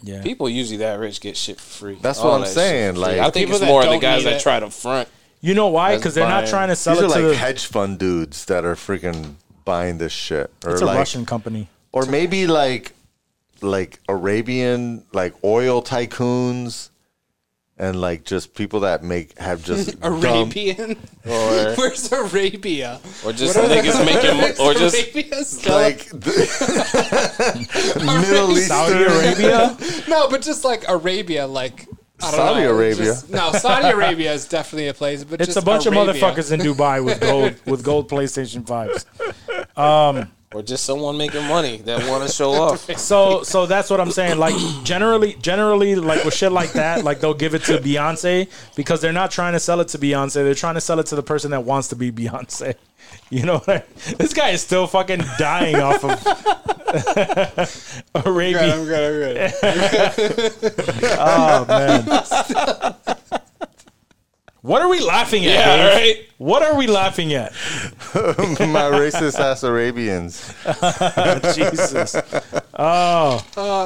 Yeah.
People usually that rich get shit for free.
That's
All
what I'm
that shit
saying,
for free.
like-
I think
People
it's
that
more of the
don't
guys
need
that
it.
try to front.
You know why?
That's
Because they're not
fine.
trying to sell
These
it
are
to
like
the.
hedge fund dudes that are freaking buying this shit, or
it's a
like,
Russian company.
or maybe like like Arabian like oil tycoons. And like just people that make have just dumb,
Arabian?
Or,
Where's Arabia?
or just niggas making, or just
Arabia still
like
Saudi
Middle Eastern
Arabia.
No, but just like Arabia, like I don't
Saudi
know,
Arabia.
just- no, Saudi Arabia is definitely a place, but
It's
just
a bunch
Arabia.
of motherfuckers in Dubai with gold with gold PlayStation fives.
or just someone making money that want to show off.
So so that's what I'm saying. Like generally generally like with shit like that, like they'll give it to Beyonce because they're not trying to sell it to Beyonce. They're trying to sell it to the person that wants to be Beyonce. You know what I This guy is still fucking dying off of
Good,
Arabia.
I'm good, I'm good.
Oh man. What are we laughing at? Yeah, right? What are we laughing at?
my racist ass Arabians.
Jesus.
Uh,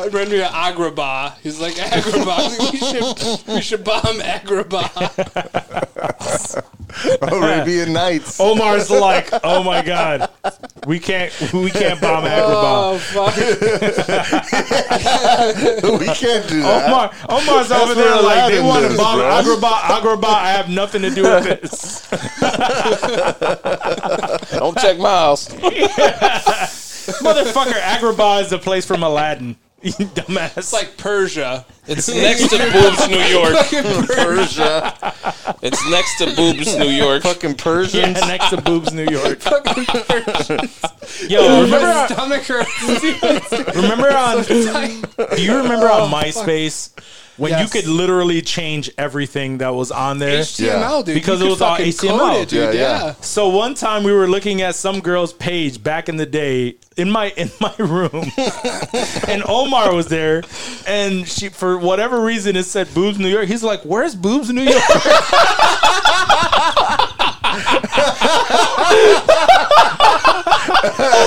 it reminded me of Agrabah. He's like Agrabah. we should we should bomb Agrabah.
Arabian Nights.
Omar's like, oh my god, we can't, we can't bomb
Oh
Agrabah.
fuck!
we can't do that.
Omar, Omar's over
what
there like they
Aladdin
want to
does,
bomb
bro.
Agrabah. Agrabah, I have nothing to do with this.
Don't check my house.
Motherfucker, Agrabah is the place from Aladdin. You dumbass.
It's like Persia.
It's next to Boobs, New York.
Persia,
It's next to Boobs, New York.
fucking
yeah,
Persians.
next to Boobs, New York.
Fucking Persia.
Yo,
My
remember,
stomach hurts.
remember on? Do you remember on MySpace when
Yes.
you could literally change everything that was on there?
HTML, dude.
Because
You
it
could
was all
fucking
HTML.
code it, dude.
Yeah, yeah.
yeah.
So one time we were looking at some girl's page back in the day in my in my room, and Omar was there, and she for whatever reason it said boobs New York. He's like, "Where's boobs New York?"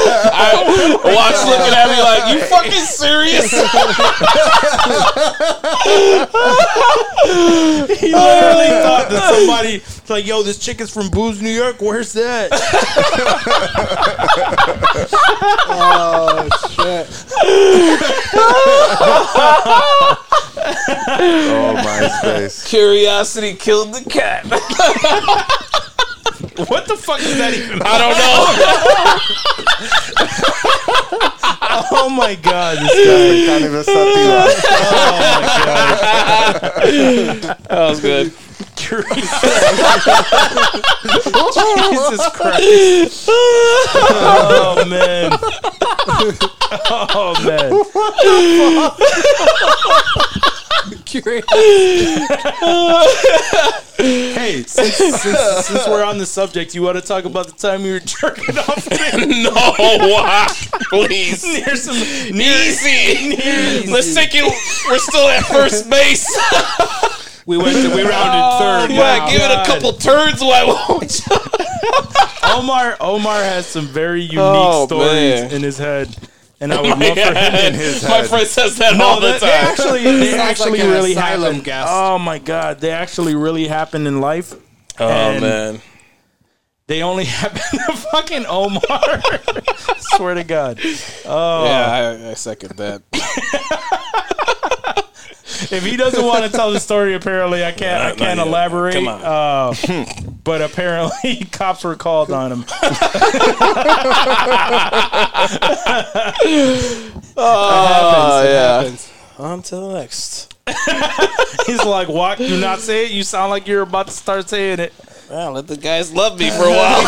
Watch looking at me like, you fucking serious?
He literally thought that somebody it's like, "Yo, this chick is from boobs New York. Where's that?"
Oh, MySpace.
Curiosity killed the cat.
What the fuck is that even?
I don't know.
Oh my god, this
Can't even set the-
That was good.
guy. Jesus Christ! Oh man! Oh man!
Curious.
Hey, since, since, since we're on the subject, you want to talk about the time we were jerking off
No, why? Oh, Please.
near some near,
Easy.
near
Let's take it. We're still at first base.
we went to, we rounded
Oh,
third.
yeah,
Wow.
give it a couple turns. Why won't you?
Omar Omar has some very unique
Oh,
stories
man.
in his head, and I would love for him in his
My
head.
friend says that all the
that- they
time.
actually, they
Sounds
actually
like an
really
asylum
happened.
guest.
Oh my god, they actually really happened in life. Oh
man.
they only happened to fucking Omar. Swear to God.
Yeah, I, I second that.
if he doesn't want to tell the story, apparently I can't. I can't
yet.
elaborate.
Come on.
Uh, but apparently, cops were called on him.
Oh, yeah. On to the next.
He's like, "What? Do not say it. You sound like you're about to start saying it."
Wow, let the guys love me for a while.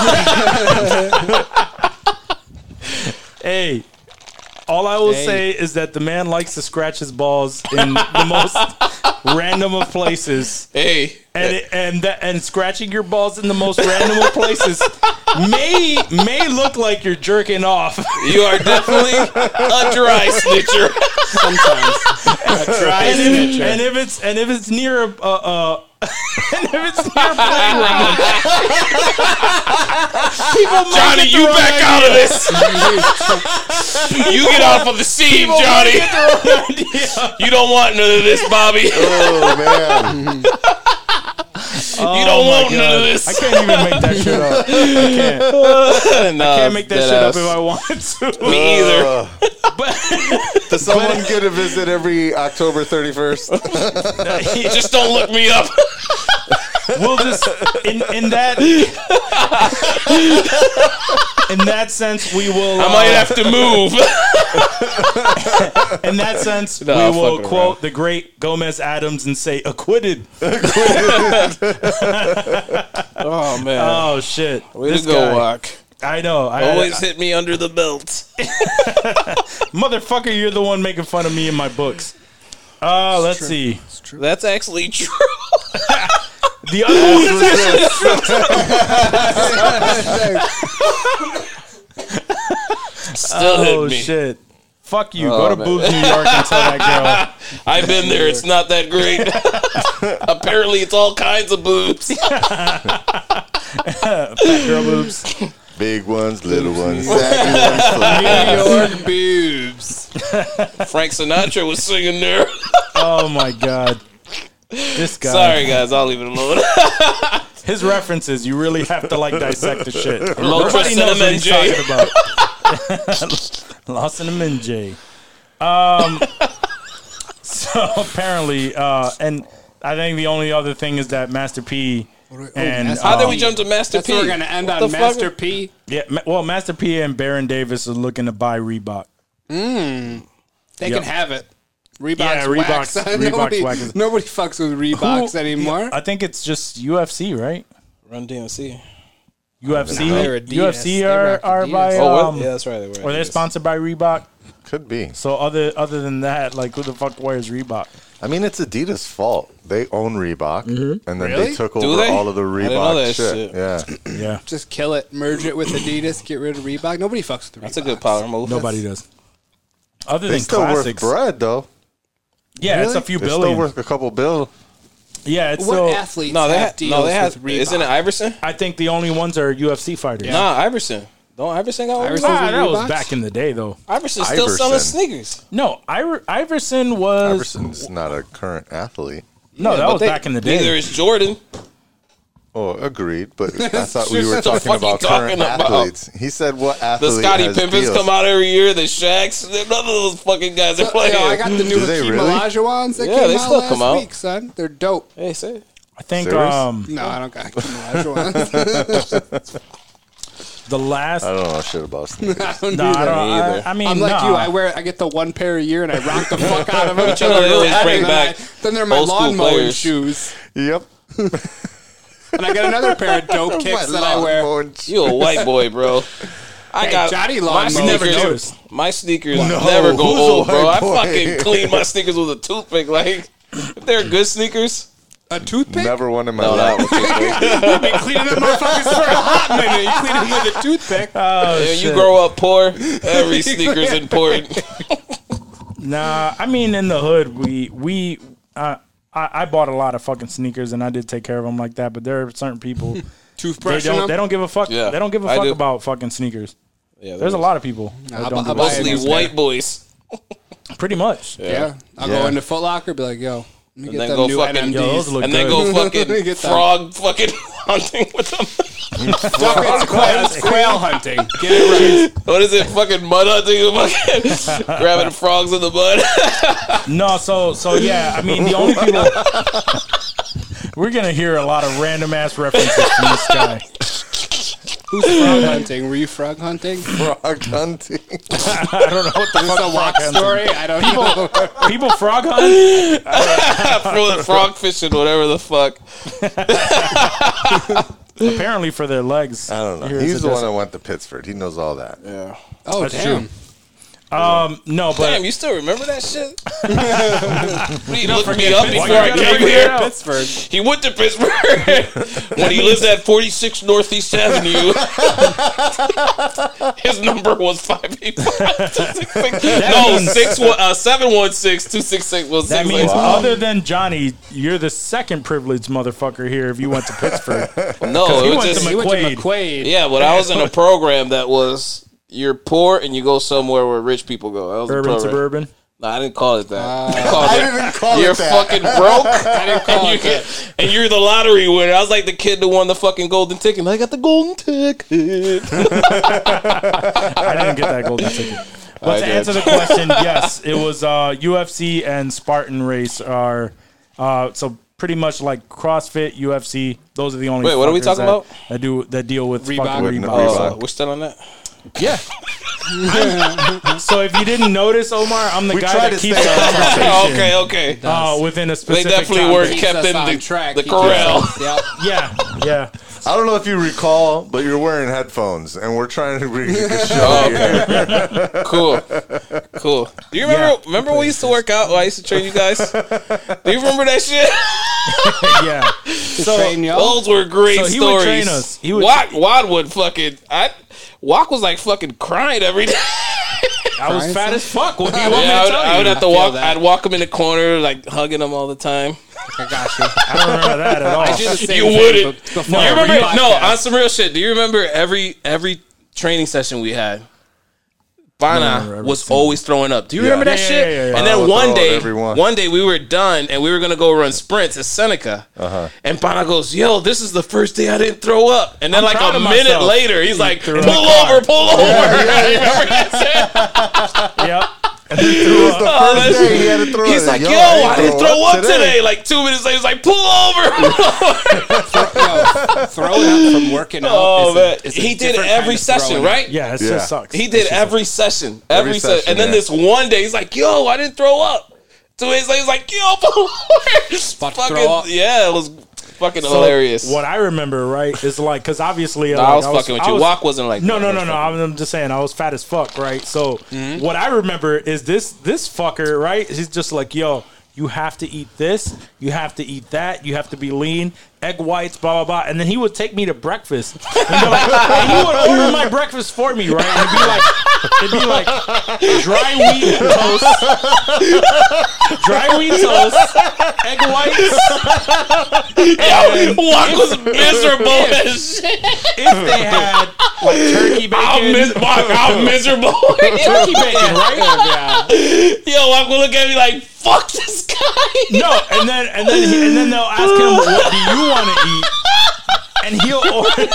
Hey, all I will say is that the man likes to scratch his balls in the most random of places.
hey,
and it, and that, and scratching your balls in the most random of places may may look like you're jerking off.
you are definitely a dry snitcher.
and, if, and if it's and if it's near a uh, uh, and if it's near a playground, people might
Johnny,
get the
you
wrong
back
idea.
out of this. you get off of the scene, Johnny. You don't want none of this, Bobby.
Oh man,
you don't want none of
Oh I
this.
can't even make that shit up. I can't.
Nah,
can't make that shit up
ass.
if I wanted to.
Me either.
does someone get a visit every October thirty first?
Just don't look me up.
We'll just in in that in that sense we will.
I
uh,
might have to move.
In that sense,
Nah, I'm
we will
fucking
quote the great Gomez Adams and say acquitted.
Oh man,
Oh shit!
way
This
to go,
guy.
Walk.
I know. I,
Always
I-
hit me under the belt.
motherfucker, you're the one making fun of me in my books. Uh, let's see.
That's actually true.
The other Oh,
Still
oh
hit me.
shit. Fuck you.
Oh,
Go to
man.
Boobs, New York, and tell that girl.
I've been there. It's not that great. Apparently, it's all kinds of boobs.
Girl boobs.
Big ones, little ones, saggy ones.
York boobs.
Frank Sinatra was singing there.
Oh my god. This guy.
Sorry guys, I'll leave it alone.
His references. You really have to like dissect the shit.
Low
Everybody
trust
knows what
cinnamon
he's
J.
talking about. Lost in a min J. Um, so apparently, uh, and I think the only other thing is that Master P and
Master
How
uh,
did we jump to Master
That's
P?
where we're gonna end
What
on
the fuck?
Master P.
yeah, Ma- well, Master P and Baron Davis are looking to buy Reebok.
They
Yep.
can have it. Reeboks,
Yeah,
wax.
Reeboks- Reeboks
nobody,
wax.
nobody fucks with Reeboks anymore.
I think it's just UFC, right?
Run DMC.
UFC,
They're Adidas. They
UFC
rock
are are
Adidas.
by
Oh,
um,
what? yeah, that's right. They were
or they're
Adidas.
sponsored by Reebok.
Could be.
So other other than that, like who the fuck wears Reebok?
I mean, it's Adidas' fault. They own Reebok, and then
Really?
they took
Do
over
they?
all of the
I didn't know
Reebok
that shit.
shit. Yeah,
Yeah,
Just kill it.
Merge it with Adidas. Get rid of Reebok. Nobody fucks with Reebok.
That's a good power move.
nobody does. Other
they
than
still
classics,
worth bread though.
yeah, it's a few
They're
billion.
still worth a couple bill.
yeah, it's
What
still.
athletes
No, they
have
had.
deals
No, they had.
with Reebok?
Isn't it Iverson?
I think the only ones are UFC fighters.
Nah, Iverson. Don't Iverson got one?
Iverson's
Nah,
Ah, that was
Reeboks?
back in the day, though.
Iverson's still
Iverson.
selling sneakers.
No, Iver- Iverson was
Iverson's not a current athlete.
no, that
but
was
they-
back in the
Neither
day.
is Jordan.
Oh, agreed. But I thought we were
What the
talking
fuck you
about
talking
current
about?
athletes. He said, "What
The
athlete?"
Scotty
has
Pimpins
deals?
come out every year. The Shaqs. None of those fucking guys are
Yo,
playing.
I got the new
Do they
Hakeem
really?
Olajuwons that
Yeah,
came
they
out
still
last
come out.
week, son. They're dope.
hey, say it.
I think
Serious?
um,
No, I don't got Hakeem Olajuwons.
the last.
I don't know shit about sneakers.
I don't
No, I
either.
don't.
Me
I,
either.
I mean,
I'm like
nah.
you. I wear. I get the one pair a year, and I rock the fuck out of them.
You know, they always bring
and then,
back
I, then they're my
old school
lawn mowing
players.
shoes,
yep.
and I got another pair of dope kicks that I wear.
You a white boy, bro. I
Hey,
got
Johnny
my
Lawn Mower.
Never
sneakers.
noticed.
My sneakers never go
who's a
old, bro.
white
I
boy?
fucking clean my sneakers with a toothpick. Like, if they're good sneakers,
A toothpick?
Never one in my
no,
life.
not with toothpick.
You've been cleaning up motherfuckers for a hot minute. You clean them with a toothpick.
Oh,
Yeah, you
shit.
grow up poor. Every sneaker's important.
Nah, I mean, in the hood, we we uh, I, I bought a lot of fucking sneakers, and I did take care of them like that. But there are certain people they
Toothbrush.
don't they don't give a fuck.
Yeah,
they don't give a
I
fuck
do.
about fucking sneakers.
Yeah,
There's a lot of people. that
I
don't give
bu- I
a
buy
fuck.
Mostly
Yeah.
white boys.
Pretty much.
Yeah. I'll
Yeah.
go into Foot Locker, be like, yo, let me
And
get
then
them
go
new
fucking,
Yo, those
NMDs.
look
and then
good.
go fucking
Get them.
frog fucking hunting with them.
It's quail, it's quail hunting. Get it right.
What is it? Fucking mud hunting? Fucking grabbing frogs in the mud.
No, so so yeah, I mean the only people we're gonna hear a lot of random ass references from this guy.
Who Who's frog hunting? Were you frog hunting?
Frog hunting.
I don't know what the fuck frog hunting-
Sorry, I don't know.
People frog hunt.
Frog frog fishing, whatever the fuck.
Apparently for their legs.
I don't know.
Here in
He's the one
desert.
that went to Pittsford. He knows all that.
Oh, damn.
Um, no, but
Damn, you still remember that shit? What, he looked me up before I
Why you gotta
came
bring it
here.
up?
Pittsburgh.
He went to Pittsburgh when he lived at 46 Northeast Avenue. His number was 585 No,
means-
six one uh, seven one six two six six one
That
six.
means
Like,
other than Johnny, you're the second privileged motherfucker here if you went to Pittsburgh.
no,
he
it was
went to
just
Mc-
He went to
McQuaid.
McQuaid.
yeah. But I was in a program that was you're poor and you go somewhere where rich people go. That was the
Urban,
program.
suburban.
No, I didn't call it that. I called
I
it-
didn't call
you're
it that.
fucking broke. I didn't
call
and
it
you, that. And you're the lottery winner. I was like the kid that won the fucking golden ticket. I got the golden ticket.
I didn't get that golden ticket. But
I
to
did.
answer the question, yes, it was uh, UFC and Spartan Race are uh, so pretty much like CrossFit, UFC. Those are the only.
Wait, what are we
fuckers
talking
that,
about?
That do that deal with
Reebok.
fucking
With
Reebok.
Reebok.
Uh, we're still on that.
So if you didn't notice, Omar, I'm the
We
guy
tried
that
to
keeps
stay on
our
Oh, okay, okay.
uh, within a
They
specific.
definitely
time.
Oh, were
Keeps
kept
us
in
on
the,
track.
the
He keeps us
corral.
on- Yep.
Yeah, yeah.
I don't know if you recall, but you're wearing headphones, and we're trying to bring you a show here.
Cool, cool. Do you remember? Remember when we used to work out? When I used to train you guys. Do you remember that shit?
yeah. So
Train Oh, y'all.
Those were great
So he
stories.
would train us. He would-
Wad, Wad would fucking. I, Wad was like fucking crying every day.
I was fat as fuck. What do you want me
Yeah, I
to
would,
tell
I would
you?
have to
I feel
walk.
that.
I'd walk him in the corner, like hugging him all the time.
I got you.
I don't remember that at all.
I do the same
You
thing,
wouldn't.
but before
No, you
every
remember? No,
podcast.
on some real shit. Do you remember every every training session we had? Bana
remember
was always throwing up. Do you remember that
Yeah,
shit?
yeah, yeah, yeah.
And
Bana
then
would throw
one
up
day,
every one.
one day we were done and we were gonna go run sprints at Seneca. And Bana goes, "Yo, this is the first day I didn't throw up." And then like
proud
a
of
minute
myself.
later, he's like, "Pull
threw up.
over, pull over." remember that shit?
Yep. And then threw up.
Oh,
First
that's-
day he had to throw
He's
it.
like, "Yo, I
I
didn't throw up today. Like two minutes later, he's like, "Pull over."
Yo, throwing up from working out.
Oh
is a-
man,
is a
he did it
different
every
kind of
session,
throwing up.
right?
Yeah, it
Yeah.
just sucks.
He did every session, every,
Every
session,
session,
and then
yeah.
this one day he's like, "Yo, I didn't throw up." Two days later, he's like, "Yo,
About to
fucking
throw up.
yeah, it was fucking
So
hilarious."
What I remember, right, is like because obviously uh,
Nah,
like,
I was fucking with
I
you.
was-
Walk wasn't like
No,
that. Mm-hmm.
no,
I
no,
was
no. I'm, I'm just saying I was fat as fuck, right? So what I remember is this this fucker, right? He's just like, yo, you have to eat this, you have to eat that, you have to be lean, egg whites, blah blah blah. And then he would take me to breakfast. And, be like, and he would order my breakfast for me, right? And it'd be like it'd be like dry wheat toast. Dry wheat toast, egg whites,
Yo, Walk was miserable as shit.
if they had like turkey bacon,
I'm, mis- Walk, I'm miserable.
turkey bacon, right?
Yo, Walk would look at me like, "Fuck this guy."
No, and then and then he, and then they'll ask him, "What do you want to eat?" And he'll order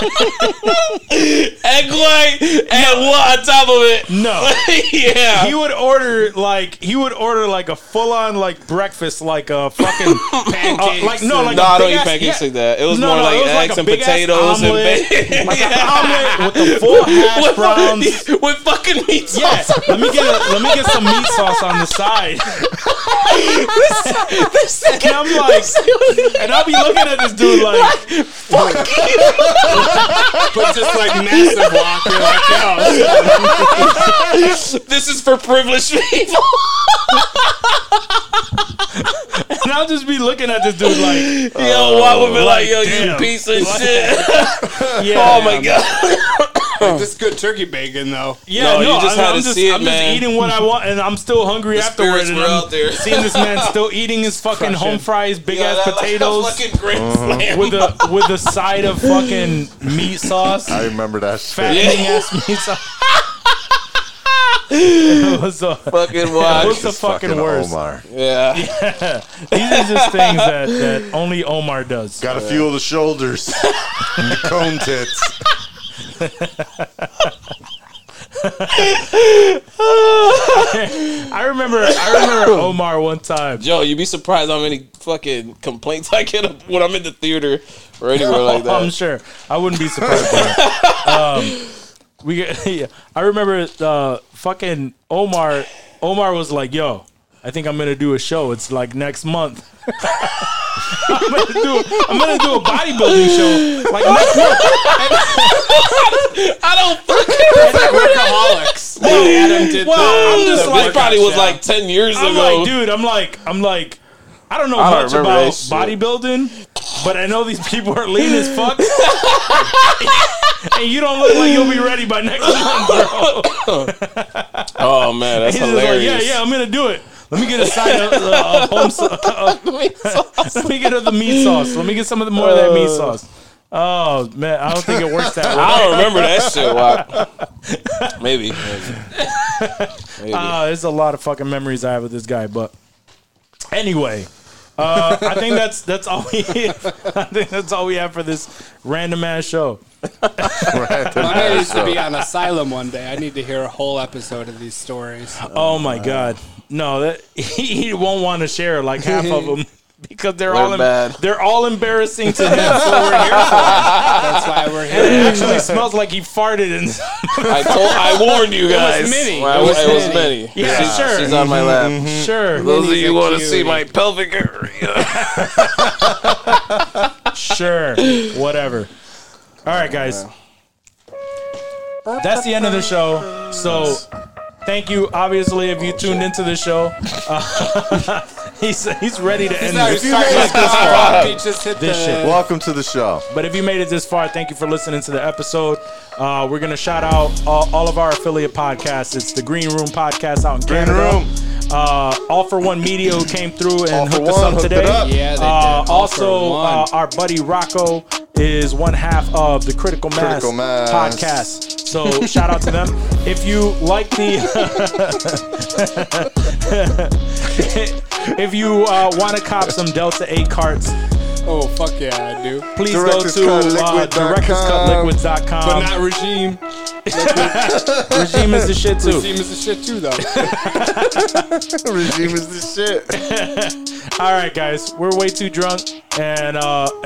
Egg white and what on top of it?
no.
yeah.
He would order like he would order like a full on like breakfast like a fucking pancakes like no like
no,
a
I don't
big
eat
ass-
pancakes
yeah.
like that. It was
No,
more
no,
like
it was like
eggs
a
and
big ass
potatoes and
omelet,
bacon.
like
Yeah.
an omelet with the full hash
with,
browns.
with, with fucking meat sauce.
Yes, let me get a, let me get some meat sauce on the side. and I'm like, and I'll be looking at this dude like,
But just like massive walk. You're like, yo.
This is for privileged people.
and I'll just be looking at this dude like,
yo, why would be like, yo,
Uh, damn.
you piece of shit?
yeah,
oh my god.
This is good turkey bacon, though.
yeah,
No,
no,
you just
I,
had
am
to
just,
see it,
I'm
man.
just eating what I want, and I'm still hungry afterwards.
spirits
And
were
I'm
out there.
seeing this man still eating his fucking home fries, big
Yo,
ass
that like a
potatoes. Uh-huh.
fucking grand slam.
with a with a side of fucking meat sauce,
I remember that shit.
fattening ass meat sauce. it was a,
fucking
what's
watch.
the
It's
fucking, worst?
Omar.
Yeah.
These are just things that, that only Omar does.
Gotta feel the shoulders. and the cone tits.
I remember I remember Omar one time.
Joe, you'd be surprised how many fucking complaints I get when I'm in the theater or anywhere like
I'm
that.
sure. I wouldn't be surprised. by that. um, we, get- yeah, I remember uh, fucking Omar. Omar was like, "Yo, I think I'm gonna do a show. It's like next month. I'm, gonna do, I'm gonna do a bodybuilding show. Like next month.
I don't fucking.
Workaholics. Adam did
Well, I'm
the-
just
the
This
like-
workout
probably was
show.
like ten years
I'm
ago.
like, dude. I'm like, I'm like, I don't know
don't
much
remember
about
that shit.
bodybuilding, but I know these people are lean as fuck, and you don't look like you'll be ready by next month, bro.
oh man, that's
He's just like,
hilarious.
yeah, yeah, I'm gonna do it. Let me get a side of uh, home sauce. Let me get of the meat sauce. Let me get some of the more of that
Uh.
meat sauce. Oh man, I don't think it works that way.
I don't remember that shit. Why? Maybe. Maybe. Maybe.
Uh, there's a lot of fucking memories I have with this guy, but anyway, uh, I think that's that's all we. I think that's all we have for this random ass show.
I needs to be on asylum one day. I need to hear a whole episode of these stories.
Oh my god, no, that he, he won't want to share like half of them because they're,
They're
all em-
bad.
they're all embarrassing to him.
That's why we're
And
here.
it actually smells like he farted and
I told, I warned you guys.
many.
Well,
It
it
was
was,
many.
many.
Yeah,
she's,
sure. Mm-hmm.
She's on my lap.
sure.
Those of you who want to
cutie.
see my pelvic area.
sure, whatever. All right, guys. That's the end of the show. So, thank you. Obviously, if you tuned into the show, Uh, he's he's ready to end
If
this.
you made it this far, you just hit
This
the-
shit.
Welcome to the show.
But if you made it this far, thank you for listening to the episode. Uh, we're gonna shout out all, all of our affiliate podcasts. It's the Green Room Podcast out in Canada.
Room.
Uh, all for One Media who came through and
All for
hooked us
One
up
hooked it
today.
up.
Yeah, they did.
Uh,
All
also,
for One.
uh, our buddy Rocco is one half of the Critical Mass,
Critical Mass.
podcast. So shout out to them. If you like the, if you uh, want to cop some Delta Eight carts,
Oh, fuck yeah, I do.
please
Director's
go to uh,
Cut Liquid.com.
directorscutliquids.com.
But not regime.
regime is the shit too.
Regime is the shit too, though.
Regime is the shit.
All right, guys, we're way too drunk and uh,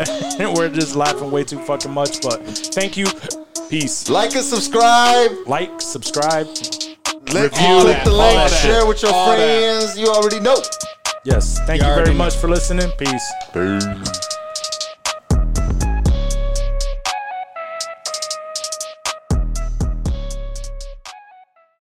we're just laughing way too fucking much. But thank you. Peace.
Like and subscribe.
Like, subscribe.
Let,
All
click
that,
the
all
link.
that.
Share with your
All that.
friends. You already know.
Yes. Thank you
already
very
know.
much for listening. Peace.
Boom.